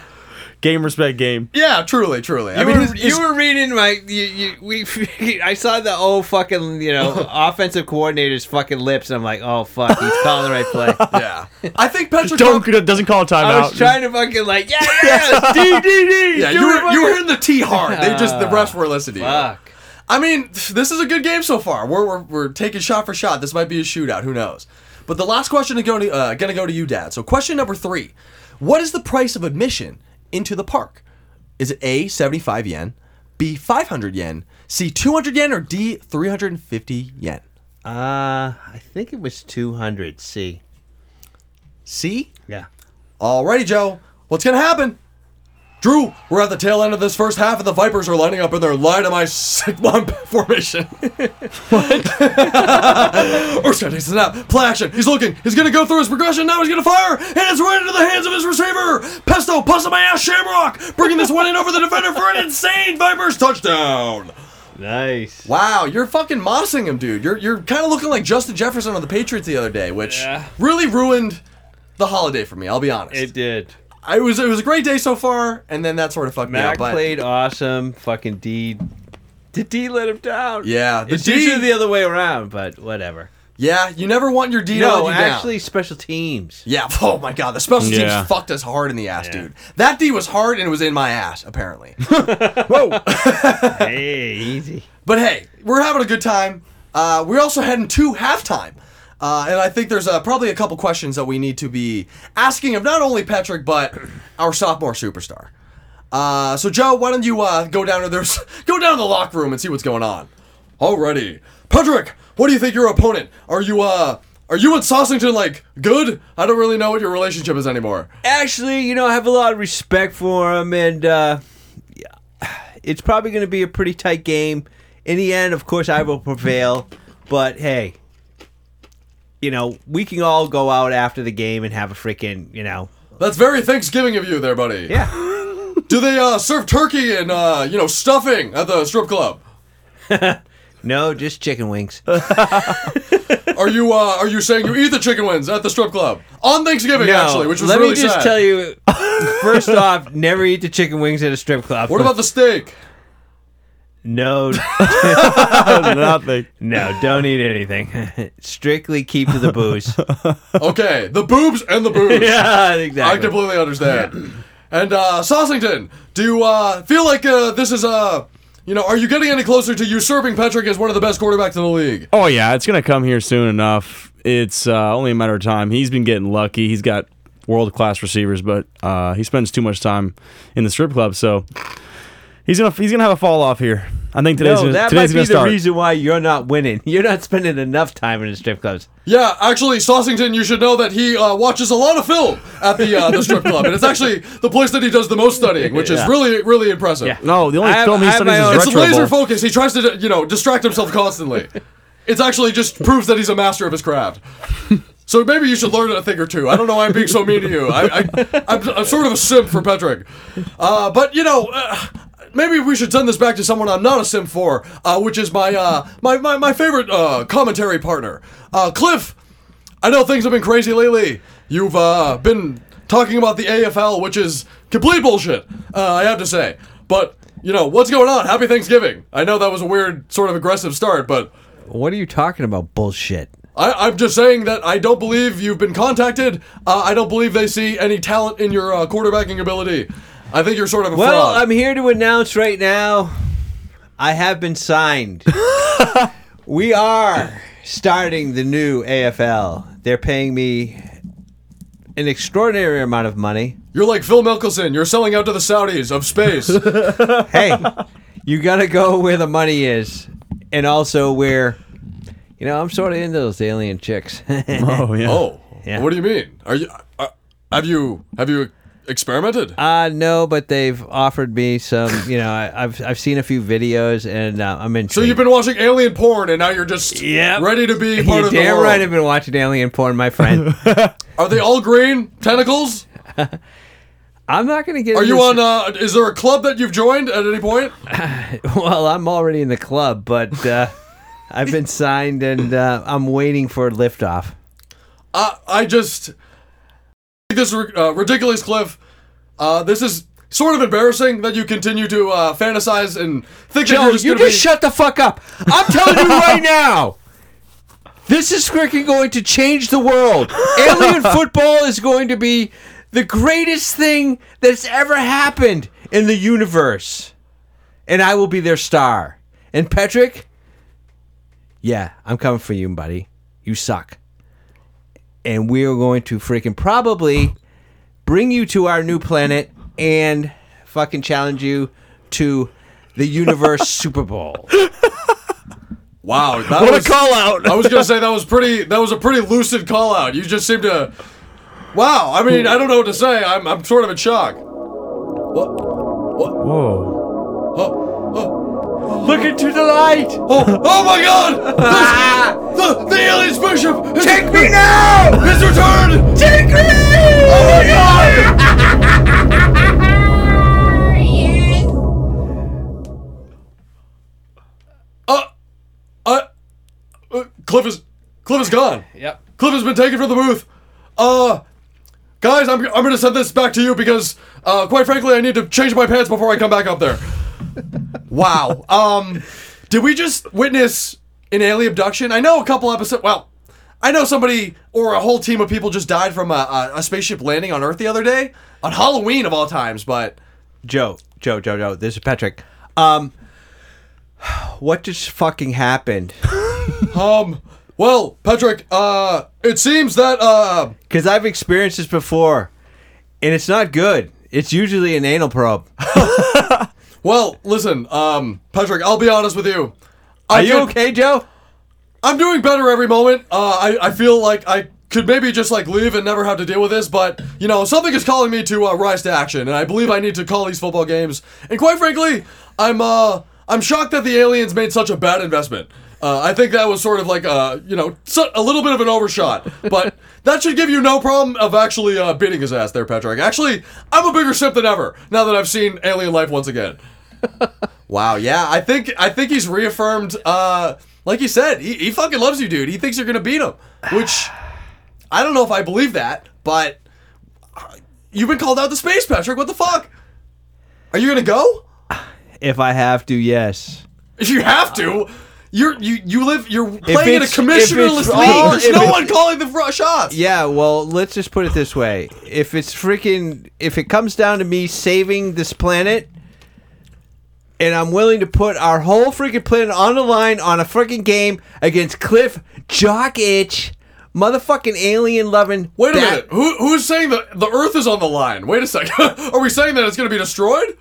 Speaker 8: Game respect game.
Speaker 6: yeah, truly, truly.
Speaker 12: You,
Speaker 6: I mean,
Speaker 12: were,
Speaker 6: his- his-
Speaker 12: you were reading my. You, you, we, I saw the old fucking, you know, offensive coordinator's fucking lips, and I'm like, oh, fuck, he's calling the right play.
Speaker 6: Yeah. I think Petra
Speaker 8: Don't doesn't call a timeout.
Speaker 12: I was trying to fucking, like, yeah, yeah, D, D, D.
Speaker 6: Yeah,
Speaker 12: do
Speaker 6: you
Speaker 12: it,
Speaker 6: were,
Speaker 12: fucking-
Speaker 6: you were in the T hard. They just the refs were listening to you.
Speaker 12: Fuck.
Speaker 6: I mean, this is a good game so far. We're, we're, we're taking shot for shot. This might be a shootout. Who knows? But the last question is going to uh, going to go to you, Dad. So question number three: What is the price of admission into the park? Is it A seventy five yen, B five hundred yen, C two hundred yen, or D three hundred and fifty yen?
Speaker 7: Uh, I think it was 200 C.
Speaker 6: C.
Speaker 7: Yeah.
Speaker 6: Alrighty, Joe. What's gonna happen? Drew, we're at the tail end of this first half, and the Vipers are lining up in their line of my sick bomb formation. what? Erskine takes the snap. Play action. He's looking. He's gonna go through his progression. Now he's gonna fire, and it's right into the hands of his receiver. Pesto, puss on my ass, Shamrock, bringing this one in over the defender for an insane Vipers touchdown.
Speaker 7: Nice.
Speaker 6: Wow, you're fucking mossing him, dude. You're you're kind of looking like Justin Jefferson on the Patriots the other day, which really ruined the holiday for me. I'll be honest.
Speaker 7: It did.
Speaker 6: I was it was a great day so far, and then that sort of fucked me
Speaker 7: Mac
Speaker 6: up. But
Speaker 7: played awesome. Fucking D. The D let him down.
Speaker 6: Yeah, the
Speaker 7: It's
Speaker 6: D-
Speaker 7: usually the other way around, but whatever.
Speaker 6: yeah, you never want your D to
Speaker 7: no,
Speaker 6: let you
Speaker 7: actually, special teams.
Speaker 6: down. Yeah. Oh my god, the special teams
Speaker 7: Yeah.
Speaker 6: fucked us hard in the ass, dude. That D was hard and it was in my ass apparently.
Speaker 7: hey, easy.
Speaker 6: But hey, we're having a good time. Uh, we're also heading to halftime. Uh, and I think there's uh, probably a couple questions that we need to be asking of not only Patrick, but our sophomore superstar. Uh, so, Joe, why don't you uh, go down to their, go down to the locker room and see what's going on? Alrighty. Patrick, what do you think your opponent? Are you, uh, are you and Saucington, like, good? I don't really know what your relationship is anymore.
Speaker 12: actually, you know, I have a lot of respect for him, and uh, it's probably going to be a pretty tight game. In the end, of course, I will prevail, but hey, you know, we can all go out after the game and have a freaking, you know,
Speaker 6: That's very Thanksgiving of you there, buddy.
Speaker 12: Yeah.
Speaker 6: Do they, uh, serve turkey and, uh, you know, stuffing at the strip club?
Speaker 12: no, just chicken wings.
Speaker 6: Are you uh, are you saying you eat the chicken wings at the strip club on Thanksgiving?
Speaker 12: No,
Speaker 6: actually, which was
Speaker 12: let
Speaker 6: really
Speaker 12: me just
Speaker 6: sad.
Speaker 12: tell you. First off, never eat the chicken wings at a strip club.
Speaker 6: What about the steak?
Speaker 12: No,
Speaker 8: nothing.
Speaker 12: No, don't eat anything. Strictly keep to the booze.
Speaker 6: Okay, the boobs and the boobs.
Speaker 12: Yeah, exactly.
Speaker 6: I completely understand. And uh, Saucington, do you uh, feel like uh, this is uh, you know, are you getting any closer to usurping Patrick as one of the best quarterbacks in the league?
Speaker 8: Oh yeah, it's gonna come here soon enough. It's uh, only a matter of time. He's been getting lucky. He's got world class receivers, but uh, he spends too much time in the strip club, so he's gonna he's gonna have a fall off here. I think today's
Speaker 12: no,
Speaker 8: gonna,
Speaker 12: that might
Speaker 8: today's
Speaker 12: be
Speaker 8: gonna
Speaker 12: the
Speaker 8: start.
Speaker 12: reason why you're not winning. You're not spending enough time in the strip clubs.
Speaker 6: Yeah, actually, Saucington, you should know that he uh, watches a lot of film at the uh, the strip club, and it's actually the place that he does the most studying, which is
Speaker 8: Yeah.
Speaker 6: really really impressive.
Speaker 8: No, the only
Speaker 12: I have-
Speaker 8: film
Speaker 12: I
Speaker 8: he
Speaker 12: have
Speaker 8: studies
Speaker 12: my own-
Speaker 8: is
Speaker 6: It's
Speaker 8: retro.
Speaker 6: laser
Speaker 8: Bowl.
Speaker 6: focus. He tries to, you know, distract himself constantly. It's actually just proves that he's a master of his craft. So maybe you should learn a thing or two. I don't know why I'm being so mean to you. I, I, I'm, I'm sort of a simp for Patrick. Uh, but, you know, uh, maybe we should send this back to someone I'm not a simp for, uh, which is my, uh, my, my, my favorite uh, commentary partner. Uh, Cliff, I know things have been crazy lately. You've uh, been talking about the AFL, which is complete bullshit, uh, I have to say. But, you know, what's going on? Happy Thanksgiving. I know that was a weird, sort of aggressive start, but
Speaker 12: What are you talking about? Bullshit.
Speaker 6: I, I'm just saying that I don't believe you've been contacted. Uh, I don't believe they see any talent in your uh, quarterbacking ability. I think you're sort of a
Speaker 12: Well,
Speaker 6: fraud.
Speaker 12: I'm here to announce right now I have been signed. we are starting the new AFL. They're paying me an extraordinary amount of money.
Speaker 6: You're like Phil Mickelson. You're selling out to the Saudis of space.
Speaker 12: hey, you got to go where the money is and also where, you
Speaker 7: You know, I'm sort of into those alien chicks. oh
Speaker 6: Oh, what do you mean? Are you? Uh, have you? Have you experimented?
Speaker 7: Uh no, but they've offered me some. You know, I, I've I've seen a few videos, and uh, I'm intrigued.
Speaker 6: So you've been watching alien porn, and now you're just ready to be part
Speaker 7: You're
Speaker 6: of the
Speaker 7: damn
Speaker 6: world.
Speaker 7: right. I've been watching alien porn, my friend.
Speaker 6: Are they all green tentacles?
Speaker 7: I'm not gonna get.
Speaker 6: Are
Speaker 7: into
Speaker 6: you
Speaker 7: s-
Speaker 6: on? Uh, is there a club that you've joined at any point?
Speaker 7: well, I'm already in the club, but uh, I've been signed, and uh, I'm waiting for liftoff.
Speaker 6: I I just this uh, ridiculous cliff. Uh, this is sort of embarrassing that you continue to uh, fantasize and think that
Speaker 7: Joe,
Speaker 6: you're just
Speaker 7: you
Speaker 6: gonna
Speaker 7: just
Speaker 6: be-
Speaker 7: shut the fuck up. I'm telling you right now. This is freaking going to change the world. Alien football is going to be the greatest thing that's ever happened in the universe. And I will be their star. And Patrick, yeah, I'm coming for you, buddy. You suck. And we are going to freaking probably bring you to our new planet and fucking challenge you to the universe Super Bowl.
Speaker 6: Wow, that
Speaker 7: What a
Speaker 6: was, Oh.
Speaker 7: call out.
Speaker 6: I was gonna say that was pretty. That was a pretty lucid call out. You just seem to. Wow, I mean, I don't know what to say. I'm, I'm sort of in shock.
Speaker 8: Whoa.
Speaker 6: Look into the light. Oh, oh my God! This- the, the alien spaceship. Is, Take me now! His return. Take me! Oh my God! Uh, uh, uh, Cliff is Cliff is gone.
Speaker 7: Yep.
Speaker 6: Cliff has been taken from the booth. Uh, guys, I'm I'm gonna send this back to you because, uh, quite frankly, I need to change my pants before I come back up there. wow. Um, did we just witness an alien abduction? I know a couple episodes. Well, I know somebody or a whole team of people just died from a, a, a spaceship landing on Earth the other day on Halloween of all times. But
Speaker 7: Joe, Joe, Joe, Joe. This is Patrick. Um, what just fucking happened?
Speaker 6: um, well, Patrick, uh, it seems that uh,
Speaker 7: because I've experienced this before, and it's not good. It's usually an anal probe.
Speaker 6: Well, listen, um, Patrick, I'll be honest with you.
Speaker 7: Are you okay, Joe?
Speaker 6: I'm doing better every moment. Uh, I, I feel like I could maybe just like leave and never have to deal with this, but you know, something is calling me to uh, rise to action, and I believe I need to call these football games. And quite frankly, I'm uh, I'm shocked that the aliens made such a bad investment. Uh, I think that was sort of like uh, you know, so- a little bit of an overshot, but that should give you no problem of actually uh, beating his ass there, Patrick. Actually, I'm a bigger simp than ever now that I've seen Alien Life once again. Wow, yeah, I think I think he's reaffirmed. Uh, like you said, he, he fucking loves you, dude. He thinks you're gonna beat him, which I don't know if I believe that, but uh, you've been called out to space, Patrick. What the fuck? Are you gonna go?
Speaker 7: If I have to, yes.
Speaker 6: You have to. You're you you live. You're
Speaker 7: If
Speaker 6: playing in a
Speaker 7: it's- if
Speaker 6: commissionerless
Speaker 7: it's
Speaker 6: league.
Speaker 7: all-
Speaker 6: There's
Speaker 7: if
Speaker 6: no
Speaker 7: it-
Speaker 6: one calling the fr- shots.
Speaker 7: Yeah, well, let's just put it this way: if it's freaking, if it comes down to me saving this planet, and I'm willing to put our whole freaking planet on the line on a freaking game against Cliff Jock Itch, motherfucking alien loving.
Speaker 6: Wait a minute. Who who's saying that the Earth is on the line? Wait a second. are we saying that it's gonna be destroyed?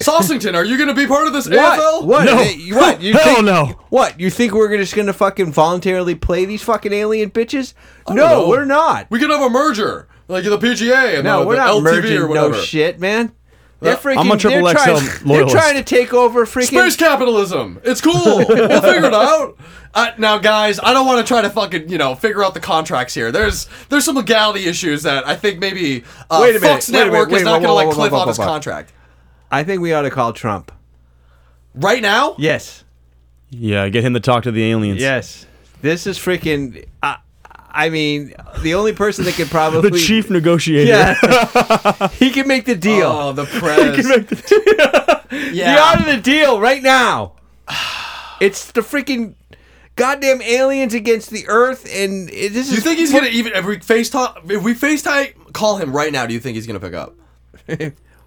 Speaker 6: Saucington, are you gonna be part of this
Speaker 7: What?
Speaker 6: AFL?
Speaker 7: What? Hey, you- what? You think, What? You think we're just gonna fucking voluntarily play these fucking alien bitches? No,
Speaker 6: know.
Speaker 7: we're not.
Speaker 6: We could have a merger, like the PGA and
Speaker 7: No,
Speaker 6: the,
Speaker 7: we're
Speaker 6: the
Speaker 7: not
Speaker 6: LTV
Speaker 7: merging
Speaker 6: or
Speaker 7: no
Speaker 6: whatever.
Speaker 7: shit, man. They're
Speaker 6: Yeah,
Speaker 7: freaking,
Speaker 6: I'm a triple
Speaker 7: they're
Speaker 6: XL
Speaker 7: trying,
Speaker 6: loyalist.
Speaker 7: They're trying to take over freaking
Speaker 6: Space capitalism. It's cool. we'll figure it out. Uh, now, guys, I don't want to try to fucking you know figure out the contracts here. There's there's some legality issues that I think maybe uh,
Speaker 7: Wait a minute,
Speaker 6: Fox
Speaker 7: wait a minute,
Speaker 6: Network
Speaker 7: wait,
Speaker 6: is not
Speaker 7: whoa,
Speaker 6: going to
Speaker 7: whoa,
Speaker 6: let
Speaker 7: whoa,
Speaker 6: Cliff
Speaker 7: whoa,
Speaker 6: off
Speaker 7: whoa,
Speaker 6: his
Speaker 7: whoa.
Speaker 6: contract
Speaker 7: I think we ought to call Trump.
Speaker 6: right now.
Speaker 7: Yes.
Speaker 8: Yeah, get him to talk to the aliens.
Speaker 7: Yes. This is freaking. I I mean, the only person that could probably
Speaker 8: The chief negotiator.
Speaker 7: Yeah. he can make the deal.
Speaker 6: Oh, the press.
Speaker 7: he can make the deal.
Speaker 6: Yeah.
Speaker 7: You're out of the deal right now. It's the freaking goddamn aliens against the Earth, and it- this
Speaker 6: Do you
Speaker 7: is.
Speaker 6: think he's going to even if we FaceTime if we FaceTime call him right now? Do you think he's going to pick up?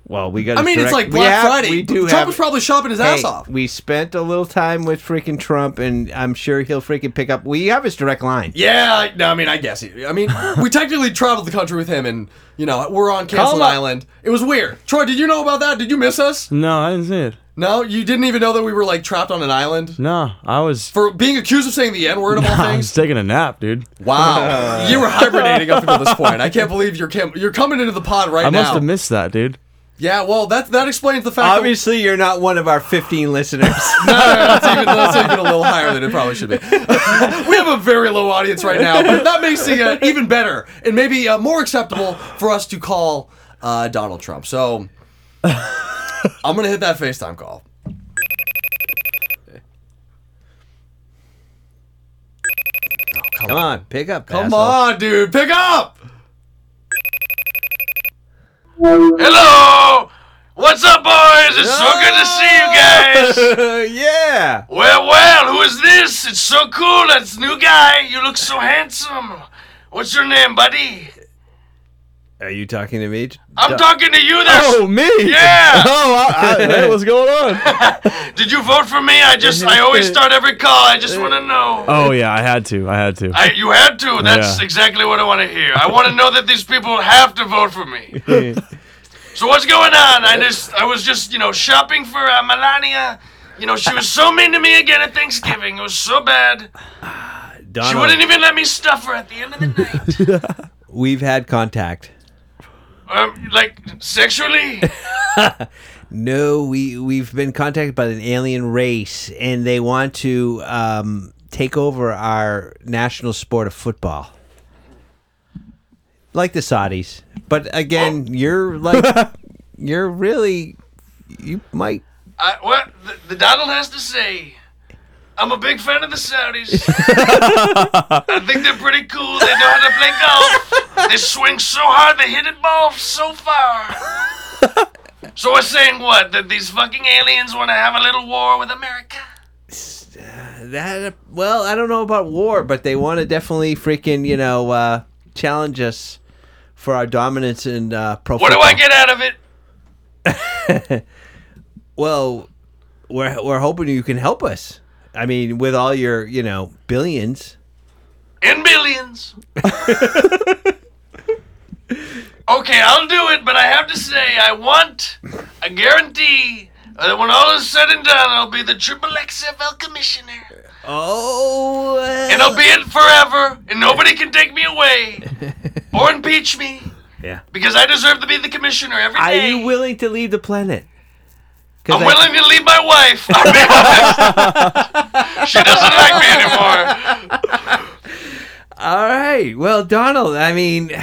Speaker 7: Well, we got.
Speaker 6: I mean, it's like Black Friday.
Speaker 7: We do
Speaker 6: Trump
Speaker 7: have,
Speaker 6: was probably shopping his ass
Speaker 7: Hey,
Speaker 6: off.
Speaker 7: We spent a little time with freaking Trump, and I'm sure he'll freaking pick up. We have his direct line.
Speaker 6: Yeah, I- no, I mean, I guess. He, I mean, we technically traveled the country with him, and you know, we're on
Speaker 7: Call
Speaker 6: Cancel
Speaker 7: him up.
Speaker 6: Island. It was weird. Troy, did you know about that? Did you miss us?
Speaker 8: No, I didn't see it.
Speaker 6: No, you didn't even know that we were like trapped on an island
Speaker 8: No, I was.
Speaker 6: for being accused of saying the N word of all
Speaker 8: I
Speaker 6: things.
Speaker 8: was taking a nap, dude.
Speaker 6: Wow, you were hibernating up until this point. I can't believe you're cam- you're coming into the pod right
Speaker 8: I must
Speaker 6: now.
Speaker 8: have missed that, dude.
Speaker 6: yeah, well that that explains the fact. that
Speaker 7: Obviously, you're not one of our 15 listeners.
Speaker 6: that's, even, that's even a little higher than it probably should be. we have a very low audience right now, but that makes it uh, even better and maybe uh, more acceptable for us to call uh, Donald Trump. So I'm gonna hit that FaceTime call.
Speaker 7: come, on. pick up.
Speaker 6: Come
Speaker 7: asshole.
Speaker 6: on, dude, pick up.
Speaker 10: Hello! What's up, boys? It's so good to see you guys!
Speaker 7: yeah!
Speaker 10: Well, well, who is this? It's so cool, that's new guy. You look so handsome. What's your name, buddy?
Speaker 7: Are you talking to me?
Speaker 10: I'm
Speaker 7: Duh.
Speaker 10: talking to you, that's.
Speaker 7: Oh, me?
Speaker 10: Yeah!
Speaker 7: Oh, I- I- hey, what's
Speaker 8: going on?
Speaker 10: Did you vote for me? I just, I always start every call, I just want to know.
Speaker 8: Oh yeah, I had to. I had to.
Speaker 10: I, you had to, that's
Speaker 8: Yeah.
Speaker 10: exactly what I want to hear. I want to know that these people have to vote for me. So what's going on? I just I was just you know shopping for uh, Melania. You know she was so mean to me again at Thanksgiving. It was so bad. She wouldn't even let me stuff her at the end of the night.
Speaker 7: We've had contact.
Speaker 10: Um, like sexually.
Speaker 7: no, we we've been contacted by an alien race, and they want to um, take over our national sport of football, like the Saudis. But
Speaker 6: Oh.
Speaker 7: again, you're like you're really you might.
Speaker 10: I, what the, the Donald has to say. I'm a big fan of the Saudis. I think they're pretty cool. They know how to play golf. They swing so hard, they hit it ball so far. So we're saying what? That these fucking aliens want to have a little war with America?
Speaker 7: That well, I don't know about war, but they want to definitely freaking you know uh, challenge us for our dominance in uh, pro.
Speaker 10: What do
Speaker 7: football.
Speaker 10: I get out of it?
Speaker 7: Well, we're we're hoping you can help us. I mean, with all your you know billions.
Speaker 10: In billions. okay, I'll do it, but I have to say, I want a guarantee that when all is said and done, I'll be the Triple XFL commissioner.
Speaker 7: Oh.
Speaker 10: And I'll be it forever, and nobody can take me away or impeach me
Speaker 7: Yeah.
Speaker 10: because I deserve to be the commissioner every
Speaker 7: Are
Speaker 10: day.
Speaker 7: you willing to leave the planet? 'Cause I-
Speaker 10: I'm willing to leave my wife. she doesn't like me anymore.
Speaker 7: All right. Well, Donald, I mean,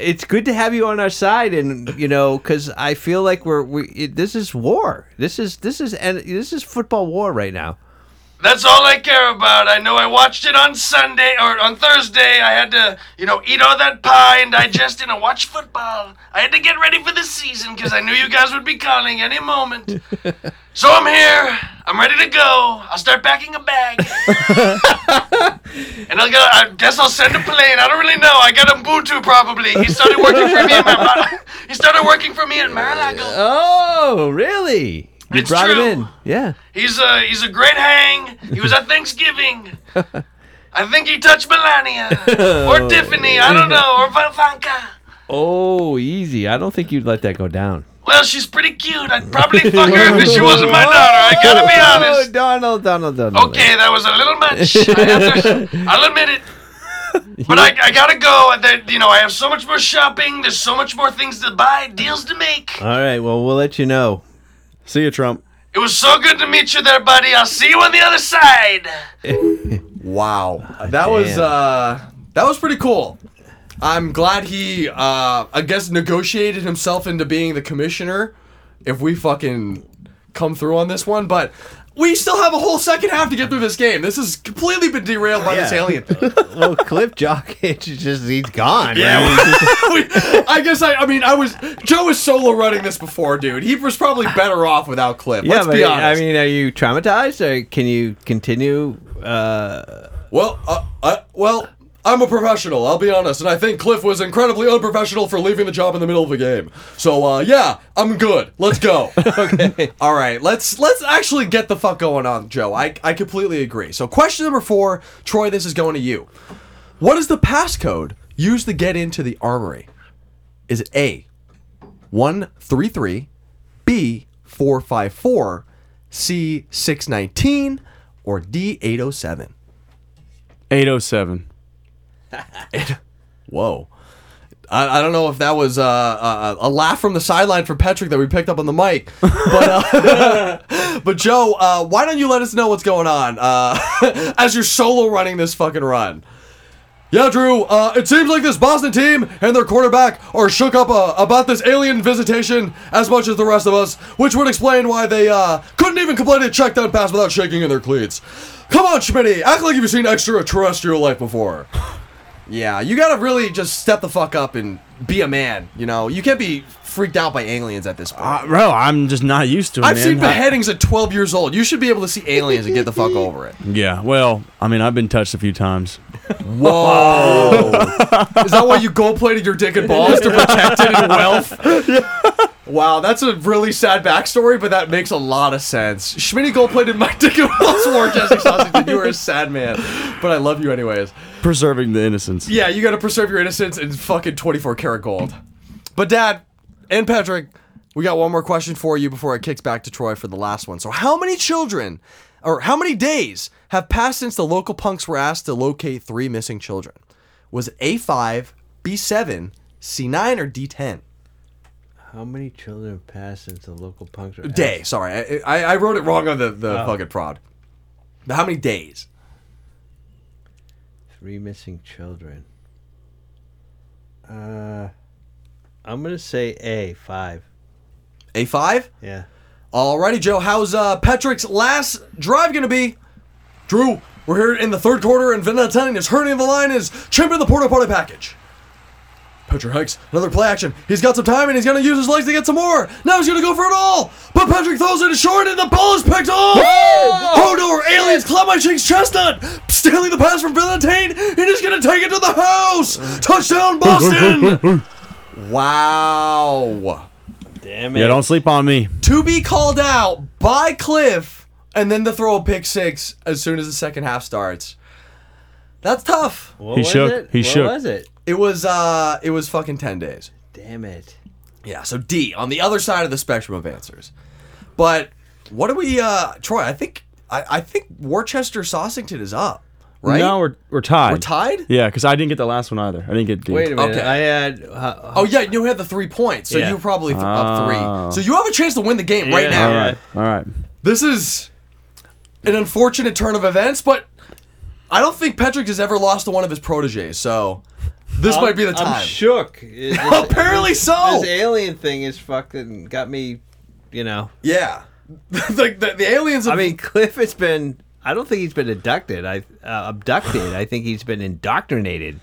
Speaker 7: it's good to have you on our side, and you know, because I feel like we're we. It, this is war. This is this is and this is football war right now.
Speaker 10: That's all I care about. I know I watched it on Sunday or on Thursday. I had to, you know, eat all that pie and digest it and watch football. I had to get ready for the season because I knew you guys would be calling any moment. So I'm here. I'm ready to go. I'll start packing a bag. and I'll go, I guess I'll send a plane. I don't really know. I got Ubuntu probably. He started working for me in my, He started working for me in Mar-a-Lago.
Speaker 7: Oh, really? You
Speaker 10: It's
Speaker 7: brought
Speaker 10: true.
Speaker 7: him in. Yeah.
Speaker 10: He's a he's a great hang. He was at Thanksgiving. I think he touched Melania or
Speaker 7: Oh.
Speaker 10: Tiffany. I don't know or Valvanka.
Speaker 7: Oh, easy. I don't think you'd let that go down.
Speaker 10: Well, she's pretty cute. I'd probably fuck her if she wasn't my daughter. I gotta be honest.
Speaker 7: Oh, Donald, Donald, Donald.
Speaker 10: Okay, that was a little much. I have to- I'll admit it. But I, I gotta go. There, you know, I have so much more shopping. There's so much more things to buy, deals to make.
Speaker 7: All right. Well, we'll let you know.
Speaker 8: See you, Trump.
Speaker 10: It was so good to meet you there, buddy. I'll see you on the other side.
Speaker 6: Wow,
Speaker 7: Ah,
Speaker 6: that was
Speaker 14: damn.
Speaker 6: uh, that was pretty cool. I'm glad he, uh, I guess, negotiated himself into being the commissioner. If we fucking come through on this one, but we still have a whole second half to get through this game. This has completely been derailed by this
Speaker 15: Yeah.
Speaker 6: alien thing.
Speaker 15: well, Cliff Jockage is just he's gone.
Speaker 6: Yeah.
Speaker 15: man.
Speaker 6: I guess I, I mean, I was Joe was solo running this before, dude. He was probably better off without Cliff.
Speaker 7: Yeah,
Speaker 6: let's
Speaker 7: but
Speaker 6: be honest.
Speaker 7: I mean, are you traumatized, or can you continue? Uh,
Speaker 6: Well, uh, I, well, I'm a professional. I'll be honest, and I think Cliff was incredibly unprofessional for leaving the job in the middle of the game. So, uh, yeah, I'm good. Let's go. okay. All right. Let's let's actually get the fuck going on, Joe. I I completely agree. So, question number four, Troy. This is going to you. What is the passcode used to get into the armory? Is it A, one three three, B four five four, C six nineteen, or D eight oh seven.
Speaker 8: 807.
Speaker 6: Whoa. I, I don't know if that was uh, a, a laugh from the sideline for Patrick that we picked up on the mic. But, uh, but Joe, uh, why don't you let us know what's going on uh, as you're solo running this fucking run? Yeah, Drew, uh, it seems like this Boston team and their quarterback are shook up uh, about this alien visitation as much as the rest of us, which would explain why they uh, couldn't even complete a check down pass without shaking in their cleats. Come on, Schmitty, act like you've seen extraterrestrial life before. Yeah, you gotta really just step the fuck up and be a man. You know, you can't be freaked out by aliens at this point.
Speaker 8: Uh, Bro, I'm just not used to it.
Speaker 6: I've
Speaker 8: man.
Speaker 6: seen beheadings at 12 years old. You should be able to see aliens and get the fuck over it.
Speaker 8: Yeah, well, I mean, I've been touched a few times.
Speaker 6: Whoa! Is that why you gold plated your dick and balls to protect it in wealth? Wow, that's a really sad backstory, but that makes a lot of sense. Schmitty gold plated my dick and balls for orgasmic sausage, and you are a sad man. But I love you anyways.
Speaker 8: Preserving the innocence.
Speaker 6: Yeah, you gotta preserve your innocence in fucking 24 karat gold. But, Dad and Patrick, we got one more question for you before it kicks back to Troy for the last one. So, how many children, or how many days have passed since the local punks were asked to locate three missing children? Was it A5, B7, C9, or D10?
Speaker 12: How many children have passed since the local punks were
Speaker 6: Day, sorry. I, I, I wrote it wrong on the, the
Speaker 12: Oh.
Speaker 6: fucking prod. But How many days?
Speaker 12: Three missing children. Uh, I'm gonna say A five.
Speaker 6: A five?
Speaker 12: Yeah.
Speaker 6: Alrighty, Joe. How's uh, Patrick's last drive gonna be? Drew, we're here in the third quarter, and Valentine is hurting the line. Is champion of the porta potty package. Patrick hikes another play action. He's got some time, and he's gonna use his legs to get some more. Now he's gonna go for it all. But Patrick throws it short, and the ball is picked off. oh no! Aliens claw my cheeks chestnut, stealing the pass from Valentine, and he's gonna take it to the house. Touchdown, Boston! wow.
Speaker 12: Damn
Speaker 8: Yeah, don't sleep on me.
Speaker 6: to be called out by Cliff and then to throw a pick six as soon as the second half starts. That's tough.
Speaker 12: What He was shook. it? He What shook. was it?
Speaker 6: It was uh it was fucking 10 days.
Speaker 12: Damn it.
Speaker 6: Yeah, so D on the other side of the spectrum of answers. But what do we uh Troy, I think I, I think Worcester Saucington is up, right?
Speaker 8: Now we're, we're tied.
Speaker 6: We're tied?
Speaker 8: Yeah, because I didn't get the last one either. I didn't get D.
Speaker 12: had. uh,
Speaker 6: oh yeah, you had the three points, so
Speaker 8: Yeah.
Speaker 6: you were probably th- up
Speaker 8: Oh.
Speaker 6: three. So you have a chance to win the game right now.
Speaker 8: All right. All right.
Speaker 6: This is an unfortunate turn of events, but I don't think Patrick has ever lost to one of his proteges, so this
Speaker 12: I'm-
Speaker 6: might be the
Speaker 12: Um, I'm
Speaker 6: time.
Speaker 12: shook.
Speaker 6: Apparently
Speaker 12: this,
Speaker 6: so.
Speaker 12: This alien thing is fucking got me, you know.
Speaker 6: Yeah. the, the, the aliens.
Speaker 12: I mean, Cliff has been. I don't think he's been abducted. I uh, abducted. I think he's been indoctrinated.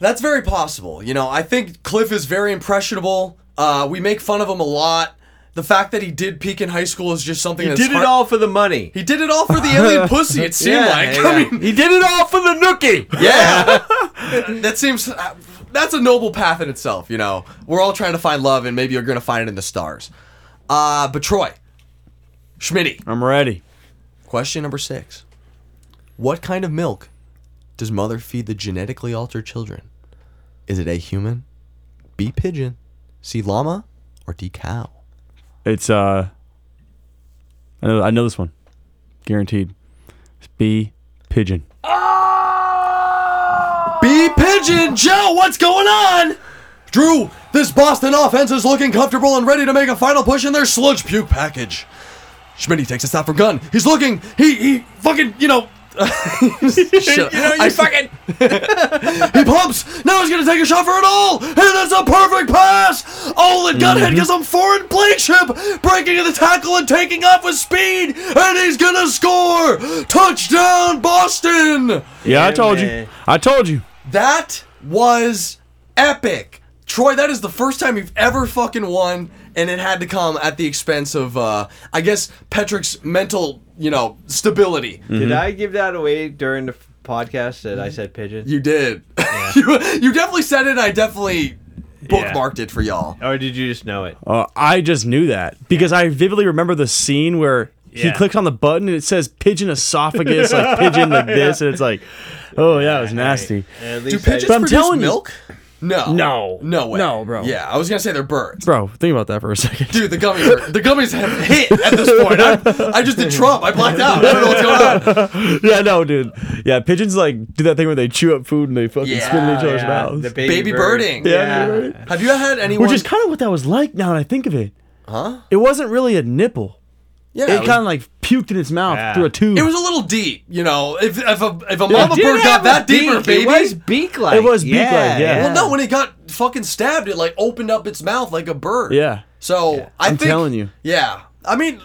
Speaker 6: That's very possible. You know, I think Cliff is very impressionable. Uh, we make fun of him a lot. The fact that he did peak in high school is just something
Speaker 12: He
Speaker 6: that's
Speaker 12: did it
Speaker 6: hard-
Speaker 12: all for the money.
Speaker 6: He did it all for the alien pussy, it seemed
Speaker 12: Yeah,
Speaker 6: like.
Speaker 12: yeah.
Speaker 6: I mean,
Speaker 12: he did it all for the nookie.
Speaker 6: Yeah. that seems uh, that's a noble path in itself, you know. We're all trying to find love and maybe you're going to find it in the stars. Uh, but Troy, Schmitty.
Speaker 8: I'm ready.
Speaker 6: Question number 6. What kind of milk does mother feed the genetically altered children? Is it A human, B pigeon, C llama, or D cow?
Speaker 8: It's uh, I know I know this one, guaranteed. It's B pigeon.
Speaker 6: B Pigeon Joe, what's going on? Drew, this Boston offense is looking comfortable and ready to make a final push in their sludge puke package. Schmitty takes a stop from Gunn. He's looking. He he fucking you know. Shut-
Speaker 10: You know, you
Speaker 6: I-
Speaker 10: fucking-
Speaker 6: he pumps. Now he's gonna take a shot for it all, and that's a perfect pass. Oh, and Gunhead
Speaker 10: Mhm.
Speaker 6: gets some foreign blade ship, breaking the tackle and taking off with speed, and he's gonna score. Touchdown, Boston!
Speaker 8: Yeah, I told you. I told you.
Speaker 6: That was epic. Troy, that is the first time you've ever fucking won, and it had to come at the expense of, uh, I guess, Patrick's mental, you know, stability.
Speaker 12: Did I give that away during the f- podcast that I said pigeon?
Speaker 6: You did. you, you definitely said it, and I definitely bookmarked it for y'all.
Speaker 12: Or did you just know it?
Speaker 8: Uh, I just knew that because I vividly remember the scene where he
Speaker 12: Yeah.
Speaker 8: clicks on the button and it says pigeon esophagus, like pigeon like this, and it's like, oh yeah, it was nasty.
Speaker 12: At
Speaker 8: But I'm telling you-
Speaker 6: No.
Speaker 8: No.
Speaker 6: No way.
Speaker 8: No, bro.
Speaker 6: Yeah, I was gonna say they're birds.
Speaker 8: Bro, think about that for a second.
Speaker 6: Dude, the gummies are, the gummies have hit at this point. I, I just did Trump. I blacked out. I don't know what's going on.
Speaker 8: yeah, no, dude. Yeah, pigeons like do that thing where they chew up food and they fucking spit in each other's mouths.
Speaker 6: baby, birding.
Speaker 8: Yeah. baby birding.
Speaker 6: Have you had anyone?
Speaker 8: Which is kind of what that was like now that I think of it.
Speaker 6: Huh?
Speaker 8: It wasn't really a nipple.
Speaker 6: Yeah,
Speaker 8: It,
Speaker 6: it was-
Speaker 8: kind of like puked in its mouth through a tube.
Speaker 6: It was a little deep, you know. If if a if a
Speaker 8: It
Speaker 6: mama
Speaker 8: did
Speaker 6: bird
Speaker 8: have
Speaker 6: got
Speaker 8: a
Speaker 6: that
Speaker 8: beak.
Speaker 6: deep, her
Speaker 8: It
Speaker 6: baby.
Speaker 8: was beak-like. It was beak-like, Yeah, yeah.
Speaker 6: Well, no, when it got fucking stabbed, it like opened up its mouth like a bird.
Speaker 8: Yeah.
Speaker 6: So I
Speaker 8: I'm
Speaker 6: think,
Speaker 8: telling you.
Speaker 6: Yeah. I mean,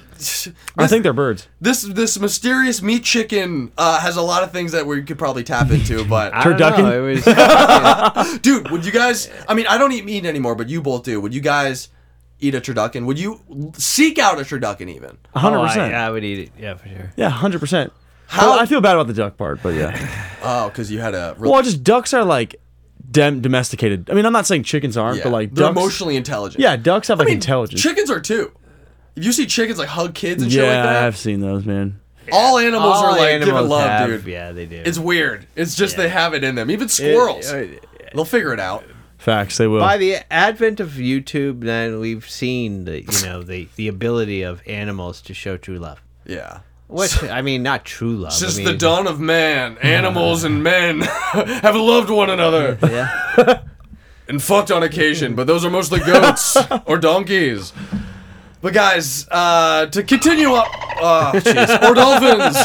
Speaker 8: I think they're birds.
Speaker 6: this this mysterious meat chicken uh, has a lot of things that we could probably tap into, but
Speaker 8: I don't know, Turducken?
Speaker 6: dude, would you guys? I mean, I don't eat meat anymore, but you both do. Would you guys eat a turducken? Would you seek out a turducken even?
Speaker 8: A hundred percent.
Speaker 7: I would eat it. Yeah, for sure.
Speaker 8: Yeah, hundred percent.
Speaker 6: How-
Speaker 8: Well, I feel bad about the duck part, but yeah.
Speaker 6: Oh, because you had a real-
Speaker 8: well, just ducks are like dem- domesticated. I mean, I'm not saying chickens aren't,
Speaker 6: yeah,
Speaker 8: but like
Speaker 6: they're
Speaker 8: ducks.
Speaker 6: emotionally intelligent.
Speaker 8: yeah, ducks have like intelligence.
Speaker 6: Chickens are too. If you see chickens like hug kids and
Speaker 8: yeah,
Speaker 6: shit like that,
Speaker 8: I've seen those, man.
Speaker 6: all animals
Speaker 7: All
Speaker 6: are like given
Speaker 7: animals
Speaker 6: love,
Speaker 7: have-
Speaker 6: dude.
Speaker 7: yeah, they do.
Speaker 6: It's weird. It's just they have it in them. Even squirrels,
Speaker 7: uh,
Speaker 6: they'll figure it out.
Speaker 8: Facts, they will.
Speaker 7: By the advent of YouTube, then we've seen the you know the the ability of animals to show true love.
Speaker 6: Yeah.
Speaker 7: What I mean, not true love.
Speaker 6: Since
Speaker 7: I mean,
Speaker 6: the dawn of man, animals and men have loved one another.
Speaker 7: Yeah.
Speaker 6: and fucked on occasion, but those are mostly goats or donkeys. But guys, uh, to continue up, uh, jeez, or dolphins.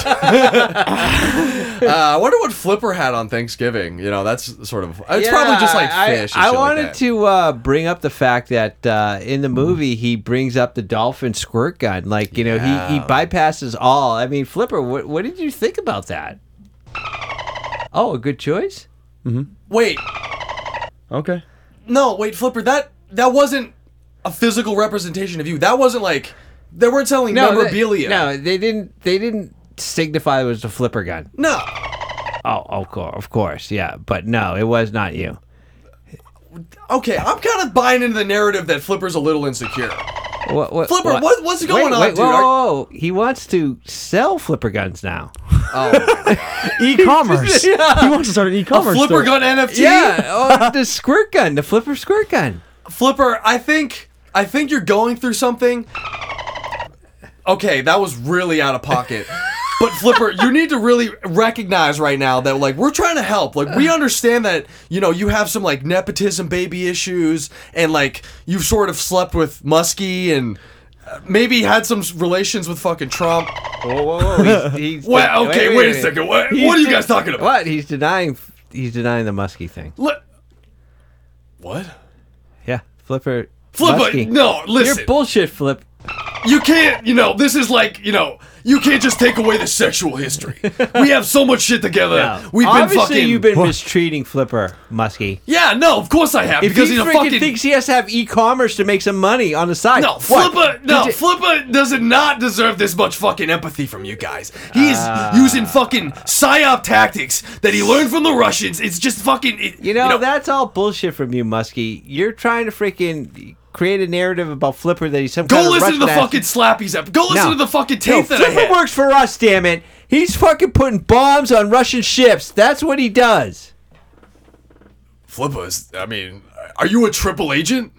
Speaker 6: uh, I wonder what Flipper had on Thanksgiving. You know, that's sort of. It's
Speaker 7: Yeah,
Speaker 6: probably just like
Speaker 7: I-
Speaker 6: fish. and
Speaker 7: I,
Speaker 6: shit like
Speaker 7: wanted
Speaker 6: that. Mm.
Speaker 7: to uh, bring up the fact that uh, in the movie he brings up the dolphin squirt gun. Like you know, he, he
Speaker 6: Yeah.
Speaker 7: bypasses all. I mean, Flipper, what what did you think about that? Oh, a good choice.
Speaker 8: Mm-hmm.
Speaker 6: Wait,
Speaker 8: Okay.
Speaker 6: no, wait, Flipper. That that wasn't a physical representation of you. That wasn't like they weren't selling
Speaker 7: they-
Speaker 6: memorabilia.
Speaker 7: no, they didn't. They didn't signify it was a flipper gun.
Speaker 6: No.
Speaker 7: Oh, of course, of course, yeah. But no, it was not you.
Speaker 6: Okay, I'm kind of buying into the narrative that Flipper's a little insecure.
Speaker 7: What, what,
Speaker 6: Flipper, what- what's going
Speaker 7: wait,
Speaker 6: on,
Speaker 7: wait,
Speaker 6: dude?
Speaker 7: Whoa,
Speaker 6: Are-
Speaker 7: whoa, whoa. He wants to sell flipper guns now.
Speaker 8: E-commerce.
Speaker 7: Yeah.
Speaker 8: He wants to start an e-commerce.
Speaker 6: flipper
Speaker 8: store.
Speaker 6: gun NFT.
Speaker 7: Yeah, oh, the squirt gun, the flipper squirt gun.
Speaker 6: Flipper, I think I think you're going through something. Okay, that was really out of pocket. But Flipper, you need to really recognize right now that like we're trying to help. Like we understand that, you know, you have some like nepotism baby issues and like you've sort of slept with Muskie and uh, maybe had some s- relations with fucking Trump.
Speaker 7: Whoa, whoa, whoa. He's, he's
Speaker 6: Wait, okay, wait a second. What- what are you guys talking about?
Speaker 7: What? He's denying he's denying the muskie thing.
Speaker 6: Look. What?
Speaker 7: Yeah. Flipper
Speaker 6: Flipper,
Speaker 7: Muskie.
Speaker 6: no, listen.
Speaker 7: You're bullshit, Flip.
Speaker 6: You can't, you know, this is like, you know, you can't just take away the sexual history. We have so much shit together. We've been
Speaker 7: Obviously
Speaker 6: fucking.
Speaker 7: you've been mistreating Flipper, Muskie.
Speaker 6: Yeah, no, of course I have
Speaker 7: If
Speaker 6: because
Speaker 7: he
Speaker 6: he's a
Speaker 7: freaking
Speaker 6: fucking.
Speaker 7: thinks he has to have e-commerce to make some money on the side.
Speaker 6: no,
Speaker 7: What?
Speaker 6: Flipper, no,
Speaker 7: Did you-
Speaker 6: Flipper does not deserve this much fucking empathy from you guys. He is
Speaker 7: Ah.
Speaker 6: using fucking psyop tactics that he learned from the Russians. It's just fucking. It,
Speaker 7: You know, that's all bullshit from you, Muskie. You're trying to freaking create a narrative about Flipper that he's some
Speaker 6: go
Speaker 7: kind of
Speaker 6: listen to the
Speaker 7: Russian ass-
Speaker 6: fucking Slappies app. Go listen
Speaker 7: No.
Speaker 6: to the fucking
Speaker 7: No,
Speaker 6: tape that I
Speaker 7: Flipper
Speaker 6: had.
Speaker 7: works for us, damn it. He's fucking putting bombs on Russian ships. That's what he does.
Speaker 6: Flipper is, I mean, are you a triple agent?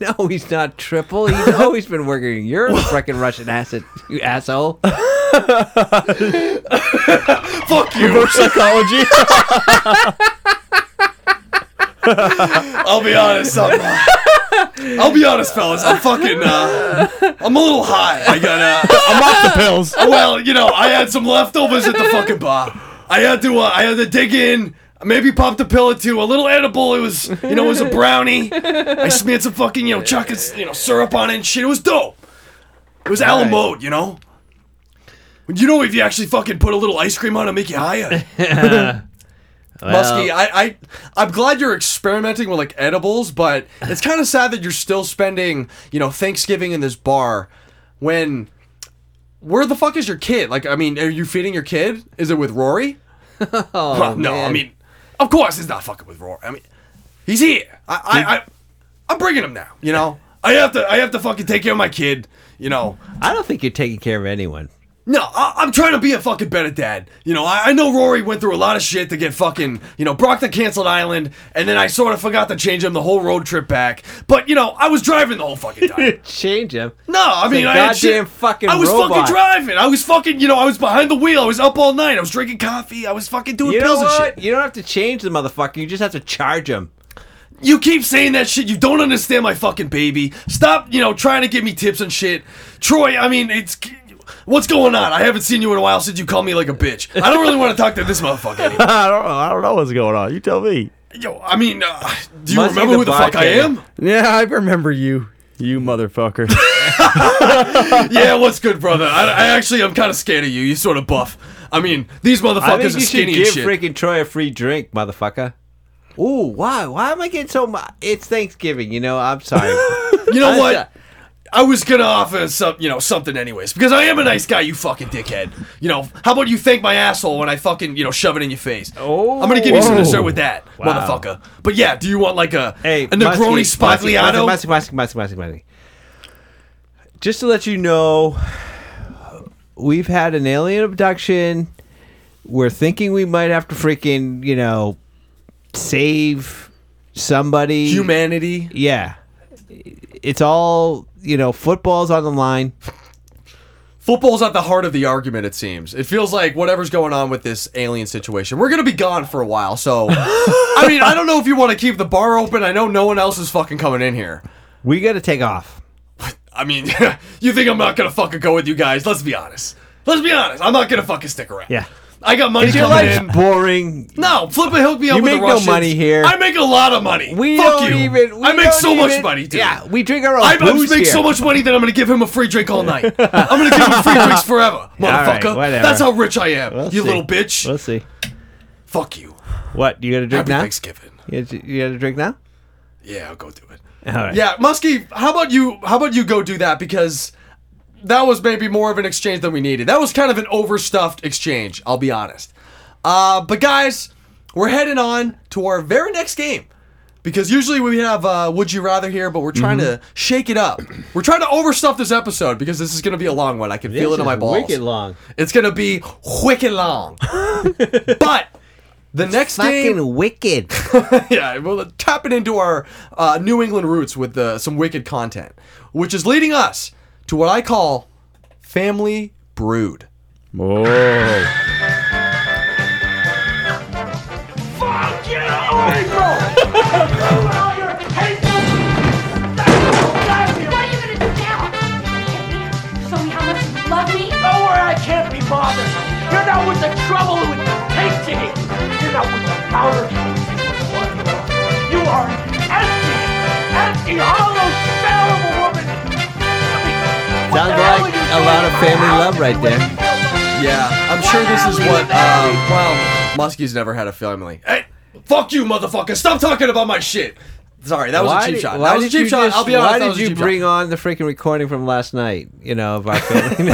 Speaker 7: No, he's not triple. He's always been working in Europe, fucking Russian asset, you asshole.
Speaker 6: Fuck you.
Speaker 8: Reverse psychology.
Speaker 6: I'll be honest. I'm, uh, I'll be honest, fellas. I'm fucking. Uh, I'm a little high. I got. Uh,
Speaker 8: I'm off the pills.
Speaker 6: well, you know, I had some leftovers at the fucking bar. I had to. Uh, I had to dig in. Maybe popped a pill or two. A little edible. It was. You know, it was a brownie. I smeared some fucking. You know, chocolate. You know, syrup on it and shit. It was dope. It was
Speaker 7: All
Speaker 6: Alamode.
Speaker 7: right.
Speaker 6: You know. You know, if you actually fucking put a little ice cream on it, make you higher. Muskie, I, I, I'm glad you're experimenting with like edibles, but it's kind of sad that you're still spending, you know, Thanksgiving in this bar when. Where the fuck is your kid? Like, I mean, are you feeding your kid? Is it with Rory? Huh, no, I
Speaker 7: man.
Speaker 6: mean, of course it's not fucking with Rory. I mean, he's here. I, I, I I'm bringing him now. You know, I have to, I have to fucking take care of my kid. You know,
Speaker 7: I don't think you're taking care of anyone.
Speaker 6: No, I- I'm trying to be a fucking better dad. You know, I-, I know Rory went through a lot of shit to get fucking, you know, Brock the canceled island, and then I sort of forgot to change him the whole road trip back. But you know, I was driving the whole fucking time.
Speaker 7: Change him.
Speaker 6: No, I
Speaker 7: It's a
Speaker 6: mean, I had
Speaker 7: goddamn
Speaker 6: shit-
Speaker 7: fucking
Speaker 6: I was
Speaker 7: robot.
Speaker 6: fucking driving. I was fucking, you know, I was behind the wheel. I was up all night. I was drinking coffee. I was fucking doing
Speaker 7: You know
Speaker 6: pills and shit.
Speaker 7: what? You don't have to change the motherfucker. You just have to charge him.
Speaker 6: You keep saying that shit. You don't understand my fucking baby. Stop, you know, trying to give me tips and shit. Troy, I mean, it's. What's going on? I haven't seen you in a while since you called me like a bitch. I don't really want to talk to this motherfucker anymore.
Speaker 8: I don't know. I don't know what's going on. You tell me.
Speaker 6: Yo, I mean, uh, do you
Speaker 8: Must be
Speaker 6: remember
Speaker 8: the
Speaker 6: who the fuck I
Speaker 8: bartender.
Speaker 6: am?
Speaker 8: Yeah, I remember you. You motherfucker.
Speaker 6: yeah, what's good, brother? I, I actually, I'm kind of scared of you. You sort of buff. I mean, these
Speaker 7: I think
Speaker 6: motherfuckers are
Speaker 7: you should
Speaker 6: skinny
Speaker 7: give
Speaker 6: and shit.
Speaker 7: freaking Troy a free drink, motherfucker. Ooh, why? Why am I getting so much? It's Thanksgiving, you know. I'm sorry.
Speaker 6: you know what? I was gonna offer some, you know, something anyways, because I am a nice guy, you fucking dickhead. You know, how about you thank my asshole when I fucking, you know, shove it in your face? Oh, I'm gonna give you some
Speaker 7: Whoa.
Speaker 6: dessert with that,
Speaker 7: Wow.
Speaker 6: motherfucker. But yeah, do you want like a
Speaker 7: Hey,
Speaker 6: a Negroni Spagliato?
Speaker 7: Musky, musky, musky, musky, musky. Just to let you know, we've had an alien abduction. We're thinking we might have to freaking, you know, save somebody.
Speaker 6: Humanity.
Speaker 7: Yeah. It's all, you know, football's on the line.
Speaker 6: Football's at the heart of the argument, it seems. It feels like whatever's going on with this alien situation, we're gonna be gone for a while. So, I mean, I don't know if you want to keep the bar open. I know no one else is fucking coming in here.
Speaker 7: We got to take off.
Speaker 6: I mean, you think I'm not gonna fucking go with you guys? Let's be honest. Let's be honest. I'm not gonna fucking stick around.
Speaker 7: Yeah.
Speaker 6: I got money
Speaker 7: Is your
Speaker 6: coming
Speaker 7: life's
Speaker 6: in.
Speaker 7: boring?
Speaker 6: No, Flippa hooked me up
Speaker 7: You
Speaker 6: with
Speaker 7: make
Speaker 6: the
Speaker 7: no
Speaker 6: Russians.
Speaker 7: money here.
Speaker 6: I make a lot of money.
Speaker 7: We
Speaker 6: Fuck
Speaker 7: don't
Speaker 6: you.
Speaker 7: even- we
Speaker 6: I make
Speaker 7: don't
Speaker 6: so much
Speaker 7: even-
Speaker 6: money, dude.
Speaker 7: Yeah, we drink our own
Speaker 6: I, I
Speaker 7: booze
Speaker 6: make
Speaker 7: here.
Speaker 6: so much money that I'm gonna give him a free drink all night. I'm gonna give him free drinks forever,
Speaker 7: All right,
Speaker 6: motherfucker.
Speaker 7: whatever.
Speaker 6: That's how rich I am.
Speaker 7: We'll
Speaker 6: you
Speaker 7: see.
Speaker 6: little bitch.
Speaker 7: We'll see.
Speaker 6: Fuck you.
Speaker 7: What? You got to drink
Speaker 6: Happy
Speaker 7: now?
Speaker 6: Thanksgiving.
Speaker 7: You got to drink now?
Speaker 6: Yeah, I'll go do it.
Speaker 7: All right.
Speaker 6: Yeah, Muskie, how about you? How about you go do that because that was maybe more of an exchange than we needed. That was kind of an overstuffed exchange. I'll be honest. Uh, but guys, we're heading on to our very next game because usually we have uh, Would You Rather here, but we're trying
Speaker 7: Mhm.
Speaker 6: to shake it up. We're trying to overstuff this episode because this is going to be a long one. I can feel
Speaker 7: This
Speaker 6: it in my
Speaker 7: is
Speaker 6: balls.
Speaker 7: wicked long.
Speaker 6: It's going to be wicked long. but the next game,
Speaker 7: fucking wicked.
Speaker 6: yeah, well, tapping into our uh, New England roots with uh, some wicked content, which is leading us to what I call family brood.
Speaker 8: Oh.
Speaker 10: Show me how much you love me. Don't worry, I can't be bothered. You're not with the trouble with the tasting it. You're not with the powder. You are empty, empty, hollow spell of a woman.
Speaker 7: Sounds like a lot of family love right there.
Speaker 6: Yeah, I'm sure this is what. Um, well, Muskie's never had a family. Hey, fuck you, motherfucker! Stop talking about my shit. Sorry, that was
Speaker 7: Why
Speaker 6: a cheap
Speaker 7: did-
Speaker 6: shot.
Speaker 7: why
Speaker 6: That was a
Speaker 7: did
Speaker 6: cheap
Speaker 7: you
Speaker 6: shot.
Speaker 7: just-
Speaker 6: I'll be honest.
Speaker 7: Why
Speaker 6: that
Speaker 7: did
Speaker 6: was a
Speaker 7: you
Speaker 6: cheap shot.
Speaker 7: bring on the freaking recording from last night? You know, of our family.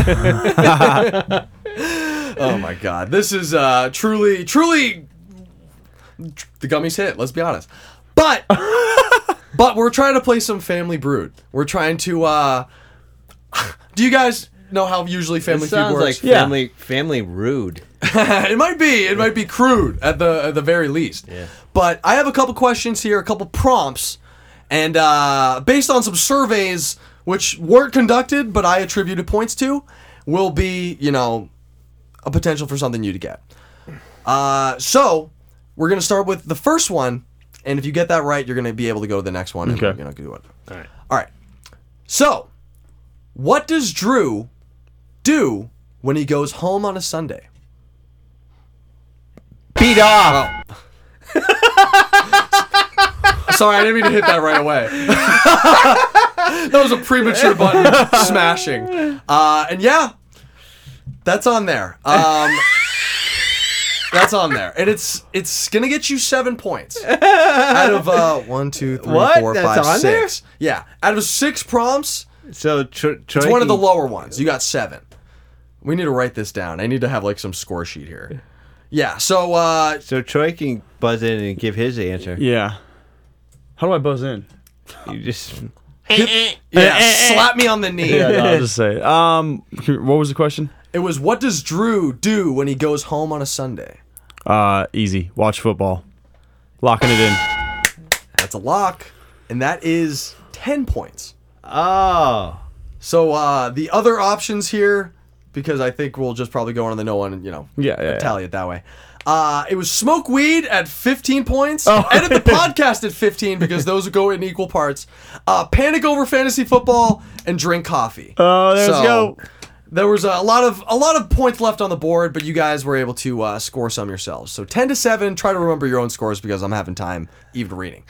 Speaker 6: oh my god this is uh truly truly the gummies hit let's be honest but but we're trying to play some family brood we're trying to uh do you guys know how usually family
Speaker 7: It sounds
Speaker 6: feud
Speaker 7: like
Speaker 6: works
Speaker 7: family, family rude.
Speaker 6: it might be it might be crude at the at the very least but i have a couple questions here a couple prompts and uh based on some surveys which weren't conducted but i attributed points to will be you know a potential for something new to get uh so we're gonna start with the first one and if you get that right you're gonna be able to go to the next one
Speaker 8: Okay.
Speaker 6: and, you know do it all right all right so what does drew do when he goes home on a sunday
Speaker 7: Beat off.
Speaker 6: Oh. Sorry, I didn't mean to hit that right away. that was a premature button smashing. Uh, and yeah, that's on there. Um, that's on there, and it's it's gonna get you seven points out of uh, one, two, three,
Speaker 7: What?
Speaker 6: four,
Speaker 7: That's
Speaker 6: five,
Speaker 7: on there?
Speaker 6: six. Yeah, out of six prompts,
Speaker 7: So tr-
Speaker 6: it's one of the lower ones. You got seven. We need to write this down. I need to have like some score sheet here. Yeah. So uh,
Speaker 7: So Troy can buzz in and give his answer.
Speaker 8: Yeah. How do I buzz in?
Speaker 7: You just
Speaker 6: yeah, slap me on the knee.
Speaker 8: Yeah, no, I'll just say. it. Um, what was the question?
Speaker 6: It It was what does Drew do when he goes home on a Sunday?
Speaker 8: Uh, easy. Watch football. Locking it in.
Speaker 6: That's a lock, and that is ten points. Oh. So uh, the other options here, because I think we'll just probably go on to the no one, and you know,
Speaker 8: Yeah, yeah, yeah.
Speaker 6: tally it that way. Uh, it was smoke weed at 15 points.
Speaker 16: Oh.
Speaker 6: Edit the podcast at 15 because those go in equal parts. Uh, panic over fantasy football and drink coffee.
Speaker 8: Oh,
Speaker 16: there we go.
Speaker 6: There was a lot of a lot of points left on the board, but you guys were able to uh, score some yourselves. So 10 to 7. Try to remember your own scores because I'm having time even reading.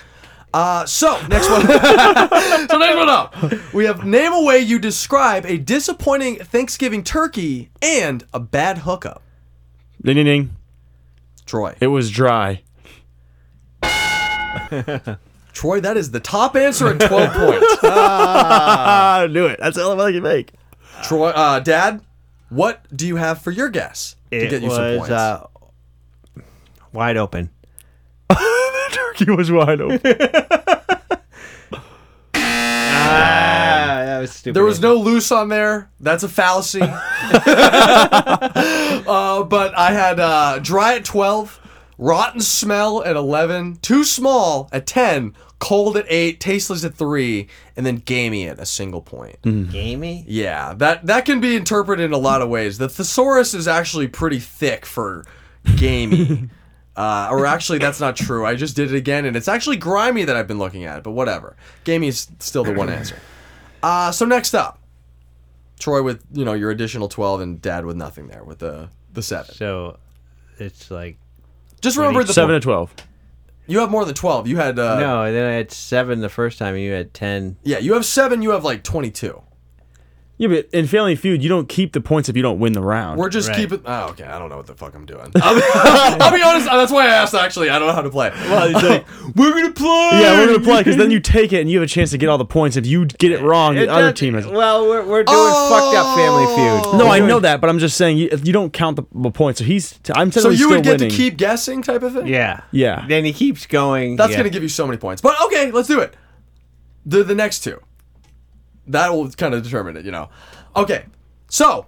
Speaker 6: Uh, so next one. so next one up, we have name a way you describe a disappointing Thanksgiving turkey and a bad hookup.
Speaker 8: Ding ding ding.
Speaker 6: Troy.
Speaker 8: It was dry.
Speaker 6: Troy, that is the top answer at 12 points.
Speaker 8: I knew it. That's the only one I can make.
Speaker 6: Troy, uh, Dad, what do you have for your guess to
Speaker 7: It
Speaker 6: get you some
Speaker 7: was,
Speaker 6: points?
Speaker 7: uh, wide open.
Speaker 8: Turkey was wide open.
Speaker 7: ah, that was stupid.
Speaker 6: There was no loose on there. That's a fallacy. uh, but I had uh, dry at 12, rotten smell at 11, too small at 10, cold at 8, tasteless at 3, and then gamey at a single point.
Speaker 7: Mm-hmm. gamey.
Speaker 6: Yeah, that, that can be interpreted in a lot of ways. The thesaurus is actually pretty thick for gamey. Uh, or actually, that's not true. I just did it again, and it's actually grimy that I've been looking at, but whatever. Gamey is still the one answer. Uh, so next up, Troy with you know your additional twelve and Dad with nothing there with the the seven.
Speaker 7: So it's like
Speaker 6: just remember the
Speaker 8: seven to twelve.
Speaker 6: You have more than twelve. You had uh,
Speaker 7: no, and then I had seven the first time, and you had ten.
Speaker 6: Yeah, you have seven. You have like twenty-two.
Speaker 8: Yeah, but in Family Feud, you don't keep the points if you don't win the round.
Speaker 6: We're just keeping. Oh, okay. I don't know what the fuck I'm doing. I'll be, I'll be honest. That's why I asked. Actually, I don't know how to play. Well,
Speaker 8: it's like,
Speaker 6: we're gonna play.
Speaker 8: Yeah, we're gonna play because then you take it and you have a chance to get all the points. If you get it wrong, the
Speaker 7: It
Speaker 8: other
Speaker 7: doesn't-
Speaker 8: team has.
Speaker 7: Well, we're, we're doing fucked up Family Feud.
Speaker 8: No,
Speaker 7: We're
Speaker 8: I
Speaker 7: doing-
Speaker 8: know that, but I'm just saying you, if you don't count the the points, so he's. I'm
Speaker 6: So
Speaker 8: technically
Speaker 6: you
Speaker 8: still
Speaker 6: would get
Speaker 8: winning.
Speaker 6: to keep guessing, type of thing.
Speaker 7: Yeah.
Speaker 8: Yeah.
Speaker 7: Then he keeps going.
Speaker 6: That's
Speaker 7: yeah.
Speaker 6: gonna give you so many points. But okay, let's do it. The the next two. That will kind of determine it, you know. Okay. So,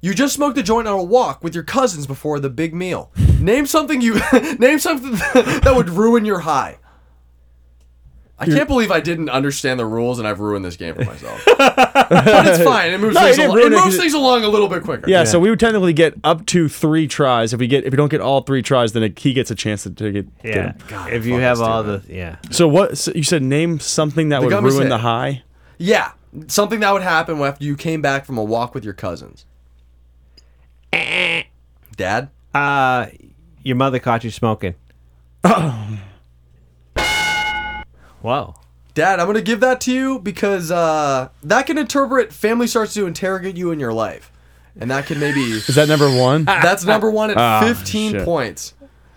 Speaker 6: you just smoked a joint on a walk with your cousins before the big meal. Name something you name something that would ruin your high. I can't believe I didn't understand the rules and I've ruined this game for myself. but it's fine. It moves,
Speaker 8: No, you
Speaker 6: things,
Speaker 8: didn't
Speaker 6: along, it
Speaker 8: ruin it 'cause
Speaker 6: moves
Speaker 8: it-
Speaker 6: things along a little bit quicker.
Speaker 8: Yeah, so we would technically get up to three tries. If we get if we don't get all three tries, then it, he gets a chance to, to get. get
Speaker 7: Yeah.
Speaker 8: him.
Speaker 7: if you have all the yeah.
Speaker 8: So what so you said? Name something that
Speaker 6: The
Speaker 8: would
Speaker 6: gummy
Speaker 8: ruin
Speaker 6: said-
Speaker 8: the high.
Speaker 6: Yeah, something that would happen after you came back from a walk with your cousins. Dad?
Speaker 7: Uh your mother caught you smoking. Wow.
Speaker 6: Dad, I'm gonna give that to you because uh, that can interpret family starts to interrogate you in your life, and that can maybe
Speaker 8: Is that number one?
Speaker 6: that's number one at
Speaker 8: Ah,
Speaker 6: 15
Speaker 8: shit.
Speaker 6: points.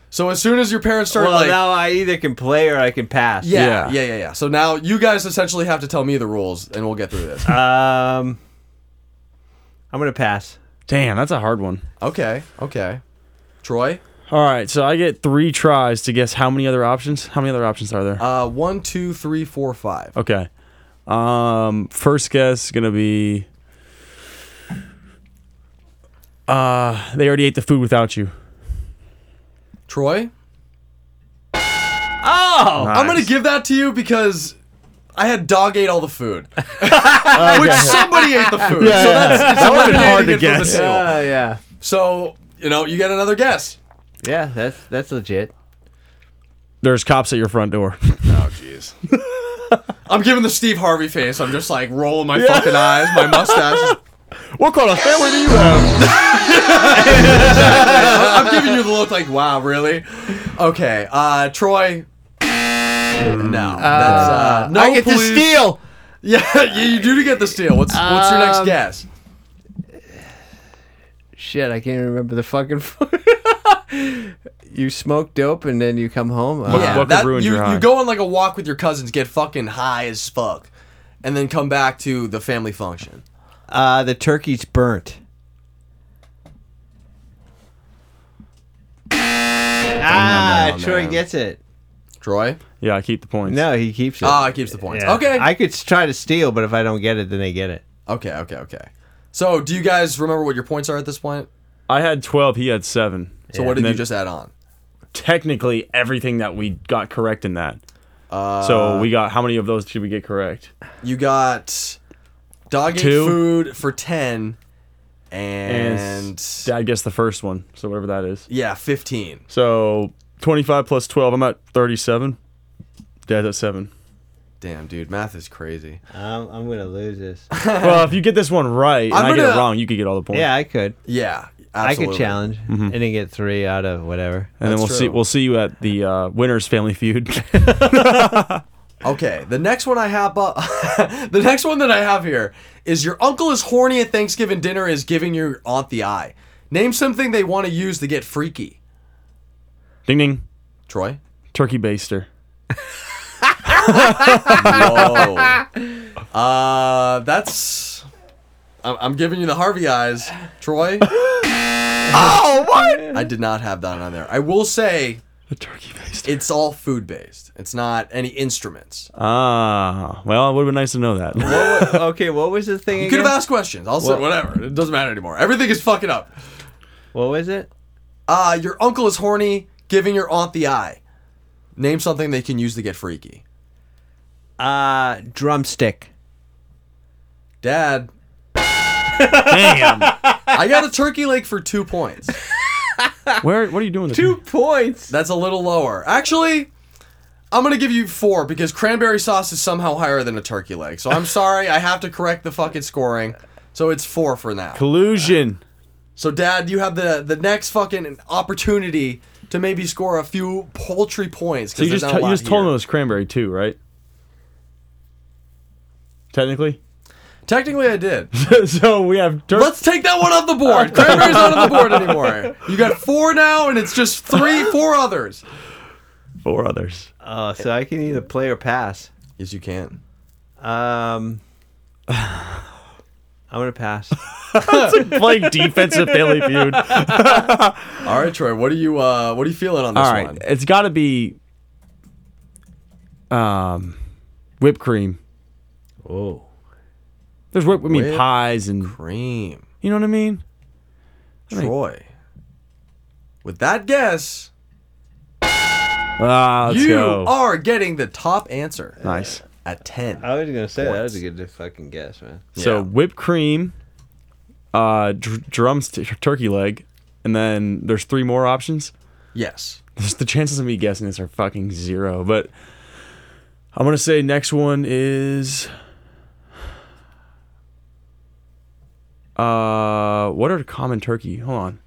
Speaker 6: So as soon as your parents start
Speaker 7: well,
Speaker 6: like,
Speaker 7: now I either can play or I can pass.
Speaker 6: yeah, yeah, yeah, yeah, So now you guys essentially have to tell me the rules, and we'll get through this.
Speaker 7: Um, I'm gonna pass.
Speaker 8: Damn, that's a hard one.
Speaker 6: Okay, okay. Troy,
Speaker 8: All right, so I get three tries to guess how many other options. How many other options are there?
Speaker 6: uh, one, two, three, four, five.
Speaker 8: Okay. Um, first guess is gonna be. Uh, they already ate the food without you.
Speaker 6: Troy,
Speaker 7: Oh,
Speaker 6: I'm gonna give that to you because I had dog ate all the food, which
Speaker 16: Okay.
Speaker 6: somebody ate the food.
Speaker 16: Yeah,
Speaker 6: so
Speaker 16: yeah.
Speaker 6: that's it's
Speaker 16: That would've been
Speaker 6: eliminating
Speaker 16: hard to
Speaker 6: it from the
Speaker 16: guess.
Speaker 6: table.
Speaker 16: Yeah,
Speaker 7: yeah.
Speaker 6: So you know, you get another guess.
Speaker 7: Yeah, that's that's legit.
Speaker 8: There's cops at your front door.
Speaker 6: Oh jeez. I'm giving the Steve Harvey face. I'm just like rolling my fucking eyes, my mustache. is-
Speaker 8: What kind of family do you have?
Speaker 6: I'm giving you the look like, wow, really? Okay, uh, Troy. No, that's uh, no.
Speaker 16: I get to
Speaker 6: please.
Speaker 16: steal.
Speaker 6: Yeah, yeah, you do get the steal. What's what's your next
Speaker 7: Um,
Speaker 6: guess?
Speaker 7: Shit, I can't remember the fucking. you smoke dope and then you come home. Uh,
Speaker 6: yeah, that- you, you go on like a walk with your cousins, get fucking high as fuck, and then come back to the family function.
Speaker 7: Uh, the turkey's burnt. Ah, Troy gets it.
Speaker 6: Troy?
Speaker 8: Yeah, I keep the points.
Speaker 7: No, he keeps it.
Speaker 6: Ah, he keeps the points. Okay.
Speaker 7: I could s- try to steal, but if I don't get it, then they get it.
Speaker 6: Okay, okay, okay. So, do you guys remember what your points are at this point?
Speaker 8: I had 12, he had 7.
Speaker 6: So what did
Speaker 8: And
Speaker 6: you
Speaker 8: then
Speaker 6: just add on?
Speaker 8: Technically, everything that we got correct in that. so we got, how many of those did we get correct?
Speaker 6: You got dog ate
Speaker 8: Two.
Speaker 6: food for 10 and,
Speaker 8: s- I guess the first one. So whatever that is.
Speaker 6: yeah, 15.
Speaker 8: So 25 plus 12, I'm at 37. Dad's at 7.
Speaker 6: Damn, dude, math is crazy.
Speaker 7: I'm, I'm gonna lose this.
Speaker 8: well, if you get this one right and
Speaker 7: I'm
Speaker 8: I get
Speaker 7: gonna-
Speaker 8: it wrong, you could get all the points.
Speaker 7: Yeah, I could.
Speaker 6: Yeah,
Speaker 7: I
Speaker 8: absolutely.
Speaker 7: could challenge and then get three out of whatever.
Speaker 8: and then we'll see. We'll see you at the uh, winners' family feud.
Speaker 6: Okay, the next one I have up, the next one that I have here is your uncle is horny at Thanksgiving dinner is giving your aunt the eye. Name something they want to use to get freaky.
Speaker 8: ding ding.
Speaker 6: Troy.
Speaker 8: Turkey baster.
Speaker 6: Whoa. Uh, that's. I'm, I'm giving you the Harvey eyes, Troy. oh, what? I did not have that on there. I will say.
Speaker 8: The turkey based.
Speaker 6: It's all food based. It's not any instruments.
Speaker 8: Ah, well, it would have been nice to know that.
Speaker 6: okay, what was the thing? You could have asked questions. I'll say
Speaker 8: What-
Speaker 6: whatever. It doesn't matter anymore. Everything is fucking up. What was it? Uh, your uncle is horny, giving your aunt the eye. Name something they can use to get freaky.
Speaker 17: Uh, drumstick.
Speaker 6: Dad.
Speaker 8: Damn.
Speaker 6: I got a turkey leg for two points.
Speaker 8: Where? What are you doing?
Speaker 6: Two points. That's a little lower. Actually, I'm gonna give you four because cranberry sauce is somehow higher than a turkey leg. So I'm sorry, I have to correct the fucking scoring. So it's four for now.
Speaker 8: Collusion.
Speaker 6: So Dad, you have the the next fucking opportunity to maybe score a few paltry points.
Speaker 8: So you
Speaker 6: 'cause there's
Speaker 8: just
Speaker 6: not a
Speaker 8: t- you
Speaker 6: lot
Speaker 8: just
Speaker 6: here.
Speaker 8: told him it was cranberry too, right? Technically.
Speaker 6: Technically, I did.
Speaker 8: so we have. Tur-
Speaker 6: Let's take that one off the board. Cranberry's not on the board anymore. You got four now, and it's just three, four others.
Speaker 8: Four others.
Speaker 7: Oh, so I can either play or pass.
Speaker 6: Yes, you can.
Speaker 7: Um, I'm gonna pass.
Speaker 8: playing defensive Family Feud.
Speaker 6: All right, Troy. What are you uh, What are you feeling on this
Speaker 8: All right,
Speaker 6: one?
Speaker 8: it's got to be um, whipped cream.
Speaker 7: Oh,
Speaker 8: there's whipped. I mean,
Speaker 6: Whipped
Speaker 8: pies and
Speaker 6: cream.
Speaker 8: You know what I mean? I mean-
Speaker 6: Troy. With that guess,
Speaker 8: Ah, let's
Speaker 6: you
Speaker 8: go.
Speaker 6: are getting the top answer.
Speaker 8: Nice.
Speaker 6: At ten.
Speaker 7: I was gonna say that was a good fucking guess, man.
Speaker 8: So whipped cream, uh, dr- drumstick, turkey leg, and then there's three more options.
Speaker 6: Yes.
Speaker 8: Just the chances of me guessing this are fucking zero. But I'm gonna say next one is. Uh, what are common turkey? Hold on,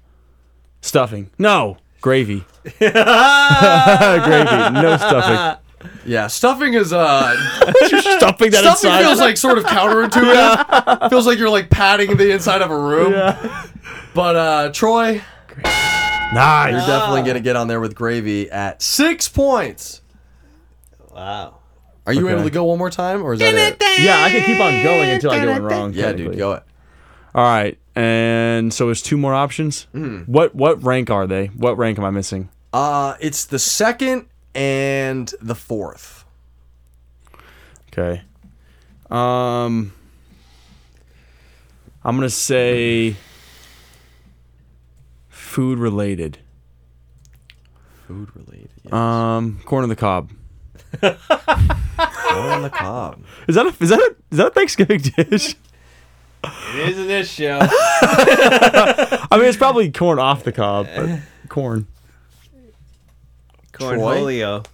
Speaker 8: stuffing. No gravy. gravy. No stuffing.
Speaker 6: Yeah, stuffing is uh
Speaker 8: stuffing that inside.
Speaker 6: feels like sort of counterintuitive. Feels like you're like patting the inside of a room. But uh Troy,
Speaker 8: nice.
Speaker 6: You're definitely gonna get on there with gravy at six points.
Speaker 7: Wow.
Speaker 6: Are you
Speaker 8: Okay.
Speaker 6: able to go one more time or is that it?
Speaker 8: Yeah, I can keep on going until I get one wrong.
Speaker 6: Yeah, dude,
Speaker 8: technically.
Speaker 6: go it.
Speaker 8: All right, and so there's two more options.
Speaker 6: Mhm.
Speaker 8: What what rank are they? What rank am I missing?
Speaker 6: Uh it's the second and the fourth.
Speaker 8: Okay. Um, I'm gonna say food related.
Speaker 6: Food related.
Speaker 8: Um, corn on the cob.
Speaker 6: Corn on the cob.
Speaker 8: Is that a is that a is that a Thanksgiving dish?
Speaker 7: It isn't this show.
Speaker 8: I mean, it's probably corn off the cob. But corn.
Speaker 7: Cornholio.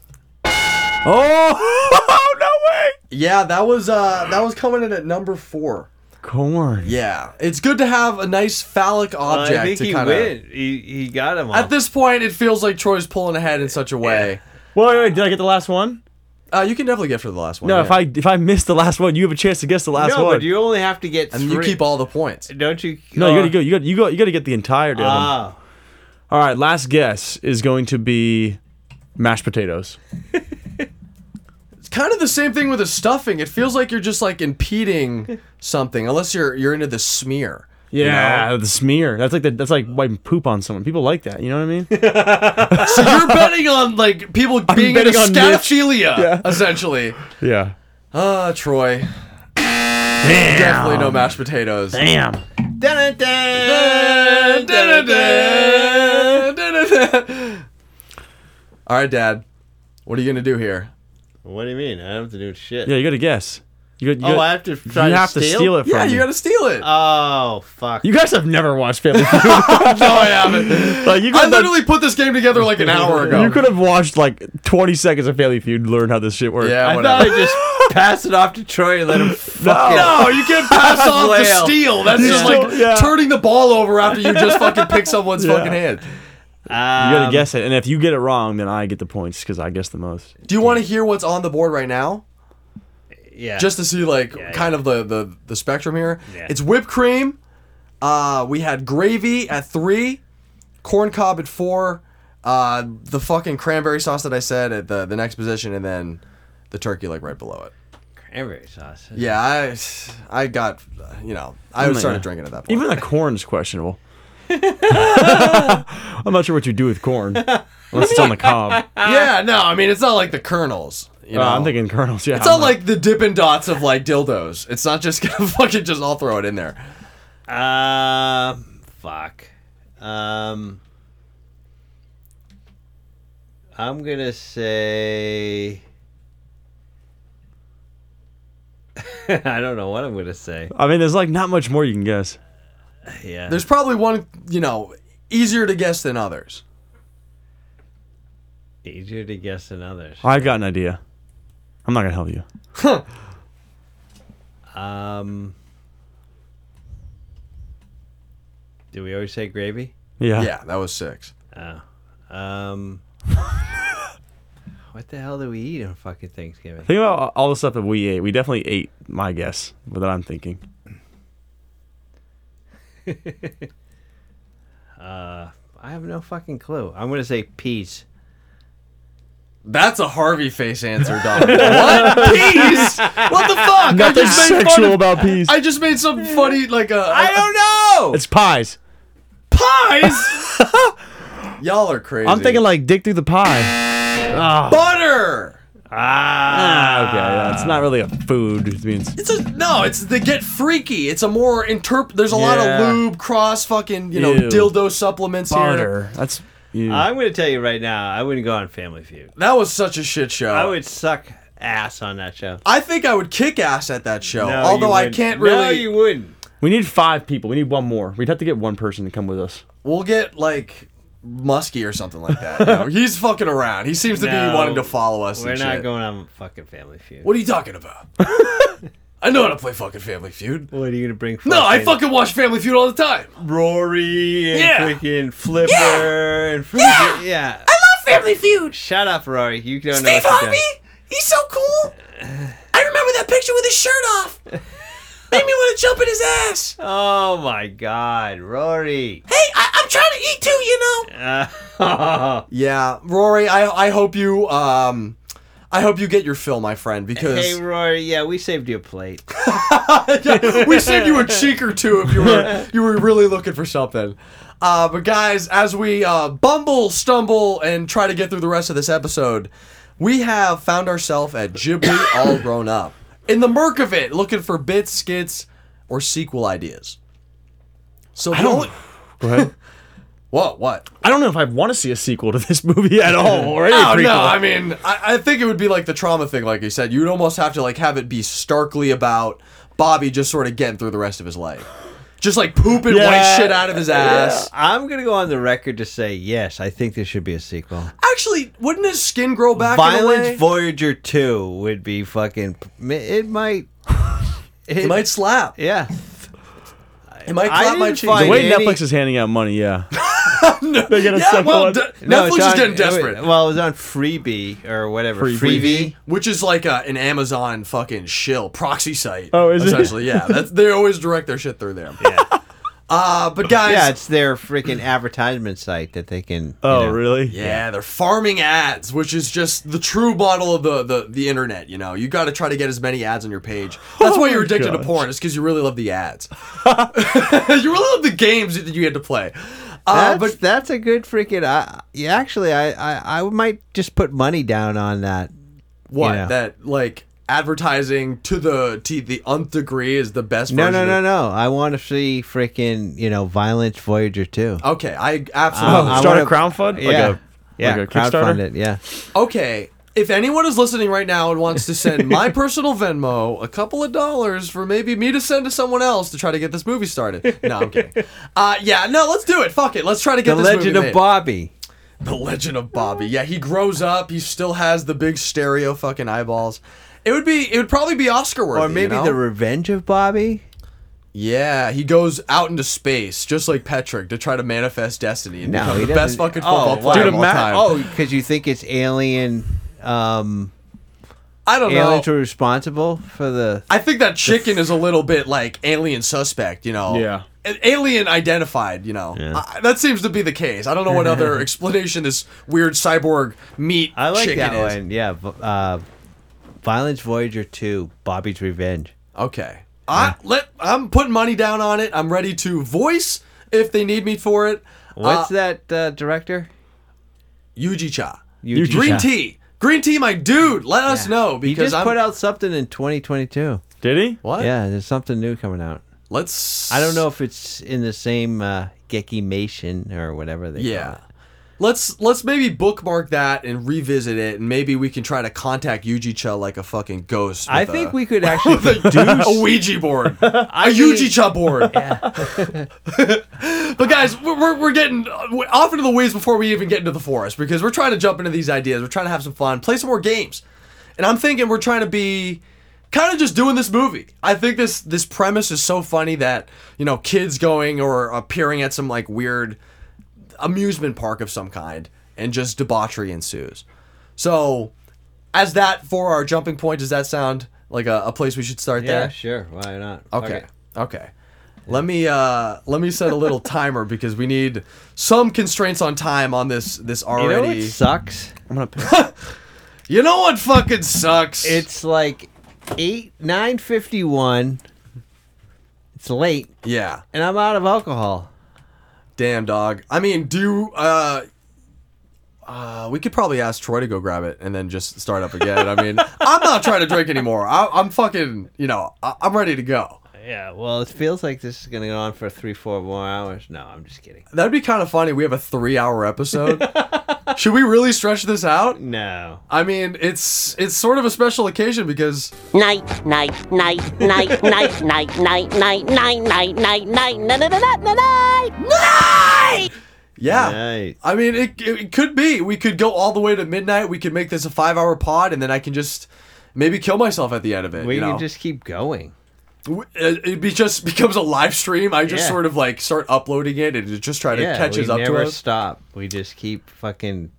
Speaker 8: Oh, no way.
Speaker 6: Yeah, that was uh that was coming in at number four.
Speaker 8: Corn.
Speaker 6: Yeah. It's good to have a nice phallic object
Speaker 7: I think
Speaker 6: to
Speaker 7: he
Speaker 6: kinda,
Speaker 7: Uh, win. He, he got him.
Speaker 6: At this point, it feels like Troy's pulling ahead in such a way.
Speaker 8: Well, wait, wait, did I get the last one?
Speaker 6: Uh, you can definitely get for the last one.
Speaker 8: No,
Speaker 6: yeah.
Speaker 8: if I if I miss the last one, you have a chance to guess the last
Speaker 7: Oh, no,
Speaker 8: one.
Speaker 7: but you only have to get.
Speaker 6: And you
Speaker 7: three.
Speaker 6: keep all the points.
Speaker 7: Don't you? Oh.
Speaker 8: no, you gotta go. You got you got you gotta get the entire damn.
Speaker 7: Ah.
Speaker 8: All right, last guess is going to be mashed potatoes.
Speaker 6: It's kind of the same thing with the stuffing. It feels like you're just like impeding something, unless you're you're into the smear. you
Speaker 8: Yeah, the smear. That's like the, that's like wiping poop on someone. People like that. You know what I mean? Being
Speaker 6: know? so you're betting on like people being into scatophilia, essentially. Ah,
Speaker 8: Yeah.
Speaker 6: Uh, Troy. Definitely no mashed potatoes.
Speaker 8: Damn.
Speaker 6: All right, Dad. What are you gonna do here?
Speaker 7: What do you mean? I don't have to do shit.
Speaker 8: Yeah, you got to guess. You got,
Speaker 7: Oh, I have to try
Speaker 8: you
Speaker 7: to
Speaker 8: have
Speaker 7: steal?
Speaker 8: it from
Speaker 7: Yeah,
Speaker 8: me.
Speaker 7: you gotta
Speaker 6: steal it.
Speaker 7: Oh fuck!
Speaker 8: You guys have never watched Family Feud. no, I
Speaker 6: haven't.
Speaker 8: Like, you
Speaker 6: I
Speaker 8: got that-
Speaker 6: literally put this game together like an hour ago.
Speaker 8: You could have watched like 20 seconds of Family Feud and learned how this shit works.
Speaker 6: Yeah,
Speaker 7: I thought I just pass it off to Troy and let him. Fucking
Speaker 6: No, you can't pass off the steal. That's
Speaker 7: Yeah.
Speaker 6: just like turning the ball over after you just fucking pick someone's
Speaker 8: Yeah.
Speaker 6: fucking hand.
Speaker 8: you
Speaker 7: Um,
Speaker 8: got to guess it. And if you get it wrong, then I get the points because I guess the most.
Speaker 6: Do you want to hear what's on the board right now?
Speaker 7: Yeah.
Speaker 6: Just to see like kind of the, the the spectrum here. It's whipped cream. Uh, we had gravy at three, corn cob at four, uh, the fucking cranberry sauce that I said at the the next position, and then the turkey leg right below it.
Speaker 7: Cranberry sauce.
Speaker 6: Yeah, I I got uh, you know I
Speaker 8: Even the-
Speaker 6: started drinking at that point.
Speaker 8: Even the corn's questionable. I'm not sure what you do with corn unless it's on the cob.
Speaker 6: Yeah, no, I mean it's not like the kernels. You know?
Speaker 7: Oh,
Speaker 8: Uh, I'm thinking kernels. Yeah,
Speaker 6: it's not like the dippin' dots of like dildos. It's not just gonna fucking just I'll throw it in there.
Speaker 7: Uh, fuck. Um, I'm gonna say. I don't know what I'm gonna say.
Speaker 8: I mean, there's like not much more you can guess.
Speaker 7: Yeah.
Speaker 6: There's probably one, you know, easier to guess than others.
Speaker 7: Easier to guess than others.
Speaker 8: I've got an idea. I'm not gonna help you.
Speaker 7: Um. Do we always say gravy?
Speaker 8: Yeah.
Speaker 6: Yeah, that was six.
Speaker 7: Oh. Um. what the hell do we eat on fucking Thanksgiving?
Speaker 8: Think about all the stuff that we ate. We definitely ate my guess, but that I'm thinking.
Speaker 7: Uh, I have no fucking clue. I'm gonna say peas.
Speaker 6: That's a Harvey face answer, dog. what peas? What the fuck? I
Speaker 8: Nothing
Speaker 6: just made fun
Speaker 8: sexual
Speaker 6: of-
Speaker 8: about peas.
Speaker 6: I just made some funny like a.
Speaker 7: I don't know.
Speaker 8: It's pies.
Speaker 6: pies. Y'all are crazy.
Speaker 8: I'm thinking like dig through the pie. Ah.
Speaker 6: butter.
Speaker 8: Ah, okay. Yeah, it's not really a food. It means
Speaker 6: It's a no. It's the get freaky. It's a more interp. There's a lot
Speaker 7: Yeah.
Speaker 6: of lube cross fucking you know
Speaker 7: Ew.
Speaker 6: dildo supplements here.
Speaker 8: That's.
Speaker 7: I'm gonna tell you right now. I wouldn't go on Family Feud.
Speaker 6: That was such a shit show.
Speaker 7: I would suck ass on that show.
Speaker 6: I think I would kick ass at that show.
Speaker 7: No,
Speaker 6: although
Speaker 7: you
Speaker 6: I
Speaker 7: wouldn't.
Speaker 6: can't
Speaker 7: No,
Speaker 6: really.
Speaker 7: you wouldn't.
Speaker 8: we need five people. We need one more. We'd have to get one person to come with us.
Speaker 6: We'll get like Muskie or something like that. you know? He's fucking around. He seems to
Speaker 7: No,
Speaker 6: be wanting to follow us.
Speaker 7: We're
Speaker 6: and
Speaker 7: not
Speaker 6: shit.
Speaker 7: going on fucking Family Feud.
Speaker 6: What are you talking about? I know how to play fucking Family Feud.
Speaker 7: What are you gonna bring?
Speaker 6: No, I fucking watch Family Feud all the time.
Speaker 7: Rory and
Speaker 6: Yeah.
Speaker 7: freaking Flipper and freaking
Speaker 18: Yeah.
Speaker 7: yeah.
Speaker 18: I love Family Feud.
Speaker 7: Shut up, Rory. You don't know.
Speaker 18: Steve
Speaker 7: what you're doing.
Speaker 18: Harvey, he's so cool. I remember that picture with his shirt off. Made me want to jump in his ass.
Speaker 7: Oh my God, Rory.
Speaker 18: Hey, I, I'm trying to eat too, you know.
Speaker 7: Uh,
Speaker 6: Yeah, Rory. I I hope you um, I hope you get your fill, my friend, because.
Speaker 7: hey, Rory. Yeah, we saved you a plate.
Speaker 6: Yeah, we saved you a cheek or two if you were you were really looking for something. Uh, but guys, as we uh, bumble, stumble, and try to get through the rest of this episode, we have found ourselves at Ghibli All Grown Up in the murk of it, looking for bits, skits, or sequel ideas. So the only-
Speaker 8: Go ahead.
Speaker 6: what? What?
Speaker 8: I don't know if I want to see a sequel to this movie at all. Or any
Speaker 6: oh,
Speaker 8: prequel.
Speaker 6: no, I mean, I, I think it would be like the trauma thing, like you said. You'd almost have to like have it be starkly about Bobby just sort of getting through the rest of his life, just like pooping white
Speaker 7: Yeah.
Speaker 6: shit out of his ass.
Speaker 7: Yeah. Uh, I'm gonna go on the record to say yes. I think there should be a sequel.
Speaker 6: Actually, wouldn't his skin grow back? in a way?
Speaker 7: Violence Voyager Two would be fucking. It might. It,
Speaker 6: might slap.
Speaker 7: Yeah.
Speaker 6: It might
Speaker 7: I
Speaker 6: clap my
Speaker 7: didn't
Speaker 6: cheek.
Speaker 7: find
Speaker 8: the way
Speaker 7: any-
Speaker 8: Netflix is handing out money, yeah. They're gonna
Speaker 6: Yeah,
Speaker 8: suck
Speaker 6: well,
Speaker 8: on-
Speaker 6: d-
Speaker 7: No, it's
Speaker 6: Netflix is
Speaker 7: on-
Speaker 6: getting desperate.
Speaker 7: Well, it was on Freebie or whatever. Freebie.
Speaker 6: which is like uh an Amazon fucking shill proxy site.
Speaker 7: Oh, is it?
Speaker 6: essentially, yeah. That's, they always direct their shit through there. Yeah. Uh, but guys,
Speaker 7: Yeah, it's their freaking advertisement site that they can. you
Speaker 8: Oh,
Speaker 7: know.
Speaker 8: really?
Speaker 6: Yeah, they're farming ads, which is just the true model of the the, the internet. You know, you got to try to get as many ads on your page. That's
Speaker 7: Oh
Speaker 6: why you're
Speaker 7: my
Speaker 6: addicted to
Speaker 7: gosh.
Speaker 6: porn. Is because you really love the ads. you really love the games that you had to play. Uh,
Speaker 7: That's,
Speaker 6: but
Speaker 7: that's a good freaking. I, yeah, actually, I, I I might just put money down on that. you
Speaker 6: what
Speaker 7: know.
Speaker 6: that like advertising to the to the nth degree is the best.
Speaker 7: No,
Speaker 6: version
Speaker 7: no,
Speaker 6: of-
Speaker 7: no, no. I want to see freaking, you know, Violence Voyager 2.
Speaker 6: Okay,
Speaker 7: Oh,
Speaker 6: I absolutely
Speaker 7: I
Speaker 8: Oh, Start
Speaker 7: wanna-
Speaker 8: a crowd fund? Like
Speaker 7: Yeah.
Speaker 8: a-
Speaker 7: yeah,
Speaker 8: like a
Speaker 7: crowdfund
Speaker 8: Kickstarter?
Speaker 7: it, yeah.
Speaker 6: Okay, if anyone is listening right now and wants to send my personal Venmo a couple of dollars for maybe me to send to someone else to try to get this movie started. No, I'm kidding. Uh, yeah, no, let's do it. Fuck it. Let's try to get
Speaker 19: The
Speaker 6: this
Speaker 19: Legend
Speaker 6: movie
Speaker 19: of
Speaker 6: made.
Speaker 19: Bobby.
Speaker 6: The Legend of Bobby. Yeah, he grows up. He still has the big stereo fucking eyeballs. It would be. It would probably be Oscar worthy.
Speaker 19: Or maybe
Speaker 6: you know?
Speaker 19: the Revenge of Bobby.
Speaker 6: Yeah, he goes out into space just like Petrick to try to manifest destiny and become the best fucking football player of oh, all time.
Speaker 7: because you think it's alien. Um,
Speaker 6: I don't know.
Speaker 7: Aliens were responsible for the.
Speaker 6: I think that chicken is a little bit like alien suspect, you know.
Speaker 7: Yeah.
Speaker 6: A- Alien identified, you know. I- that seems to be the case. I don't know what other explanation this weird cyborg meat
Speaker 7: I like
Speaker 6: chicken
Speaker 7: that
Speaker 6: is.
Speaker 7: one. Yeah, v- uh, Violence Voyager Two, Bobby's Revenge.
Speaker 6: Okay. I let I'm putting money down on it. I'm ready to voice if they need me for it.
Speaker 7: What's
Speaker 6: that uh, director? Yuji Cha.
Speaker 7: Yuji
Speaker 6: Green
Speaker 7: Cha.
Speaker 6: Tea. Green Tea, my dude. Let us know
Speaker 7: He
Speaker 6: because
Speaker 7: just
Speaker 6: I'm
Speaker 7: put out something in 2022.
Speaker 8: Did he?
Speaker 6: What?
Speaker 7: Yeah, there's something new coming out.
Speaker 6: Let's.
Speaker 7: I don't know if it's in the same uh, Gekimation or whatever they.
Speaker 6: Yeah. Let's let's maybe bookmark that and revisit it, and maybe we can try to contact Yuji Cha like a fucking ghost.
Speaker 7: I
Speaker 6: with
Speaker 7: think
Speaker 6: a-
Speaker 7: we could actually
Speaker 6: with a, a Ouija board, a Yuji Cha board. but guys, we're, we're, we're getting off into the ways before we even get into the forest because we're trying to jump into these ideas. We're trying to have some fun, play some more games, and I'm thinking we're trying to be kind of just doing this movie. I think this this premise is so funny that you know kids going or appearing at some like weird amusement park of some kind, and just debauchery ensues. So, as that for our jumping point, does that sound like a, a place we should start
Speaker 7: Yeah,
Speaker 6: there?
Speaker 7: sure. Why not? Fuck
Speaker 6: Okay.
Speaker 7: it.
Speaker 6: Okay. Let me uh let me set a little timer because we need some constraints on time on this this
Speaker 7: You
Speaker 6: already.
Speaker 7: know what sucks?
Speaker 8: I'm gonna.
Speaker 6: you know what fucking sucks?
Speaker 7: It's like eight nine fifty one. It's late.
Speaker 6: Yeah.
Speaker 7: And I'm out of alcohol.
Speaker 6: Damn dog. I mean, do you, uh uh, we could probably ask Troy to go grab it and then just start up again. I mean, I'm not trying to drink anymore. I, I'm fucking, you know, I, I'm ready to go.
Speaker 7: Yeah, well, it feels like this is going to go on for three, four more hours. No, I'm just kidding.
Speaker 6: That'd be kind of funny. We have a three-hour episode. Should we really stretch this out?
Speaker 7: No.
Speaker 6: I mean, it's it's sort of a special occasion because
Speaker 10: Night, night, night, night, night, night, night, night, night, night, night, night, night, night, night, night, night.
Speaker 7: Ah.
Speaker 6: Yeah. I mean, it, it could be. We could go all the way to midnight. We could make this a five hour pod, and then I can just maybe kill myself at the end of it.
Speaker 7: We
Speaker 6: you
Speaker 7: can
Speaker 6: know?
Speaker 7: just keep going.
Speaker 6: W- uh, It it be just becomes a live stream. I just
Speaker 7: Yeah.
Speaker 6: sort of like start uploading it and it just try to
Speaker 7: yeah,
Speaker 6: catch
Speaker 7: we
Speaker 6: us up
Speaker 7: never
Speaker 6: to us.
Speaker 7: stop. We just keep fucking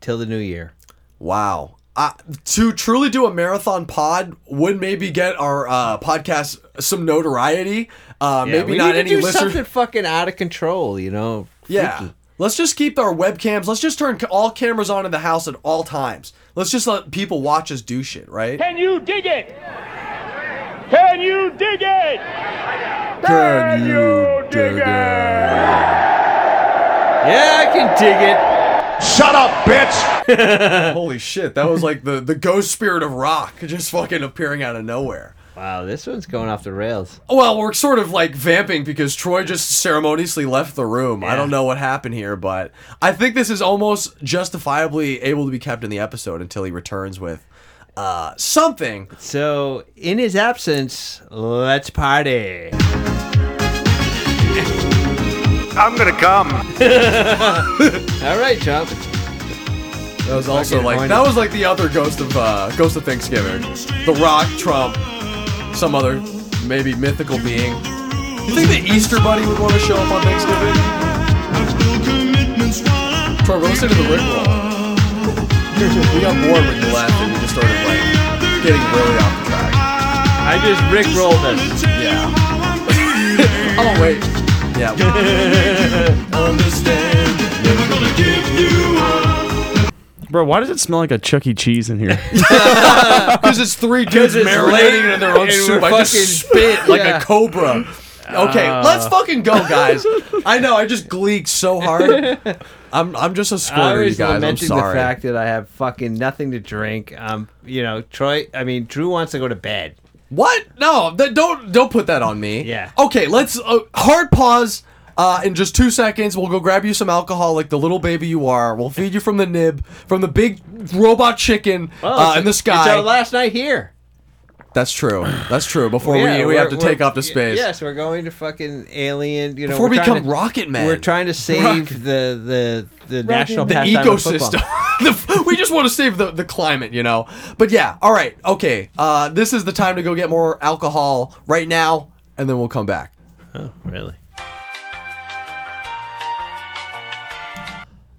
Speaker 7: till the new year.
Speaker 6: Wow. Uh, to truly do a marathon pod would maybe get our uh, podcast some notoriety. Uh,
Speaker 7: Yeah,
Speaker 6: maybe
Speaker 7: we
Speaker 6: not
Speaker 7: need to
Speaker 6: any
Speaker 7: do
Speaker 6: listeners.
Speaker 7: something fucking out of control, you know?
Speaker 6: Yeah.
Speaker 7: Freaky.
Speaker 6: Let's just keep our webcams. Let's just turn ca- all cameras on in the house at all times. Let's just let people watch us do shit, right?
Speaker 20: Can you dig it? Can you dig it?
Speaker 7: Can you dig it? Yeah, I can dig it.
Speaker 20: Shut up, bitch!
Speaker 6: Holy shit, that was like the, the ghost spirit of rock just fucking appearing out of nowhere.
Speaker 7: Wow, this one's going off the rails.
Speaker 6: Well, we're sort of like vamping because Troy just ceremoniously left the room. I don't know what happened here, but I think this is almost justifiably able to be kept in the episode until he returns with uh, something.
Speaker 7: So, in his absence, let's party.
Speaker 20: I'm gonna come.
Speaker 7: All right, Chop.
Speaker 6: That was also
Speaker 7: Fucking
Speaker 6: like
Speaker 7: horny.
Speaker 6: that was like the other ghost of uh, ghost of Thanksgiving, The Rock, Trump, some other maybe mythical being. You think the Easter Bunny would want to show up on Thanksgiving? Troy, we're listening to the Rickroll. we got bored when you left, and we just started like getting really off the track.
Speaker 19: I just rickrolled us.
Speaker 6: Yeah. oh wait. Yeah. Understand. Never gonna give you
Speaker 8: Bro, why does it smell like a Chuck E. Cheese in here?
Speaker 6: Because it's three dudes
Speaker 19: it's
Speaker 6: marinating in their own
Speaker 19: late
Speaker 6: soup.
Speaker 19: and
Speaker 6: I
Speaker 19: we're
Speaker 6: just
Speaker 19: fucking-
Speaker 6: spit like
Speaker 19: Yeah.
Speaker 6: a cobra. Okay,
Speaker 21: Uh.
Speaker 6: let's fucking go, guys. I know I just gleeked so hard. I'm I'm just a
Speaker 7: I
Speaker 6: squirter, you
Speaker 7: was
Speaker 6: guys. I'm
Speaker 7: lamenting
Speaker 6: sorry.
Speaker 7: the fact that I have fucking nothing to drink. Um, you know, Troy. I mean, Drew wants to go to bed.
Speaker 6: What? No, that don't don't put that on me.
Speaker 7: Yeah.
Speaker 6: Okay, let's uh, hard pause. Uh, in just two seconds, we'll go grab you some alcohol, like the little baby you are. We'll feed you from the nib, from the big robot chicken
Speaker 7: Well,
Speaker 6: uh,
Speaker 7: it's-
Speaker 6: in the sky.
Speaker 7: It's our last night here.
Speaker 6: That's true. That's true. Before
Speaker 7: Yeah,
Speaker 6: we, we have to
Speaker 7: we're-
Speaker 6: take
Speaker 7: we're-
Speaker 6: off the space.
Speaker 7: Yes, we're going to fucking alien. You know,
Speaker 6: Before we
Speaker 7: we're trying
Speaker 6: become Rocket Man.
Speaker 7: We're trying to save
Speaker 6: Rocket-
Speaker 7: the the the national
Speaker 6: the
Speaker 7: pastime of football.
Speaker 6: ecosystem. The f- we just want to save the, the climate, you know. But yeah, all right, okay. Uh, this is the time to go get more alcohol right now, and then we'll come back.
Speaker 7: Oh, really?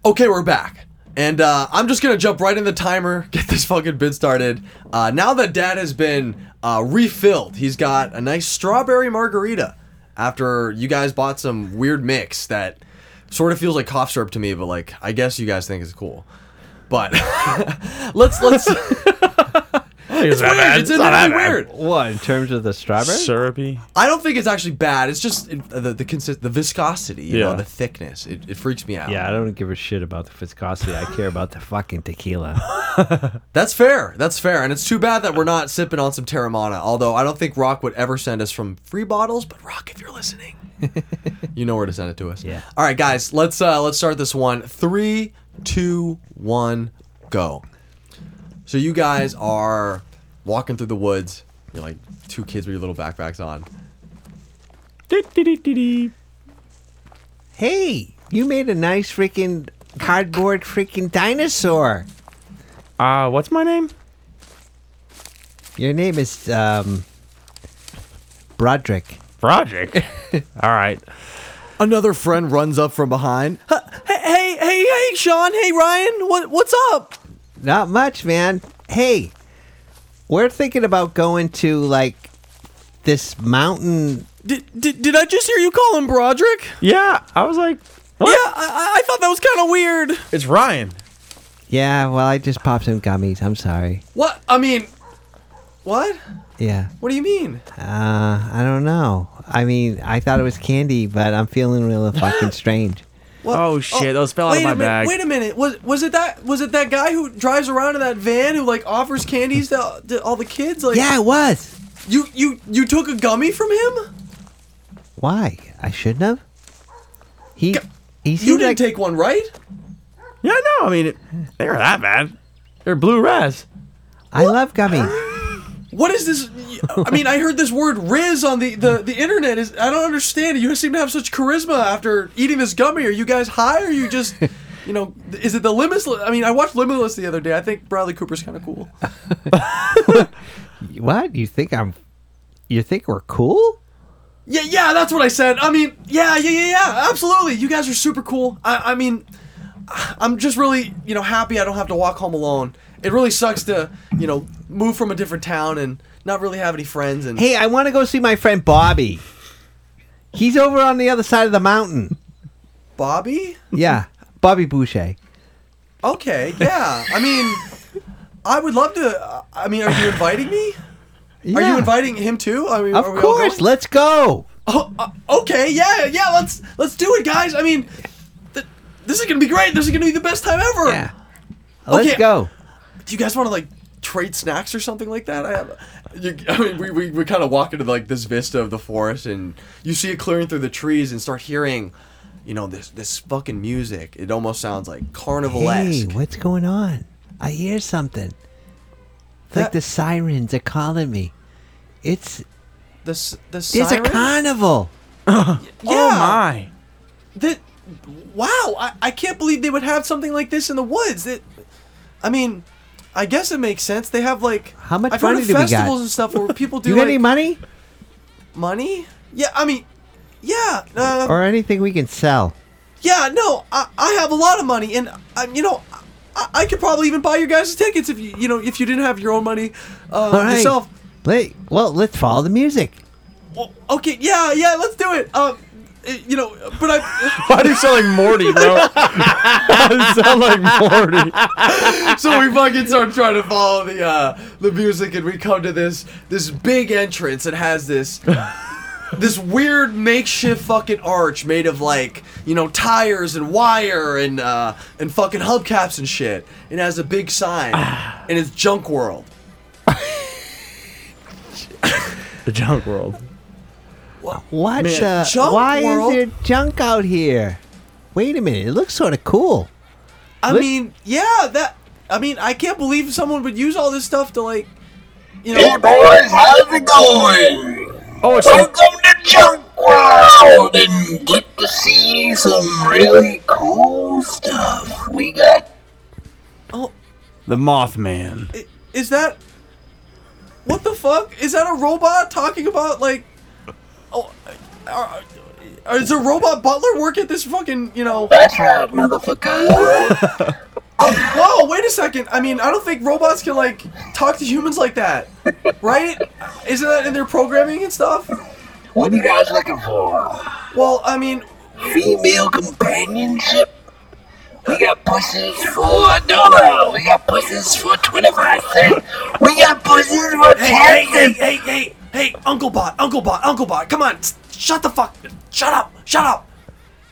Speaker 6: Okay, we're back. And uh, I'm just going to jump right in the timer, get this fucking bid started. Uh, now that dad has been uh, refilled, he's got a nice strawberry margarita after you guys bought some weird mix that sort of feels like cough syrup to me, but like, I guess you guys think it's cool. But let's, let's. it's
Speaker 22: not
Speaker 6: weird.
Speaker 22: bad.
Speaker 6: It's
Speaker 22: It's not that
Speaker 6: really
Speaker 22: bad.
Speaker 6: weird.
Speaker 7: What in terms of the strawberry
Speaker 8: syrupy?
Speaker 6: I don't think it's actually bad. It's just it, the the consist the viscosity, you know,
Speaker 7: Yeah.
Speaker 6: the thickness. It, it freaks me out.
Speaker 22: Yeah, I don't give a shit about the viscosity. I care about the fucking tequila.
Speaker 6: That's fair. That's fair. And it's too bad that we're not sipping on some Terramana. Although I don't think Rock would ever send us from free bottles, but Rock, if you're listening, you know where to send it to us. Yeah. All right, guys, let's uh let's start this one. Three, two, one, go. So you guys are walking through the woods. You're like two kids with your little backpacks on.
Speaker 7: Hey, you made a nice freaking cardboard freaking dinosaur.
Speaker 8: Uh, what's my name?
Speaker 7: Your name is um Broderick.
Speaker 8: Broderick. All right.
Speaker 6: Another friend runs up from behind. Hey, hey, hey, hey, Sean. Hey, Ryan. What what's up?
Speaker 7: Not much, man. Hey, we're thinking about going to like this mountain.
Speaker 6: Did did, did I just hear you call him Broderick?
Speaker 8: Yeah, I was like, what?
Speaker 6: Yeah, I, I thought that was kind of weird.
Speaker 8: It's Ryan.
Speaker 7: Yeah, well, I just popped some gummies. I'm sorry.
Speaker 6: What? I mean, what?
Speaker 7: Yeah.
Speaker 6: What do you mean?
Speaker 7: Uh, I don't know. I mean, I thought it was candy, but I'm feeling real fucking strange.
Speaker 6: What?
Speaker 8: Oh shit, those fell out of
Speaker 6: wait
Speaker 8: my
Speaker 6: a minute,
Speaker 8: bag.
Speaker 6: Wait a minute. Was was it that was it that guy who drives around in that van who like offers candies to, to all the kids? Like
Speaker 7: Yeah, it was.
Speaker 6: You you you took a gummy from him?
Speaker 7: Why? I shouldn't have. He he
Speaker 6: You
Speaker 7: seemed
Speaker 6: didn't
Speaker 7: like
Speaker 6: take one, right?
Speaker 8: Yeah, no, I mean, it, they were that bad. They're blue res.
Speaker 7: I love gummies.
Speaker 6: What is this? I mean, I heard this word "riz" on the, the, the internet. Is I don't understand. it. You seem to have such charisma after eating this gummy. Are you guys high? Or are you just, you know, is it the limitless? I mean, I watched Limitless the other day. I think Bradley Cooper's kind of cool.
Speaker 7: What? You think I'm? You think we're cool?
Speaker 6: Yeah, yeah, that's what I said. I mean, yeah, yeah, yeah, yeah, absolutely. You guys are super cool. I, I mean, I'm just really, you know, happy I don't have to walk home alone. It really sucks to, you know, move from a different town and not really have any friends. And
Speaker 7: Hey, I want to go see my friend Bobby. He's over on the other side of the mountain.
Speaker 6: Bobby.
Speaker 7: Yeah, Bobby Boucher.
Speaker 6: Okay, yeah. I mean, I would love to. I mean, are you inviting me? Are you
Speaker 7: Yeah.
Speaker 6: inviting him too? I mean,
Speaker 7: Of
Speaker 6: are we all
Speaker 7: course,
Speaker 6: going?
Speaker 7: let's go.
Speaker 6: Oh, uh, okay, yeah, yeah. Let's let's do it, guys. I mean, th- this is gonna be great. This is gonna be the best time ever. Yeah.
Speaker 7: Let's go.
Speaker 6: Do you guys want to like trade snacks or something like that? I have. You, I mean, we, we, we kind of walk into like this vista of the forest, and you see it clearing through the trees, and start hearing, you know, this this fucking music. It almost sounds like carnival
Speaker 7: Hey, what's going on? I hear something. It's like the sirens are calling me. It's
Speaker 6: The s- the
Speaker 7: there's a
Speaker 6: sirens?
Speaker 7: carnival.
Speaker 6: Oh
Speaker 8: my!
Speaker 6: That wow! I, I can't believe they would have something like this in the woods. That I mean, I guess it makes sense. They have like
Speaker 7: How much
Speaker 6: I've
Speaker 7: money
Speaker 6: heard of
Speaker 7: do we got?
Speaker 6: festivals and stuff where people do.
Speaker 7: you got
Speaker 6: like,
Speaker 7: any money
Speaker 6: Money? Yeah, I mean, yeah, uh,
Speaker 7: or anything we can sell?
Speaker 6: yeah. No, I, I have a lot of money, and I, you know, I, I could probably even buy your guys tickets if you you know if you didn't have your own money uh,
Speaker 7: All right.
Speaker 6: yourself.
Speaker 7: Play- well, let's follow the music.
Speaker 6: Well, okay, yeah, yeah, let's do it. Um, uh, you know, but I.
Speaker 8: Why do you sound like Morty, bro? I sound like Morty.
Speaker 6: so we fucking start trying to follow the uh, the music, and we come to this this big entrance. It has this this weird makeshift fucking arch made of like you know tires and wire and uh, and fucking hubcaps and shit. It has a big sign, and it's Junk World.
Speaker 8: The junk world.
Speaker 6: Man,
Speaker 7: What the?
Speaker 6: junk
Speaker 7: why
Speaker 6: world?
Speaker 7: is there junk out here? Wait a minute. It looks sort of cool.
Speaker 6: I
Speaker 7: Look-
Speaker 6: mean, yeah, that. I mean, I can't believe someone would use all this stuff to like, you know.
Speaker 10: Hey boys, how's it going?
Speaker 8: Oh, it's
Speaker 10: welcome to Junk World and get to see some really cool stuff. We got
Speaker 6: oh,
Speaker 8: The Mothman.
Speaker 6: Is that what the fuck? Is that a robot talking about like? Oh, uh, uh, is a robot butler work at this fucking you know? That's right, motherfucker. Whoa! Wait a second. I mean, I don't think robots can like talk to humans like that, right? Isn't that in their programming and stuff?
Speaker 10: what are you guys looking for?
Speaker 6: Well, I mean,
Speaker 10: female companionship. We got pussies for a dollar. We got pussies for twenty-five cents. We got pussies for
Speaker 6: Hey,
Speaker 10: ten
Speaker 6: hey,
Speaker 10: cents.
Speaker 6: hey, hey, hey, hey, Uncle Bot, Uncle Bot, Uncle Bot, come on, s- shut the fuck, shut up, shut up.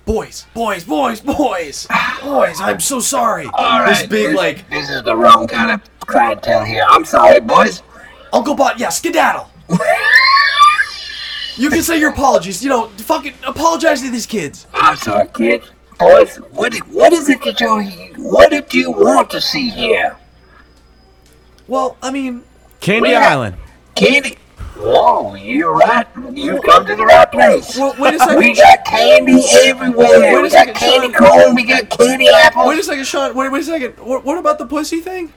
Speaker 6: Boys, boys, boys, boys, boys, I'm so sorry.
Speaker 10: All
Speaker 6: this
Speaker 10: right,
Speaker 6: big,
Speaker 10: this-
Speaker 6: like.
Speaker 10: This is the wrong kind of clientele here. I'm sorry, boys.
Speaker 6: Uncle Bot, yeah, skedaddle. you can say your apologies, you know, fucking apologize to these kids.
Speaker 10: I'm sorry, kid. Boys, what, what is it that you what did you want to see here?
Speaker 6: Well, I mean,
Speaker 10: Candy Wait, I- Island. Candy. Whoa, you're right. You come to the right place.
Speaker 6: Well, wait a second.
Speaker 10: We got candy everywhere.
Speaker 6: Wait a
Speaker 10: we
Speaker 6: second,
Speaker 10: got candy
Speaker 6: Sean.
Speaker 10: corn. We got candy apples.
Speaker 6: Wait a second, Sean. Wait, wait a second. What, what about the pussy thing?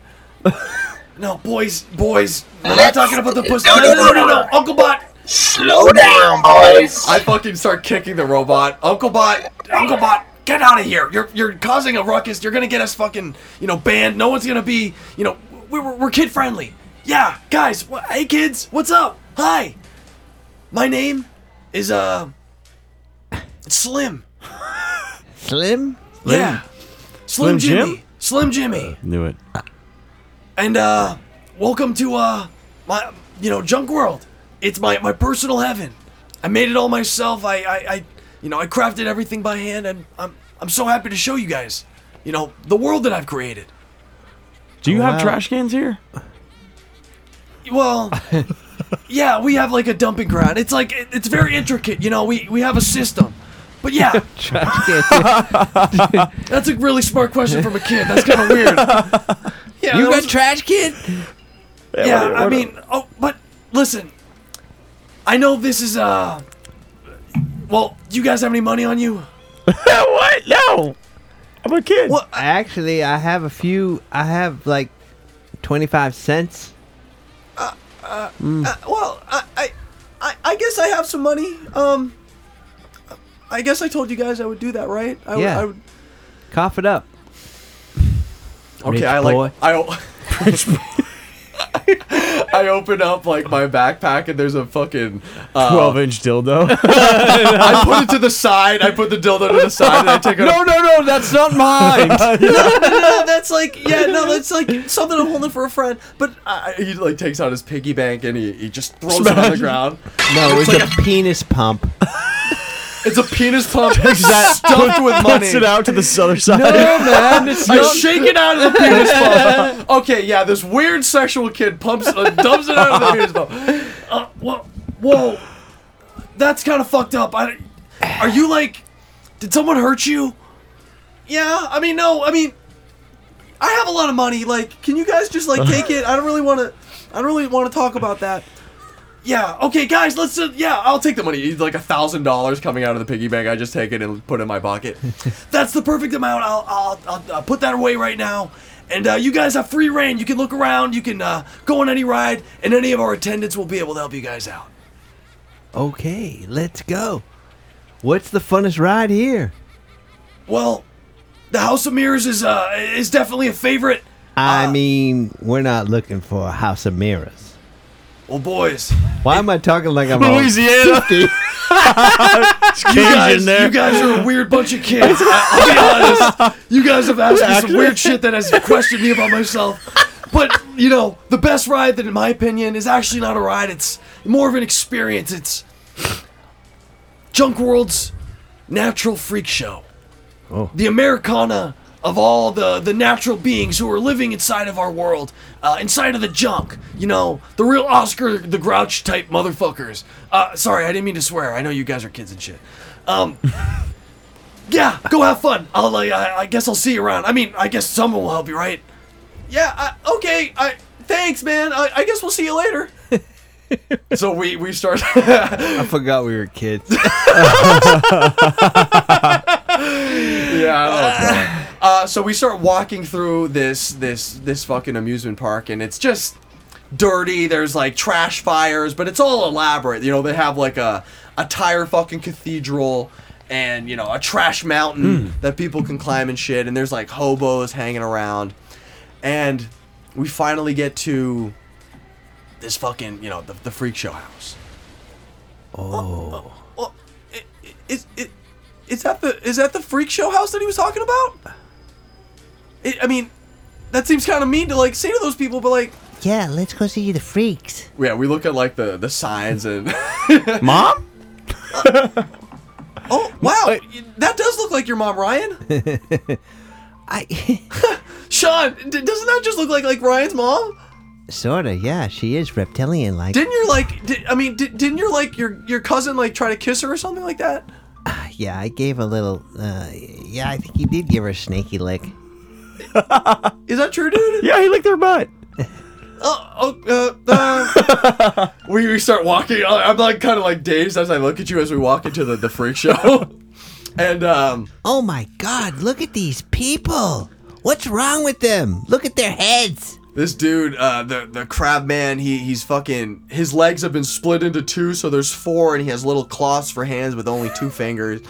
Speaker 6: no, boys, boys. We're not
Speaker 10: Let's-
Speaker 6: talking about the pussy.
Speaker 10: no,
Speaker 6: No, no, no,
Speaker 10: no,
Speaker 6: no,
Speaker 10: no,
Speaker 6: no, Uncle Bot.
Speaker 10: Slow down, boys.
Speaker 6: I fucking start kicking the robot. Uncle Bot, Uncle Bot, get out of here. You're you're causing a ruckus. You're gonna get us fucking you know banned. No one's gonna be you know we- we're, we're kid friendly. Yeah, guys. Wh- hey, kids. What's up? Hi. My name is uh Slim.
Speaker 7: Slim?
Speaker 6: Yeah. Slim,
Speaker 8: Slim Jim?
Speaker 6: Jimmy. Slim Jimmy.
Speaker 8: Knew it.
Speaker 6: And uh welcome to uh my you know junk world. It's my my personal heaven. I made it all myself. I I, I you know, I crafted everything by hand and I'm I'm so happy to show you guys, you know, the world that I've created.
Speaker 8: Do you have
Speaker 6: Wow.
Speaker 8: trash cans here?
Speaker 6: Well, yeah, we have like a dumping ground. It's like it- it's very intricate, you know. We we have a system. But yeah, that's a really smart question from a kid. That's kind of weird. Yeah,
Speaker 7: You
Speaker 6: that
Speaker 7: got
Speaker 6: was-
Speaker 7: trash, kid?
Speaker 6: Yeah,
Speaker 7: what do-
Speaker 6: I
Speaker 7: what do-
Speaker 6: mean, oh, but listen, I know this is uh, well, do you guys have any money on you?
Speaker 8: what? No. I'm a kid.
Speaker 6: What?
Speaker 7: Actually, I have a few. I have like 25 cents.
Speaker 6: Uh,
Speaker 7: Mm.
Speaker 6: uh, well, I, I, I, I guess I have some money. Um, I guess I told you guys I would do that, right? I
Speaker 7: Yeah.
Speaker 6: Would, I would,
Speaker 7: Cough it up.
Speaker 6: Okay,
Speaker 7: Rich
Speaker 6: I like
Speaker 7: boy.
Speaker 6: I. o- I open up like my backpack and there's a fucking uh,
Speaker 8: 12 inch dildo.
Speaker 6: I put it to the side. I put the dildo to the side and I take it.
Speaker 7: No, no, no, that's not mine.
Speaker 6: no, that's like yeah, no, that's like something I'm holding for a friend. But I, Uh, he like takes out his piggy bank and he, he just throws it on the
Speaker 7: Smash.
Speaker 6: ground.
Speaker 7: No, it's,
Speaker 6: like
Speaker 7: a, penis pump.
Speaker 6: it's a penis pump
Speaker 8: that-
Speaker 6: stuffed with money.
Speaker 8: Puts it out to the other side.
Speaker 7: man, it's
Speaker 6: I
Speaker 7: not-
Speaker 6: shake it out of the penis pump. Okay, yeah, this weird sexual kid pumps, uh, dumps it out of the penis pump. Uh, whoa, whoa, that's kind of fucked up. I, are you like, did someone hurt you? Yeah, I mean, no, I mean, I have a lot of money. Like, can you guys just like take it? I don't really want to. I don't really want to talk about that. Yeah. Okay, guys, let's. Uh, yeah, I'll take the money. It's like a thousand dollars coming out of the piggy bank. I just take it and put it in my pocket. That's the perfect amount. I'll, I'll, I'll, i put that away right now. And uh, you guys have free reign. You can look around. You can uh, go on any ride, and any of our attendants will be able to help you guys out.
Speaker 7: Okay, let's go. What's the funnest ride here?
Speaker 6: Well, the House of Mirrors is uh, is definitely a favorite.
Speaker 7: I mean, we're not looking for a house of mirrors.
Speaker 6: Well, boys,
Speaker 7: Why am I talking like I'm all
Speaker 8: Louisiana.
Speaker 7: 50?
Speaker 6: you guys, you guys are a weird bunch of kids. I- I'll be honest. You guys have asked me some
Speaker 8: Actually-
Speaker 6: weird shit that has questioned me about myself. But you know, the best ride that, in my opinion, is actually not a ride. It's more of an experience. It's Junk World's natural freak show. The Americana of all the, the natural beings who are living inside of our world, uh, inside of the junk. You know, the real Oscar the Grouch type motherfuckers. Uh, sorry, I didn't mean to swear. I know you guys are kids and shit. Um, yeah, go have fun. I'll, uh, I, I guess I'll see you around. I mean, I guess someone will help you, right? Yeah, I, okay. I thanks, man. I, I guess we'll see you later. so we we start.
Speaker 23: I forgot we were kids.
Speaker 6: yeah. Uh, so we start walking through this this this fucking amusement park, and it's just dirty. There's like trash fires, but it's all elaborate. You know, they have like a a tire fucking cathedral. And you know a trash mountain that people can climb and shit, and there's like hobos hanging around, and we finally get to this fucking you know the, the freak show house.
Speaker 23: Oh.
Speaker 6: Is it is that the is that the freak show house that he was talking about? It, I mean, that seems kind of mean to like say to those people, but like,
Speaker 7: Yeah, let's go see the freaks.
Speaker 6: yeah, we look at like the the signs and
Speaker 8: mom.
Speaker 6: oh wow, that does look like your mom, Ryan.
Speaker 7: I
Speaker 6: Sean, d- doesn't that just look like like Ryan's mom?
Speaker 7: sorta, yeah, she is reptilian like.
Speaker 6: Didn't your like, di- I mean, di- didn't your like your your cousin like try to kiss her or something like that?
Speaker 7: Yeah, I gave a little. Uh, yeah, I think he did give her a snaky lick.
Speaker 6: Is that true, dude?
Speaker 7: yeah, he licked her butt.
Speaker 6: Oh, oh, uh, uh. we, we start walking. I- I'm like kind of like dazed as I look at you as we walk into the, the freak show. and um,
Speaker 7: Oh my god, look at these people! What's wrong with them? Look at their heads!
Speaker 6: this dude, uh, the the crab man, he he's fucking. His legs have been split into two, so there's four, and he has little claws for hands with only two fingers.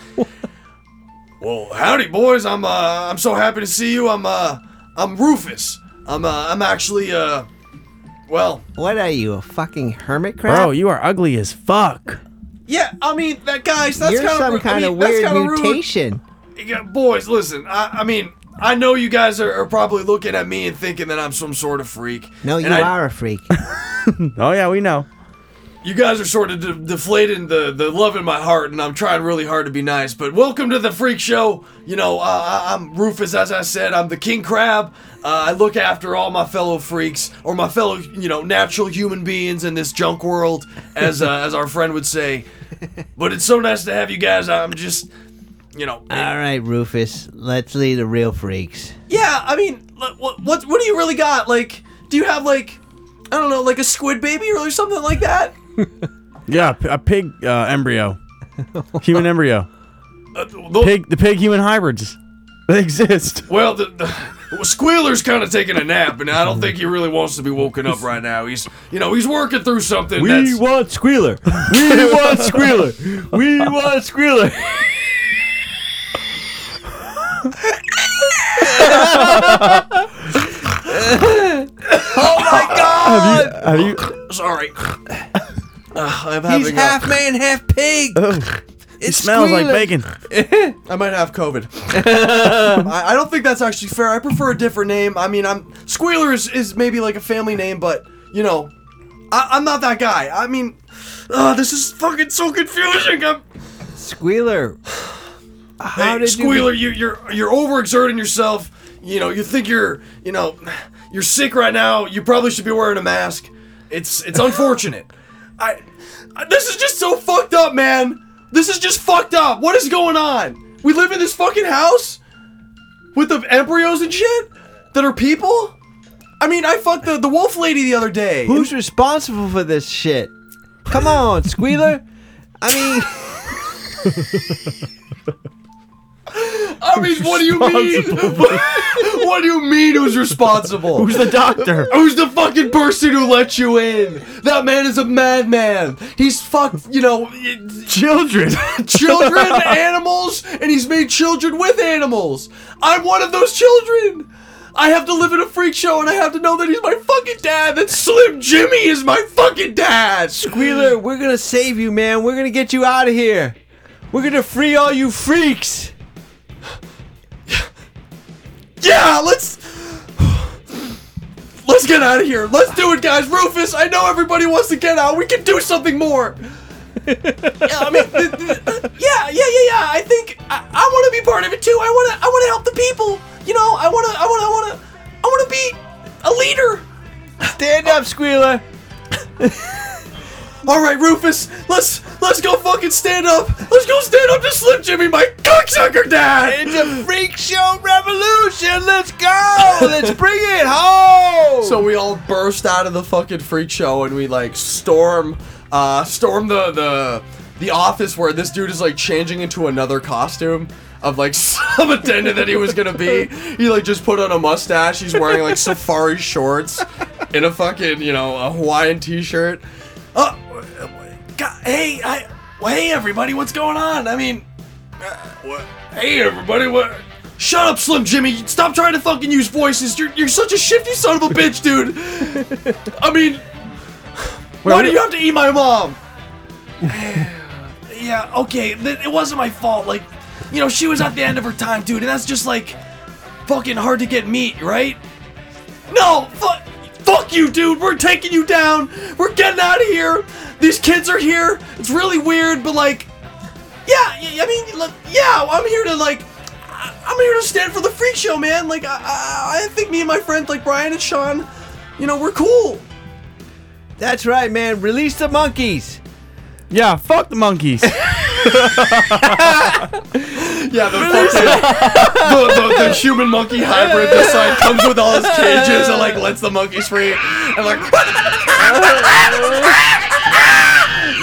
Speaker 6: well, howdy, boys. I'm uh, I'm so happy to see you. I'm uh, I'm Rufus. I'm uh, I'm actually uh, well,
Speaker 7: What are you, a fucking hermit crab?
Speaker 8: Bro, you are ugly as fuck.
Speaker 6: yeah. I mean, that guys, that's
Speaker 7: You're
Speaker 6: kind
Speaker 7: some
Speaker 6: of
Speaker 7: kind
Speaker 6: I
Speaker 7: of
Speaker 6: mean, that's
Speaker 7: weird
Speaker 6: kinda rude.
Speaker 7: mutation.
Speaker 6: Yeah, boys, listen. I, I mean, I know you guys are, are probably looking at me and thinking that I'm some sort of freak.
Speaker 7: No,
Speaker 6: And
Speaker 7: you
Speaker 6: I-
Speaker 7: are a freak.
Speaker 8: oh yeah, we know.
Speaker 6: You guys are sort of de- deflating the, the love in my heart, and I'm trying really hard to be nice. But welcome to the freak show. You know, uh, I- I'm Rufus, as I said. I'm the king crab. Uh, I look after all my fellow freaks, or my fellow, you know, natural human beings in this junk world, as uh, as our friend would say. But it's so nice to have you guys. I'm just, you know,
Speaker 7: All right, Rufus, let's lead the real freaks.
Speaker 6: Yeah, I mean, like, what what what do you really got? Like, do you have like, I don't know, like a squid baby or something like that?
Speaker 8: Yeah, p- a pig uh, embryo, human embryo,
Speaker 6: Uh, those-
Speaker 8: pig the pig human hybrids. They exist.
Speaker 6: Well, the, the well, Squealer's kind of taking a nap, and I don't think he really wants to be woken up right now. He's, you know, he's working through something.
Speaker 23: We
Speaker 6: that's,
Speaker 23: want Squealer. We want Squealer. We want Squealer.
Speaker 6: oh my god!
Speaker 8: Have you?
Speaker 6: Sorry. Uh, I'm
Speaker 23: He's
Speaker 6: having
Speaker 23: half
Speaker 6: a,
Speaker 23: man, half pig.
Speaker 8: It smells like bacon.
Speaker 6: I might have COVID. I, I don't think that's actually fair. I prefer a different name. I mean, I'm Squealer is, is maybe like a family name, but you know, I, I'm not that guy. I mean, uh, this is fucking so confusing. I'm,
Speaker 23: Squealer.
Speaker 6: Hey, Squealer, you, you're you're overexerting yourself. You know, you think you're you know you're sick right now. You probably should be wearing a mask. It's it's unfortunate. I, I this is just so fucked up, man. This is just fucked up. What is going on? We live in this fucking house with the embryos and shit that are people. I mean, I fucked the the wolf lady the other day.
Speaker 23: Who's responsible for this shit? Come on, Squealer. I mean,
Speaker 6: I mean, what do you mean? what do you mean who's responsible?
Speaker 8: Who's the doctor?
Speaker 6: Who's the fucking person who let you in? That man is a madman. He's fucked, you know,
Speaker 8: children.
Speaker 6: children, animals, and he's made children with animals. I'm one of those children. I have to live in a freak show and I have to know that he's my fucking dad, that Slim Jimmy is my fucking dad.
Speaker 23: Squealer, we're gonna save you, man. We're gonna get you out of here. We're gonna free all you freaks.
Speaker 6: Yeah, let's let's get out of here. Let's do it, guys. Rufus, I know everybody wants to get out. We can do something more.
Speaker 24: I mean, th- th- th- yeah, yeah, yeah, yeah. I think I, I want to be part of it too. I want to, I want to help the people. You know, I want to, I want to, I want to, I want to be a leader.
Speaker 7: Stand up, Squealer.
Speaker 6: All right, Rufus, let's let's go fucking stand up. Let's go stand up to Slim Jimmy, my cocksucker dad.
Speaker 7: It's a freak show revolution. Let's go. Let's bring it home.
Speaker 6: So we all burst out of the fucking freak show and we like storm, uh, storm the the the office where this dude is like changing into another costume of like some attendant that he was gonna be. He like just put on a mustache. He's wearing like safari shorts and a fucking you know a Hawaiian t-shirt.
Speaker 24: Uh, God, hey, I, well, hey, everybody, what's going on? I mean, uh, what, hey, everybody, what?
Speaker 6: Shut up, Slim Jimmy. Stop trying to fucking use voices. You're, you're such a shifty son of a bitch, dude. I mean, why do you have to eat my mom?
Speaker 24: Yeah, okay, th- it wasn't my fault. Like, you know, she was at the end of her time, dude, and that's just like fucking hard to get meat, right?
Speaker 6: No, fuck, fuck you, dude. We're taking you down. We're getting out of here. These kids are here. It's really weird, but like,
Speaker 24: Yeah, y- I mean, look, yeah, I'm here to like, I- I'm here to stand for the freak show, man. Like, I, I, I think me and my friends, like Brian and Sean, you know, we're cool.
Speaker 7: That's right, man. Release the monkeys.
Speaker 8: Yeah, fuck the monkeys.
Speaker 6: yeah, the fucking the, the, the human monkey hybrid just like comes with all his cages and like lets the monkeys free. And like,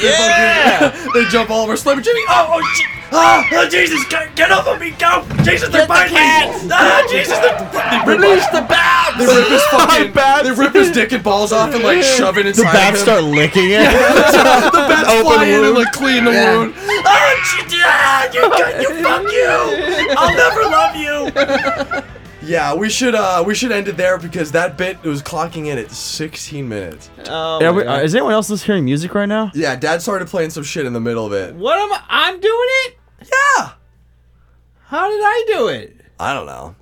Speaker 6: yeah, they jump all over Slim Jimmy.
Speaker 24: Oh, oh, Je- ah, oh, Jesus, get, get off of me, go! Jesus, they're biting me! Ah, Jesus, they're... Release the bats!
Speaker 6: They rip his fucking They rip his dick and balls off and like shove it inside.
Speaker 25: bats
Speaker 6: him.
Speaker 25: start licking it.
Speaker 6: the bats
Speaker 25: Open
Speaker 6: fly in and
Speaker 25: wound.
Speaker 6: like clean the
Speaker 25: Yeah.
Speaker 6: wound.
Speaker 24: Oh, Je- ah, you, you, fuck you! I'll never love you!
Speaker 6: Yeah, we should uh we should end it there because that bit was clocking in at 16 minutes.
Speaker 8: Yeah, wait, uh, is anyone else just hearing music right now?
Speaker 6: Yeah, Dad started playing some shit in the middle of it.
Speaker 7: What am I? I'm doing it?
Speaker 6: Yeah.
Speaker 7: How did I do it?
Speaker 6: I don't know.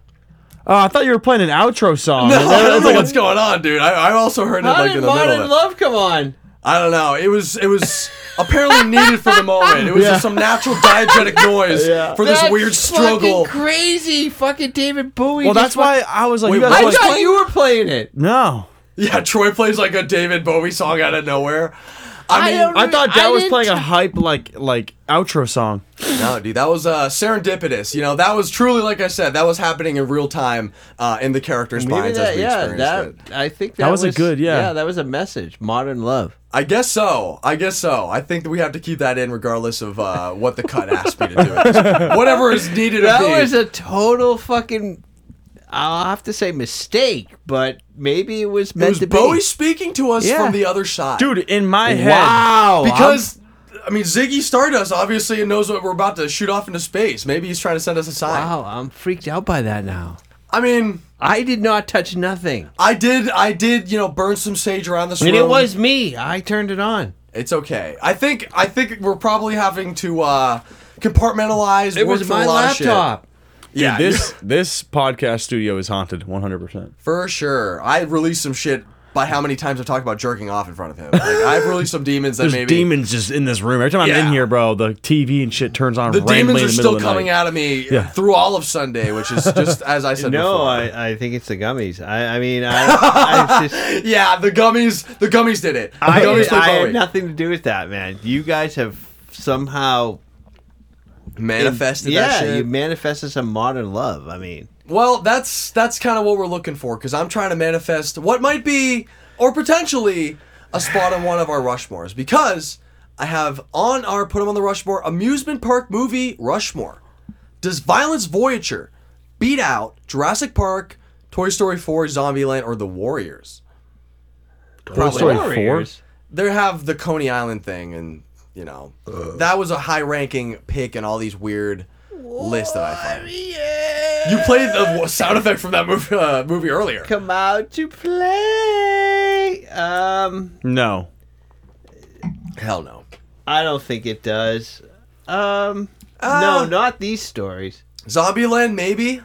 Speaker 8: Oh, I thought you were playing an outro song.
Speaker 6: No, I don't know what's going on, dude. I, I also heard it
Speaker 7: How
Speaker 6: like
Speaker 7: did
Speaker 6: in the middle.
Speaker 7: Modern
Speaker 6: Of it.
Speaker 7: Love come on?
Speaker 6: I don't know. It was it was apparently needed for the moment. It was
Speaker 7: Yeah.
Speaker 6: just some natural diegetic noise for this
Speaker 7: That's
Speaker 6: weird struggle.
Speaker 7: Fucking crazy, fucking David Bowie.
Speaker 6: Oh. Well,
Speaker 7: just
Speaker 6: that's why
Speaker 7: fuck-
Speaker 6: I was like,
Speaker 7: Wait,
Speaker 6: you guys
Speaker 7: I
Speaker 6: were
Speaker 7: thought
Speaker 6: playing-
Speaker 7: you were playing it.
Speaker 8: No.
Speaker 6: Yeah, Troy plays like a David Bowie song out of nowhere. I
Speaker 7: I
Speaker 6: mean,
Speaker 7: don't
Speaker 8: I thought Dad was playing a hype like like outro song.
Speaker 6: No, dude, that was uh, serendipitous. You know, that was truly, like I said, that was happening in real time uh, in the characters'
Speaker 7: Maybe
Speaker 6: minds as
Speaker 7: that,
Speaker 6: we
Speaker 7: yeah,
Speaker 6: experienced
Speaker 7: that
Speaker 6: it.
Speaker 7: I think that,
Speaker 6: That was a good- yeah.
Speaker 7: that was a message. Modern love.
Speaker 6: I guess so. I guess so. I think that we have to keep that in regardless of uh, what the cut asked me to do. at this point. Whatever is needed
Speaker 7: That
Speaker 6: of me.
Speaker 7: was a total fucking. I'll have to say mistake, but maybe it was meant
Speaker 6: was
Speaker 7: to be.
Speaker 6: Bowie speaking to us from the other side.
Speaker 8: Dude, in my head.
Speaker 7: Wow,
Speaker 6: Because, i mean, Ziggy Stardust obviously knows what we're about to shoot off into space. Maybe he's trying to send us a sign.
Speaker 7: Wow, I'm freaked out by that now.
Speaker 6: I mean,
Speaker 7: I did not touch nothing.
Speaker 6: I did, I did, you know, burn some sage around this
Speaker 7: And
Speaker 6: room.
Speaker 7: it was me. I turned it on.
Speaker 6: It's okay. I think I think we're probably having to uh, compartmentalize.
Speaker 7: It
Speaker 6: work
Speaker 7: was
Speaker 6: through
Speaker 7: my
Speaker 6: a lot of shit.
Speaker 7: laptop.
Speaker 8: Dude,
Speaker 6: Yeah,
Speaker 8: this this podcast studio is haunted 100%.
Speaker 6: for sure. I released some shit by how many times I've talked about jerking off in front of him. Like, I've released some demons that
Speaker 8: There's
Speaker 6: maybe
Speaker 8: demons just in this room. Every time I'm
Speaker 6: Yeah.
Speaker 8: in here, bro, the TV and shit turns on.
Speaker 6: the
Speaker 8: randomly
Speaker 6: demons
Speaker 8: in
Speaker 6: are
Speaker 8: the
Speaker 6: still
Speaker 8: middle of the
Speaker 6: coming
Speaker 8: night.
Speaker 6: out of me
Speaker 8: Yeah.
Speaker 6: through all of Sunday, which is just as I said.
Speaker 8: No,
Speaker 6: before.
Speaker 26: I, I think it's the gummies. I, I mean, I, I just
Speaker 6: yeah, the gummies. The gummies did it. The
Speaker 26: I,
Speaker 6: gummies played
Speaker 26: I
Speaker 6: Bowie.
Speaker 26: had nothing to do with that, man. You guys have somehow
Speaker 6: Manifested that
Speaker 26: yeah,
Speaker 6: shit.
Speaker 26: you manifested some modern love. I mean,
Speaker 6: Well, that's that's kind of what we're looking for because I'm trying to manifest what might be or potentially a spot on one of our Rushmores because I have on our put 'em on the Rushmore amusement park movie Rushmore. Does Violence Voyager beat out Jurassic Park, Toy Story 4, Zombieland, or The Warriors?
Speaker 8: Story
Speaker 6: not.
Speaker 8: 4? Warriors?
Speaker 6: They have the Coney Island thing, and you know that was a high-ranking pick in all these weird lists that I found. You played the w- sound effect from that movie, uh, movie earlier.
Speaker 7: Come out to play. Um,
Speaker 8: No.
Speaker 6: Hell no.
Speaker 26: I don't think it does.
Speaker 7: um,
Speaker 26: Ah.
Speaker 7: no, not these stories.
Speaker 6: Zombieland, maybe.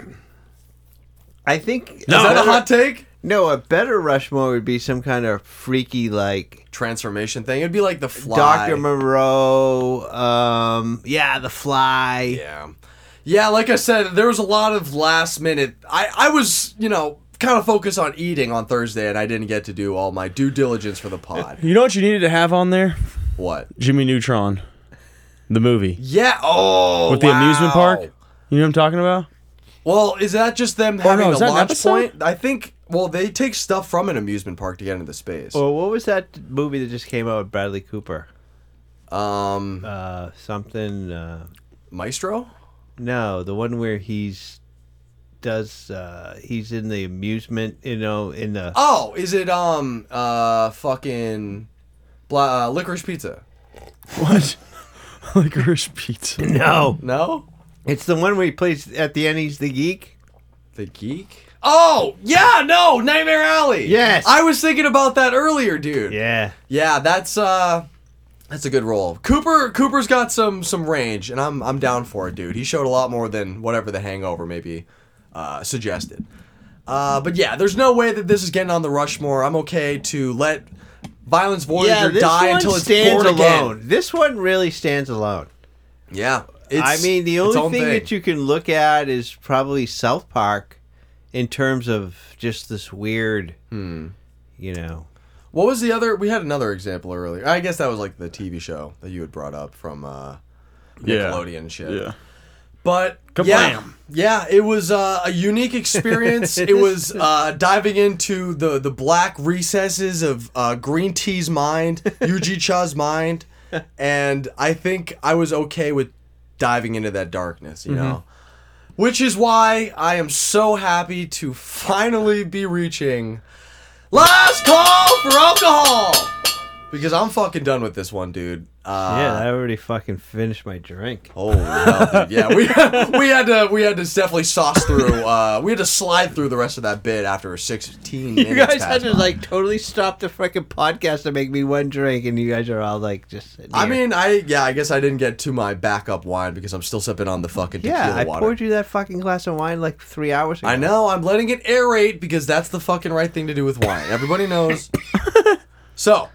Speaker 26: I think
Speaker 6: Is that a hot take?
Speaker 7: No, a better Rushmore would be some kind of freaky like
Speaker 6: transformation thing. It'd be like the Fly.
Speaker 7: Doctor Moreau. Um, yeah, the Fly.
Speaker 6: Yeah, Yeah, like I said, there was a lot of last minute. I, I was, you know, kind of focused on eating on Thursday, and I didn't get to do all my due diligence for the pod.
Speaker 8: You know what you needed to have on there?
Speaker 6: What?
Speaker 8: Jimmy Neutron, the movie.
Speaker 6: Yeah. Oh.
Speaker 8: With the
Speaker 6: wow.
Speaker 8: amusement park. You know what I'm talking about?
Speaker 6: Well, is that just them
Speaker 8: Oh, no,
Speaker 6: having
Speaker 8: is
Speaker 6: a
Speaker 8: that an
Speaker 6: launch
Speaker 8: episode?
Speaker 6: point? I think. Well, they take stuff from an amusement park to get into the space.
Speaker 7: Or what was that movie that just came out with Bradley Cooper?
Speaker 8: Oh.
Speaker 6: Um,
Speaker 7: uh, something. Uh,
Speaker 6: Maestro.
Speaker 7: No, the one where he's does uh, he's in the amusement, you know, in the
Speaker 6: Oh, is it um uh fucking blah, uh, licorice pizza?
Speaker 8: What? Licorice pizza.
Speaker 7: No.
Speaker 6: No?
Speaker 7: It's the one where he plays at the end he's the geek.
Speaker 6: The geek? Oh yeah, no Nightmare Alley.
Speaker 7: Yes.
Speaker 6: I was thinking about that earlier, dude.
Speaker 7: Yeah.
Speaker 6: Yeah, that's uh that's a good role. Cooper Cooper's got some some range, and I'm I'm down for it, dude. He showed a lot more than whatever the Hangover maybe uh, suggested. Uh, but yeah, there's no way that this is getting on the Rushmore. I'm okay to let Violence Voyager
Speaker 7: yeah, this
Speaker 6: die
Speaker 7: one
Speaker 6: until it's
Speaker 7: stands
Speaker 6: bored again.
Speaker 7: alone. This one really stands alone.
Speaker 6: Yeah.
Speaker 7: I
Speaker 6: it's
Speaker 7: mean, the
Speaker 6: its
Speaker 7: only
Speaker 6: own
Speaker 7: thing, that you can look at is probably South Park in terms of just this weird, you know.
Speaker 6: What was the other? We had another example earlier. I guess that was like the TV show that you had brought up from uh,
Speaker 8: Yeah.
Speaker 6: Nickelodeon and shit.
Speaker 8: Yeah.
Speaker 6: But yeah, yeah, it was uh, a unique experience. it was uh, diving into the the black recesses of uh, Green Tea's mind, Yuji Cha's mind, and I think I was okay with diving into that darkness. You
Speaker 10: Mhm.
Speaker 6: know. Which is why I am so happy to finally be reaching last call for alcohol because I'm fucking done with this one, dude. Uh,
Speaker 7: yeah, I already fucking finished my drink.
Speaker 6: Holy hell, dude. Yeah, we we had to we had to definitely sauce through. Uh, we had to slide through the rest of that bit after 16 minutes.
Speaker 11: You guys
Speaker 6: passed
Speaker 11: had to
Speaker 6: by.
Speaker 11: like totally stop the fucking podcast to make me one drink, and you guys are all like just. Sitting
Speaker 6: I
Speaker 11: here.
Speaker 6: mean, I yeah, I guess I didn't get to my backup wine because I'm still sipping on the fucking tequila
Speaker 7: Yeah, I
Speaker 6: water.
Speaker 7: poured you that fucking glass of wine like three hours ago.
Speaker 6: I know. I'm letting it aerate because that's the fucking right thing to do with wine. Everybody knows. so,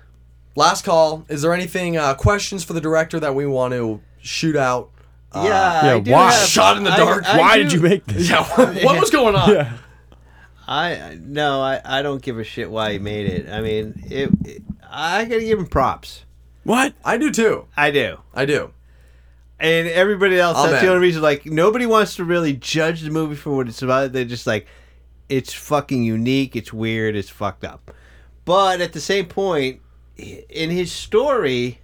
Speaker 6: last call. Is there anything uh, questions for the director that we want to shoot out? Uh,
Speaker 11: Yeah, Yeah, I do why? have-
Speaker 6: Shot in the
Speaker 11: I-
Speaker 6: dark.
Speaker 11: I Why do- did you
Speaker 8: make
Speaker 11: this?
Speaker 6: Yeah. What, what was going on?
Speaker 8: Yeah.
Speaker 7: I no, I, I don't give a shit why he made it. I mean, it, it- I gotta give him props.
Speaker 8: What?
Speaker 6: I do too.
Speaker 7: I do.
Speaker 6: I do.
Speaker 7: And everybody else,
Speaker 6: I'll
Speaker 7: that's
Speaker 6: bet.
Speaker 7: the only reason. Like nobody wants to really judge the movie for what it's about. They're just like, it's fucking unique. It's weird. It's fucked up. But at the same point, i- in his story,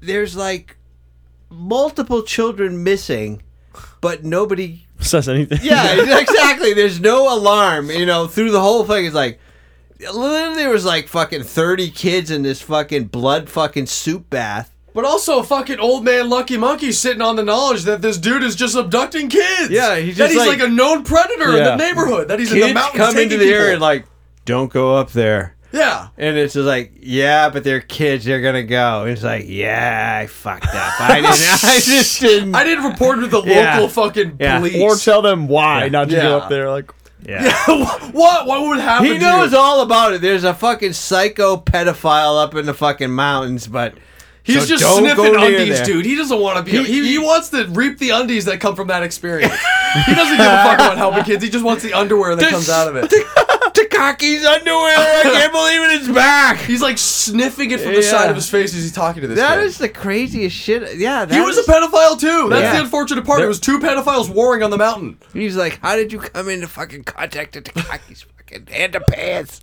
Speaker 7: there's like multiple children missing, but nobody
Speaker 8: Says anything.
Speaker 7: yeah, exactly. There's no alarm, you know, through the whole thing. It's like, literally, there was like fucking 30 kids in this fucking blood fucking soup bath.
Speaker 6: But also, fucking old man Lucky Monkey sitting on the knowledge that this dude is just abducting kids. Yeah,
Speaker 7: he's
Speaker 6: that
Speaker 7: just
Speaker 6: he's
Speaker 7: like-
Speaker 6: like, a known predator
Speaker 7: Yeah.
Speaker 6: in the neighborhood. That he's
Speaker 7: kids
Speaker 6: in the mountains
Speaker 7: come into
Speaker 6: taking
Speaker 7: the
Speaker 6: people.
Speaker 7: air and like, don't go up there.
Speaker 6: yeah,
Speaker 7: And it's just like, yeah, but they're kids. They're gonna go. And it's like, yeah, I fucked up. I didn't. I just didn't.
Speaker 6: I didn't report to the local
Speaker 7: Yeah.
Speaker 6: fucking
Speaker 7: Yeah.
Speaker 6: police.
Speaker 8: Or tell them why not to
Speaker 7: Yeah.
Speaker 8: go up there. Like,
Speaker 7: Yeah.
Speaker 6: what? What would happen?
Speaker 7: He
Speaker 6: to
Speaker 7: knows
Speaker 6: you?
Speaker 7: all about it. There's a fucking psycho pedophile up in the fucking mountains, but
Speaker 6: He's
Speaker 7: so
Speaker 6: just
Speaker 7: don't go
Speaker 6: sniffing
Speaker 7: near
Speaker 6: undies,
Speaker 7: there.
Speaker 6: dude. He doesn't want to be. He, he, wants to reap the undies that come from that experience. he doesn't give a fuck about helping kids. He just wants the underwear that comes out of it.
Speaker 7: Takaki's underwear. I can't believe it. It's back.
Speaker 6: He's like sniffing it from the
Speaker 7: Yeah.
Speaker 6: side of his face as he's talking to this.
Speaker 7: That
Speaker 6: kid.
Speaker 7: is the craziest shit. Yeah, that
Speaker 6: he was a pedophile too. That's
Speaker 7: Yeah.
Speaker 6: the unfortunate part. It was two pedophiles warring on the mountain.
Speaker 7: He's like, how did you come into fucking contact with Takaki's fucking underpants?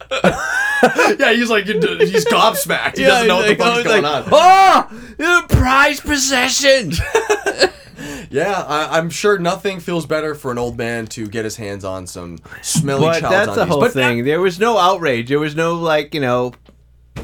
Speaker 6: yeah, he's like he's gobsmacked. He
Speaker 7: Yeah,
Speaker 6: doesn't know what
Speaker 7: he's
Speaker 6: the
Speaker 7: like,
Speaker 6: fuck's
Speaker 7: oh, he's
Speaker 6: going
Speaker 7: like,
Speaker 6: on.
Speaker 7: Oh, prize possession.
Speaker 6: Yeah, I, I'm sure nothing feels better for an old man to get his hands on some smelly
Speaker 7: but
Speaker 6: child's
Speaker 7: that's the
Speaker 6: undies.
Speaker 7: whole
Speaker 6: But
Speaker 7: thing. there was no outrage. There was no like you know,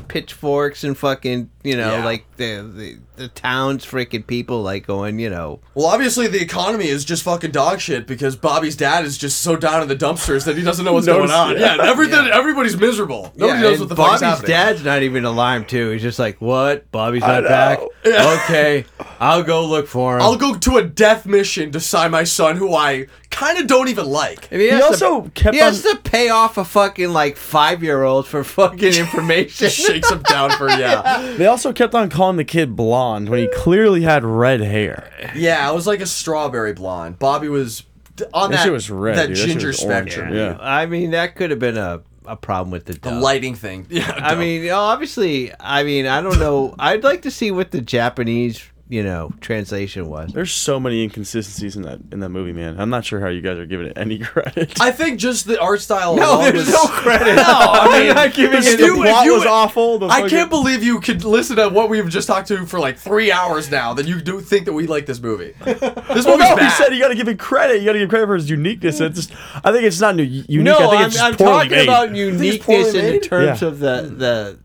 Speaker 7: pitchforks and fucking you know
Speaker 6: Yeah.
Speaker 7: like the, the the town's freaking people like going you know.
Speaker 6: Well, obviously the economy is just fucking dog shit because Bobby's dad is just so down in the dumpsters that he doesn't know what's
Speaker 7: No
Speaker 6: going on.
Speaker 7: shit.
Speaker 6: Yeah, everything, everybody's miserable. Nobody
Speaker 7: Yeah,
Speaker 6: knows
Speaker 7: and
Speaker 6: what the fuck's
Speaker 7: Bobby's
Speaker 6: happening.
Speaker 7: dad's not even alarmed too. He's just like, what? Bobby's
Speaker 6: I
Speaker 7: not back.
Speaker 6: know. Yeah.
Speaker 7: Okay, I'll go look for him.
Speaker 6: I'll go to a death mission to sign my son, who I kind of don't even like.
Speaker 7: And has to- he has to pay off a fucking like five year old for fucking information.
Speaker 6: Shakes him down for yeah.
Speaker 8: They also kept on calling the kid blonde when he clearly had red hair.
Speaker 6: Yeah, I was like a strawberry blonde. Bobby was d- on
Speaker 8: That
Speaker 6: that,
Speaker 8: shit was red,
Speaker 6: that
Speaker 8: dude. That shit
Speaker 6: ginger
Speaker 8: was orange.
Speaker 6: spectrum.
Speaker 8: Yeah.
Speaker 7: I mean, that could have been a, a problem with the
Speaker 6: The
Speaker 7: dub.
Speaker 6: lighting thing. Yeah,
Speaker 7: I
Speaker 6: dumb.
Speaker 7: mean, obviously, I mean, I don't know. I'd like to see what the Japanese, you know, translation was.
Speaker 8: There's so many inconsistencies in that in that movie, man. I'm not sure how you guys are giving it any credit.
Speaker 6: I think just the art style.
Speaker 8: No,
Speaker 6: alone
Speaker 8: there's
Speaker 6: was-
Speaker 8: no credit.
Speaker 6: No, I mean,
Speaker 8: I'm not giving
Speaker 6: if
Speaker 8: it- the plot was awful, the
Speaker 6: I
Speaker 8: fucking-
Speaker 6: can't believe you could listen to what we've just talked to for like three hours now. That you do think that we like this movie. This
Speaker 8: well,
Speaker 6: movie's
Speaker 8: no,
Speaker 6: bad.
Speaker 8: you said you got to give it credit. You got to give credit for its uniqueness. It's just, I think it's not new, unique.
Speaker 7: no,
Speaker 8: I think
Speaker 7: I'm,
Speaker 8: it's just
Speaker 7: I'm
Speaker 8: poorly
Speaker 7: talking
Speaker 8: made.
Speaker 7: about
Speaker 8: poorly
Speaker 7: uniqueness in
Speaker 8: made?
Speaker 7: terms
Speaker 8: Yeah.
Speaker 7: of the the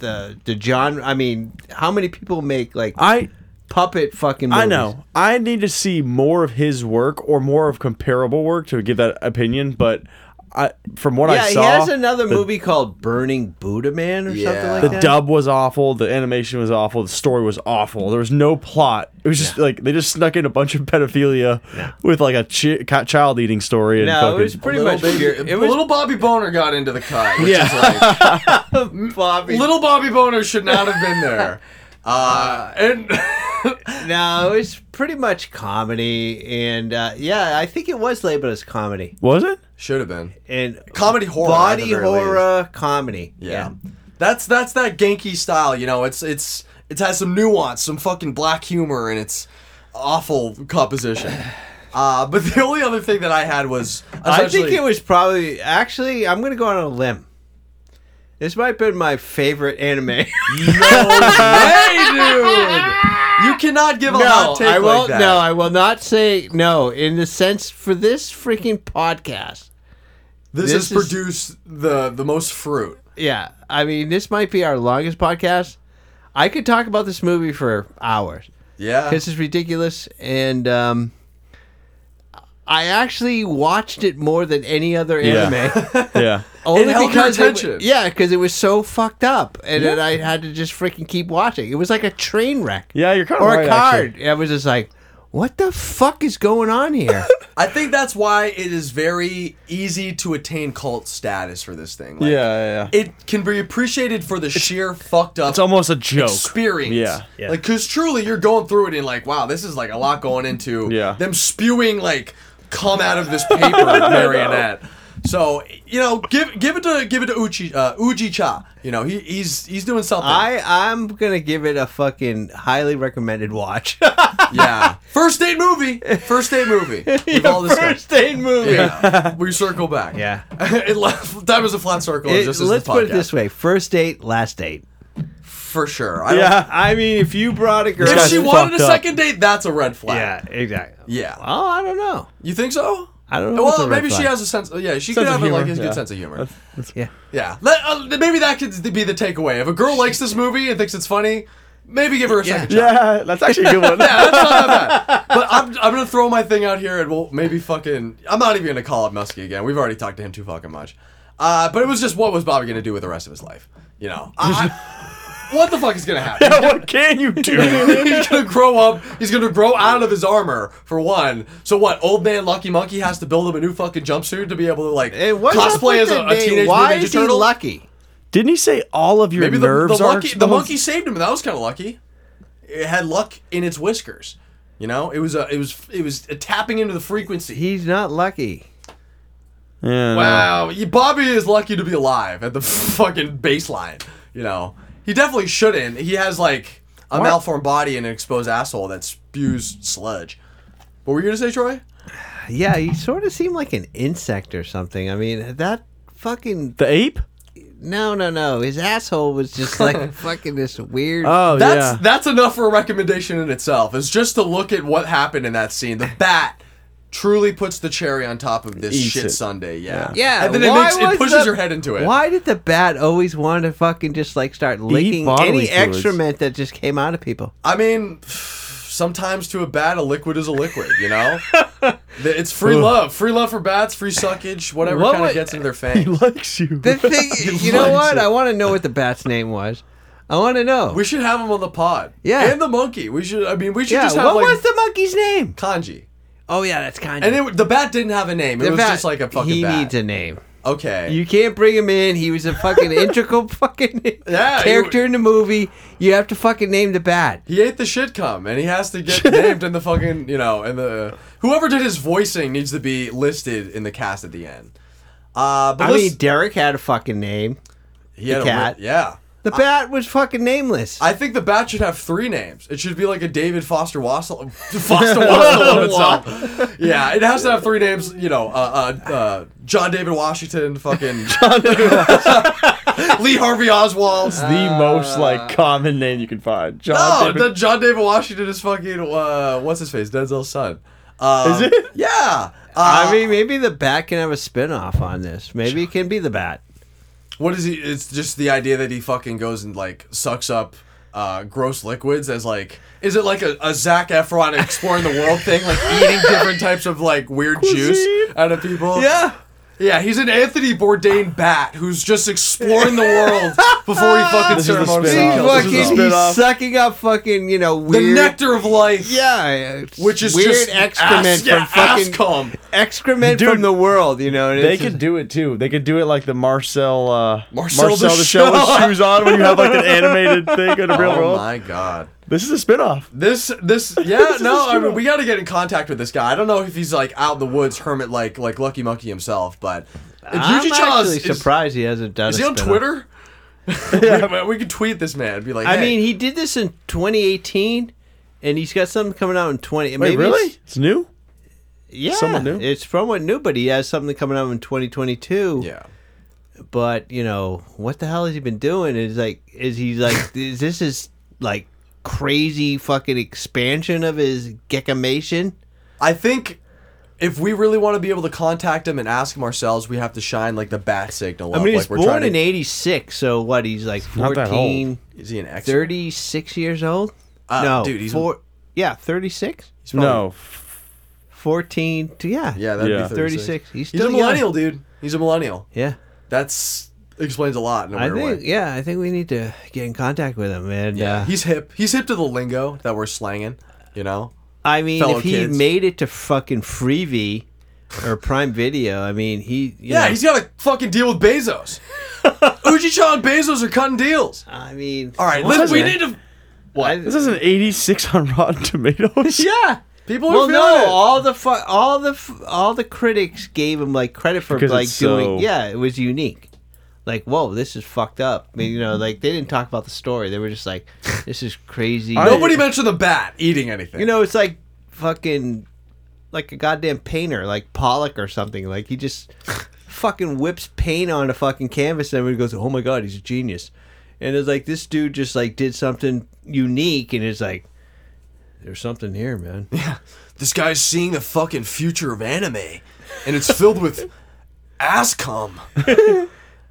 Speaker 7: the the genre. I mean, how many people make like
Speaker 8: I
Speaker 7: puppet fucking? Movies?
Speaker 8: I know. I need to see more of his work or more of comparable work to give that opinion. But I, from what
Speaker 7: yeah,
Speaker 8: I saw,
Speaker 7: he has another
Speaker 8: the-
Speaker 7: movie called Burning Buddha Man or something like
Speaker 8: the
Speaker 7: that.
Speaker 8: dub was awful. The animation was awful. The story was awful. There was no plot. It was just like they just snuck in a bunch of pedophilia with like a chi- child eating story. And
Speaker 7: No,
Speaker 8: fucking,
Speaker 7: it was pretty
Speaker 6: Little
Speaker 7: much.
Speaker 6: baby-
Speaker 7: pure- it was
Speaker 6: little Bobby Boner got into the cut. Which
Speaker 7: Yeah.
Speaker 6: is like,
Speaker 7: Bobby.
Speaker 6: little Bobby Boner should not have been there. Uh, and
Speaker 8: Uh,
Speaker 7: no, it was pretty much comedy, and uh, yeah, I think it was labeled as comedy
Speaker 8: was it?
Speaker 6: should have been.
Speaker 7: and
Speaker 6: Comedy horror, at the
Speaker 7: body
Speaker 6: very least.
Speaker 7: horror comedy.
Speaker 6: Yeah. That's that's that Genki style, you know. It's it's it has some nuance, some fucking black humor in its awful composition. Uh, but the only other thing that I had was
Speaker 7: I think it was probably actually. I'm gonna go on a limb. This might have been my favorite anime.
Speaker 6: Hey, dude! You cannot give a hot take
Speaker 7: I
Speaker 6: like
Speaker 7: won't.
Speaker 6: that.
Speaker 7: No, I will not say no. In the sense for this freaking podcast,
Speaker 6: this,
Speaker 7: this
Speaker 6: has
Speaker 7: is-
Speaker 6: produced the the most fruit.
Speaker 7: yeah. I mean, this might be our longest podcast. I could talk about this movie for hours.
Speaker 6: Yeah.
Speaker 7: This is ridiculous, and um, I actually watched it more than any other
Speaker 8: Yeah.
Speaker 7: anime.
Speaker 8: yeah.
Speaker 7: Only
Speaker 6: held your
Speaker 7: because it w-
Speaker 6: attention.
Speaker 7: yeah, because it was so fucked up, and then
Speaker 6: Yeah.
Speaker 7: I had to just freaking keep watching. It was like a train wreck
Speaker 8: Yeah, you're kind of
Speaker 7: or
Speaker 8: right,
Speaker 7: a
Speaker 8: actually.
Speaker 7: card. I was just like, "What the fuck is going on here?"
Speaker 6: I think that's why it is very easy to attain cult status for this thing. Like,
Speaker 8: yeah, yeah, yeah.
Speaker 6: It can be appreciated for the sheer fucked up
Speaker 8: It's almost a joke.
Speaker 6: experience.
Speaker 8: Yeah.
Speaker 6: Like, because truly, you're going through it and like, wow, this is like a lot going into
Speaker 8: Yeah.
Speaker 6: them spewing like come out of this paper marionette. So you know, give give it to give it to Uchi uh, Uji Cha. You know, he, he's he's doing something.
Speaker 7: I I'm gonna give it a fucking highly recommended watch.
Speaker 6: yeah, first date movie, first date movie. We've all discussed.
Speaker 7: First date movie.
Speaker 6: Yeah, we circle back.
Speaker 7: Yeah.
Speaker 6: it left, time is a flat circle.
Speaker 7: It-
Speaker 6: just as
Speaker 7: let's
Speaker 6: the
Speaker 7: put it
Speaker 6: podcast.
Speaker 7: this way: first date, last date.
Speaker 6: for sure. I
Speaker 8: Yeah.
Speaker 7: I mean, if you brought a girl,
Speaker 6: Don't, if
Speaker 8: guy's
Speaker 6: she wanted a
Speaker 8: fucked up.
Speaker 6: second date, that's a red flag.
Speaker 7: yeah, exactly.
Speaker 6: Yeah.
Speaker 7: Oh, I don't know.
Speaker 6: You think so?
Speaker 7: I don't know. what's
Speaker 6: Well,
Speaker 7: a red
Speaker 6: maybe she
Speaker 7: flag.
Speaker 6: has a sense. Yeah, she
Speaker 8: Sense
Speaker 6: could
Speaker 8: of
Speaker 6: have a, like a
Speaker 8: humor,
Speaker 6: good
Speaker 8: yeah.
Speaker 6: sense of humor.
Speaker 7: Yeah.
Speaker 6: Yeah, Let- uh, th- maybe that could be the takeaway. If a girl likes this movie and thinks it's funny, maybe give her a second shot.
Speaker 8: Yeah, that's actually a good one.
Speaker 6: Yeah, that's not that bad. But I'm, I'm gonna throw my thing out here, and we'll maybe fucking. I'm not even gonna call up Muskie again. We've already talked to him too fucking much. Uh, but it was just what was Bobby gonna do with the rest of his life? You know, I- what the fuck is gonna happen?
Speaker 8: what can you do?
Speaker 6: he's gonna grow up. He's gonna grow out of his armor for one. So what? Old man Lucky Monkey has to build him a new fucking jumpsuit to be able to like
Speaker 7: And what's up
Speaker 6: cosplay as
Speaker 7: with the
Speaker 6: a, a
Speaker 7: name?
Speaker 6: teenage
Speaker 7: Why
Speaker 6: Mutant Ninja
Speaker 7: is he
Speaker 6: Turtle.
Speaker 7: lucky?
Speaker 8: Didn't he say all of your
Speaker 6: Maybe the,
Speaker 8: nerves
Speaker 6: the
Speaker 8: are
Speaker 6: monkey, the monkey saved him. That was kind of lucky. It had luck in its whiskers. You know, it was a, it was, it was a tapping into the frequency.
Speaker 7: He's not lucky.
Speaker 8: Yeah,
Speaker 6: Wow, you- Bobby is lucky to be alive at the fucking baseline. You know, he definitely shouldn't. He has like a malformed body and an exposed asshole that spews sludge. What were you gonna say, Troy?
Speaker 7: Yeah, he sort of seemed like an insect or something. I mean, that fucking
Speaker 8: The ape?
Speaker 7: no, no, no. His asshole was just like fucking this weird.
Speaker 8: Oh,
Speaker 6: That's
Speaker 8: yeah.
Speaker 6: that's enough for a recommendation in itself. Is just to look at what happened in that scene. The bat truly puts the cherry on top of this
Speaker 8: Eats
Speaker 6: shit
Speaker 8: it.
Speaker 6: Sunday. Yeah,
Speaker 7: yeah,
Speaker 6: And then it,
Speaker 7: why
Speaker 6: makes, it
Speaker 7: was
Speaker 6: pushes
Speaker 7: the-
Speaker 6: your head into it.
Speaker 7: Why did the bat always want to fucking just like start licking any
Speaker 8: bodily fluids.
Speaker 7: excrement that just came out of people?
Speaker 6: I mean, sometimes to a bat, a liquid is a liquid. You know, Th- it's free love, free love for bats, free suckage, whatever
Speaker 7: What
Speaker 6: kind of
Speaker 7: would-
Speaker 6: gets into their fangs.
Speaker 8: likes you.
Speaker 7: The thing, you know
Speaker 6: lied
Speaker 7: what?
Speaker 6: to-
Speaker 7: I want to know what the bat's name was. I want to know.
Speaker 6: We should have him on the pod.
Speaker 7: Yeah.
Speaker 6: And the monkey. We should. I mean, we should
Speaker 7: Yeah,
Speaker 6: just have.
Speaker 7: what
Speaker 6: like,
Speaker 7: was the monkey's name?
Speaker 6: Kanji.
Speaker 7: Oh yeah, that's kind
Speaker 6: And it, the bat didn't have a name. It
Speaker 7: The
Speaker 6: was
Speaker 7: bat-
Speaker 6: just like a fucking
Speaker 7: he
Speaker 6: bat.
Speaker 7: needs a name.
Speaker 6: Okay.
Speaker 7: You can't bring him in. He was a fucking integral fucking
Speaker 6: Yeah,
Speaker 7: character in the movie. You have to fucking name the bat.
Speaker 6: He ate the shit cum, and he has to get named in the fucking you know, and the whoever did his voicing needs to be listed in the cast at the end. Uh, but
Speaker 7: I
Speaker 6: let's-
Speaker 7: mean, Derek had a fucking name.
Speaker 6: he
Speaker 7: the
Speaker 6: had a
Speaker 7: cat.
Speaker 6: ri- yeah.
Speaker 7: The bat was fucking nameless.
Speaker 6: I think the bat should have three names. It should be like a David Foster Wassel. Foster Wassel of itself. Yeah, it has to have three names. You know, uh, uh, uh, John David Washington, fucking Lee Harvey Oswald.
Speaker 8: It's the most like common name you can find. Uh, John
Speaker 6: uh, No,
Speaker 8: David-
Speaker 6: the John David Washington is fucking uh, what's his face? Denzel's son. Um,
Speaker 7: Is it?
Speaker 6: Yeah.
Speaker 7: I mean, maybe the bat can have a spin off on this. Maybe it can be the bat.
Speaker 6: What is he? It's just the idea that he fucking goes and like sucks up uh, gross liquids as like. Is it like a, a Zac Efron exploring the world thing, like eating different types of like weird juice out of people? Yeah. Yeah, he's an Anthony Bourdain bat who's just exploring the world before he fucking
Speaker 7: This is the
Speaker 6: ceremonies.
Speaker 7: spin-off.
Speaker 6: and kills.
Speaker 7: Fucking- he's sucking up fucking you know weird
Speaker 6: nectar of life.
Speaker 7: Yeah,
Speaker 6: Which is
Speaker 7: weird
Speaker 6: just
Speaker 7: excrement
Speaker 6: ass-
Speaker 7: from
Speaker 6: yeah, ass
Speaker 7: fucking
Speaker 6: cum.
Speaker 7: excrement
Speaker 8: Dude,
Speaker 7: from the world. You know, and
Speaker 8: They
Speaker 7: it's
Speaker 8: could do it too. They could do it like the Marcel uh,
Speaker 7: Marcel
Speaker 8: Marcel
Speaker 7: the
Speaker 8: the Shell with
Speaker 7: Shell.
Speaker 8: shoes on when you have like an animated thing in the real
Speaker 6: oh
Speaker 8: world.
Speaker 6: my god.
Speaker 8: This is a spinoff.
Speaker 6: This, this, yeah, no, I mean, we got to get in contact with this guy. I don't know if he's like out in the woods, hermit like like Lucky Monkey himself, but
Speaker 7: I'm actually
Speaker 6: is-
Speaker 7: surprised he hasn't done.
Speaker 6: Is
Speaker 7: a
Speaker 6: he on
Speaker 7: spin-off.
Speaker 6: Twitter? we, we could tweet this man. and Be like,
Speaker 7: I
Speaker 6: hey.
Speaker 7: mean, he did this in 2018, and he's got something coming out in 20. Wait,
Speaker 8: really?
Speaker 7: It's,
Speaker 8: new.
Speaker 7: Yeah,
Speaker 8: Somewhat new?
Speaker 7: It's somewhat new, but he has something coming out in 2022.
Speaker 6: Yeah.
Speaker 7: But you know what the hell has he been doing? Is like, is he like, is this is like crazy fucking expansion of his Gekamation?
Speaker 6: I think if we really want to be able to contact him and ask him ourselves, we have to shine like the bat signal.
Speaker 7: I
Speaker 6: up,
Speaker 7: mean,
Speaker 6: like
Speaker 7: he's
Speaker 6: we're
Speaker 7: born
Speaker 6: trying to-
Speaker 7: in '86, so what? He's like
Speaker 6: Not that old.
Speaker 7: 14.
Speaker 6: Is he an X?
Speaker 7: 36 years old?
Speaker 6: Uh,
Speaker 7: no,
Speaker 6: dude, he's-
Speaker 7: four. yeah, 36.
Speaker 6: He's probably- No.
Speaker 7: 14. To, yeah,
Speaker 6: Yeah, that'd
Speaker 7: yeah.
Speaker 6: be
Speaker 7: 36.
Speaker 6: 36.
Speaker 7: He's
Speaker 6: He's a
Speaker 7: still
Speaker 6: millennial,
Speaker 7: young.
Speaker 6: dude. He's a millennial.
Speaker 7: Yeah.
Speaker 6: That's explains a lot in a
Speaker 7: I
Speaker 6: weird
Speaker 7: think.
Speaker 6: way.
Speaker 7: Yeah, I think we need to get in contact with him, uh, man. Yeah,
Speaker 6: He's hip. He's hip to the lingo that we're slanging, you know?
Speaker 7: I mean,
Speaker 6: fellow
Speaker 7: if he
Speaker 6: kids.
Speaker 7: made it to fucking Freevee or Prime Video, I mean, he. you
Speaker 6: yeah,
Speaker 7: know,
Speaker 6: he's got to fucking deal with Bezos. Ujicha and Bezos are cutting deals.
Speaker 7: I mean,
Speaker 6: all right,
Speaker 8: What
Speaker 6: let's, we
Speaker 8: is
Speaker 6: need
Speaker 8: it?
Speaker 6: to. What?
Speaker 8: This is an 86 on Rotten Tomatoes.
Speaker 7: yeah.
Speaker 6: People are
Speaker 7: Well,
Speaker 6: feeling
Speaker 7: no,
Speaker 6: it.
Speaker 7: all the fu- all the f- all the critics gave him like credit for
Speaker 8: Because
Speaker 7: like doing.
Speaker 8: it's so-
Speaker 7: Yeah, it was unique. Like, whoa, this is fucked up. I mean, you know, like they didn't talk about the story. They were just like, this is crazy.
Speaker 6: Nobody mentioned the bat eating anything.
Speaker 7: You know, it's like fucking like a goddamn painter, like Pollock or something. Like he just fucking whips paint on a fucking canvas and everybody goes, Oh my god, he's a genius. And it's like this dude just like did something unique and it's like there's something here, man. Yeah.
Speaker 6: This guy's seeing the fucking future of anime, and it's filled with ass cum.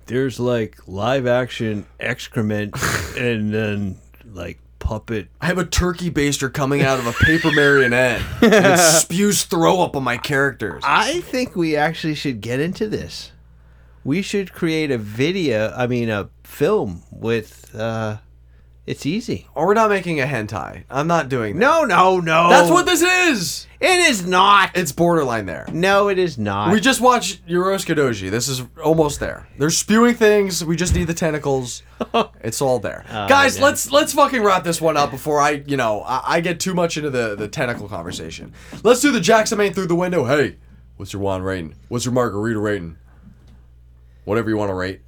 Speaker 7: There's like live action excrement and then like puppet
Speaker 6: I have a turkey baster coming out of a paper marionette, and it spews throw up on my characters.
Speaker 7: I think we actually should get into this. We should create a video, I mean, a film with. Uh, it's easy.
Speaker 6: Or Oh, we're not making a hentai. I'm not doing that.
Speaker 7: No, no, no.
Speaker 6: That's what this is.
Speaker 7: It is not.
Speaker 6: It's borderline there.
Speaker 7: No, it is not.
Speaker 6: We just watched Yorosuke Doji. This is almost there. They're spewing things. We just need the tentacles. It's all there, guys.
Speaker 7: Oh, man.
Speaker 6: Let's let's fucking wrap this one up before I, you know, I, I get too much into the the tentacle conversation. Let's do the Jackson main through the window. Hey, what's your wine rating? What's your margarita rating? Whatever you want to rate,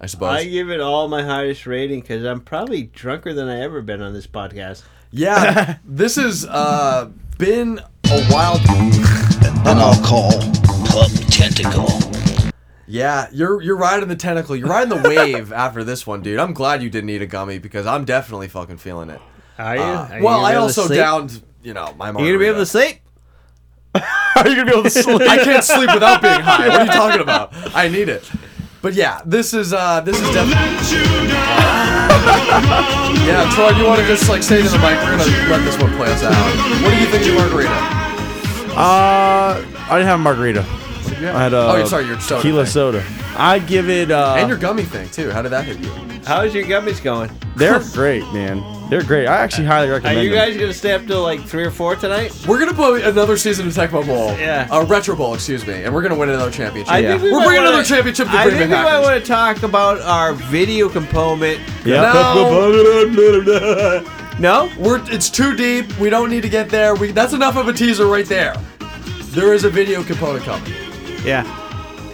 Speaker 6: I suppose.
Speaker 7: I give it all my highest rating because I'm probably drunker than I ever been on this podcast.
Speaker 6: yeah, this has uh, been a wild.
Speaker 27: Then I'll call Club Tentacle.
Speaker 6: Yeah, you're you're riding the tentacle. You're riding the wave after this one, dude. I'm glad you didn't eat a gummy because I'm definitely fucking feeling it.
Speaker 7: Are you?
Speaker 6: Uh,
Speaker 7: Are you
Speaker 6: well,
Speaker 7: gonna
Speaker 6: I
Speaker 7: be able to
Speaker 6: also
Speaker 7: sleep?
Speaker 6: downed, you know, my
Speaker 7: You gonna be able to sleep?
Speaker 8: Are you gonna be able to
Speaker 6: margarita.
Speaker 8: sleep?
Speaker 6: I can't sleep without being high. What are you talking about? I need it. But yeah, this is uh this is definitely Yeah, Troy, you wanna just like say to the mic, we're gonna let this one play us out. What do you think of margarita?
Speaker 8: Uh, I didn't have a margarita.
Speaker 6: You Yeah.
Speaker 8: I had a
Speaker 6: Oh, you're- sorry, your soda
Speaker 8: tequila
Speaker 6: thing.
Speaker 8: soda. I give it. Uh,
Speaker 6: and your gummy thing too. How did that hit you?
Speaker 7: How's your gummies going?
Speaker 8: they're great, man. They're great. I actually highly recommend.
Speaker 7: Are you
Speaker 8: them.
Speaker 7: guys gonna stay up till like three or four tonight?
Speaker 6: We're gonna play another season of Tecmo Bowl. Yeah. A Retro Bowl, excuse me, and we're gonna win another championship.
Speaker 7: I think we
Speaker 6: are
Speaker 7: might
Speaker 6: bringing
Speaker 7: wanna-
Speaker 6: another championship to
Speaker 7: I
Speaker 6: bring
Speaker 7: think
Speaker 6: back.
Speaker 7: we might want to talk about our video component.
Speaker 6: Yeah.
Speaker 7: No.
Speaker 6: No, we're it's too deep. We don't need to get there. We that's enough of a teaser right there. There is a video component coming.
Speaker 28: Yeah.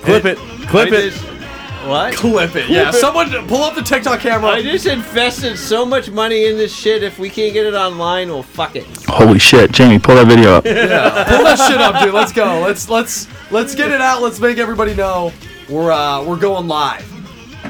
Speaker 8: Clip it. Clip
Speaker 7: I
Speaker 8: it.
Speaker 7: just- what?
Speaker 6: Clip it. yeah, someone pull up the TikTok camera.
Speaker 7: I just invested so much money in this shit. If we can't get it online, well, fuck it.
Speaker 29: Holy shit, Jamie, pull that video up.
Speaker 6: Yeah, pull that shit up, dude. Let's go. Let's let's let's get it out. Let's make everybody know we're uh we're going live.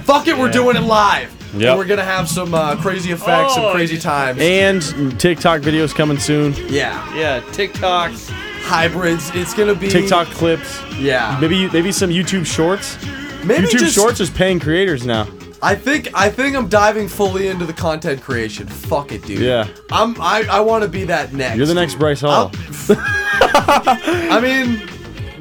Speaker 6: Fuck it, we're
Speaker 8: Yeah.
Speaker 6: doing it live. And
Speaker 8: Yep.
Speaker 6: We're gonna have some uh, crazy effects, some crazy times.
Speaker 8: And TikTok videos coming soon.
Speaker 6: Yeah.
Speaker 7: Yeah. TikToks,
Speaker 6: hybrids. It's gonna be
Speaker 8: TikTok clips.
Speaker 6: Yeah.
Speaker 8: Maybe maybe some YouTube Shorts.
Speaker 6: Maybe
Speaker 8: YouTube
Speaker 6: just-
Speaker 8: Shorts is paying creators now.
Speaker 6: I think I think I'm diving fully into the content creation. Fuck it, dude.
Speaker 8: Yeah.
Speaker 6: I'm I, I want to be that next.
Speaker 8: You're the next Bryce Hall.
Speaker 6: I mean,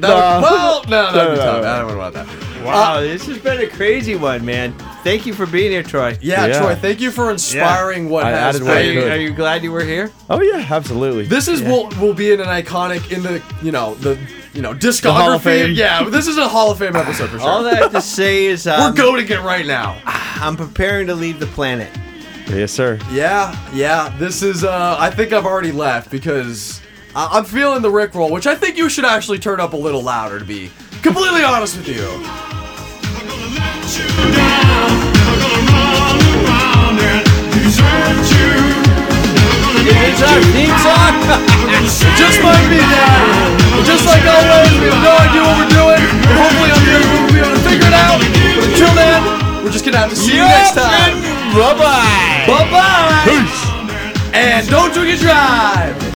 Speaker 6: that
Speaker 7: Nah.
Speaker 6: well, no, that'd be
Speaker 7: No, no,
Speaker 6: tough.
Speaker 7: no.
Speaker 6: I don't want that.
Speaker 7: Wow, this has been a crazy one, man. Thank you for being here, Troy.
Speaker 6: Yeah, Yeah. Troy, thank you for inspiring what I has added what I
Speaker 7: are,
Speaker 6: been.
Speaker 7: you,
Speaker 6: could.
Speaker 7: are you glad you were here?
Speaker 8: Oh yeah, absolutely.
Speaker 6: This is will will be in an iconic in the you know the you know discography.
Speaker 7: The Hall of Fame.
Speaker 6: Yeah, this is a Hall of Fame episode for sure.
Speaker 7: All that I have to say is um,
Speaker 6: We're goading it right now.
Speaker 7: I'm preparing to leave the planet.
Speaker 8: Yes, sir.
Speaker 6: Yeah, yeah. This is. uh I think I've already left because I- I'm feeling the Rick roll, which I think you should actually turn up a little louder to be completely honest with you.
Speaker 30: It's our theme song.
Speaker 6: Just like me, Dad. Just like always, we have no idea what we're doing. And hopefully, on the other we'll be able to figure it out. But until then, we're just gonna have to see you next time.
Speaker 7: Bye bye.
Speaker 6: Bye bye. Peace. And don't drink and drive.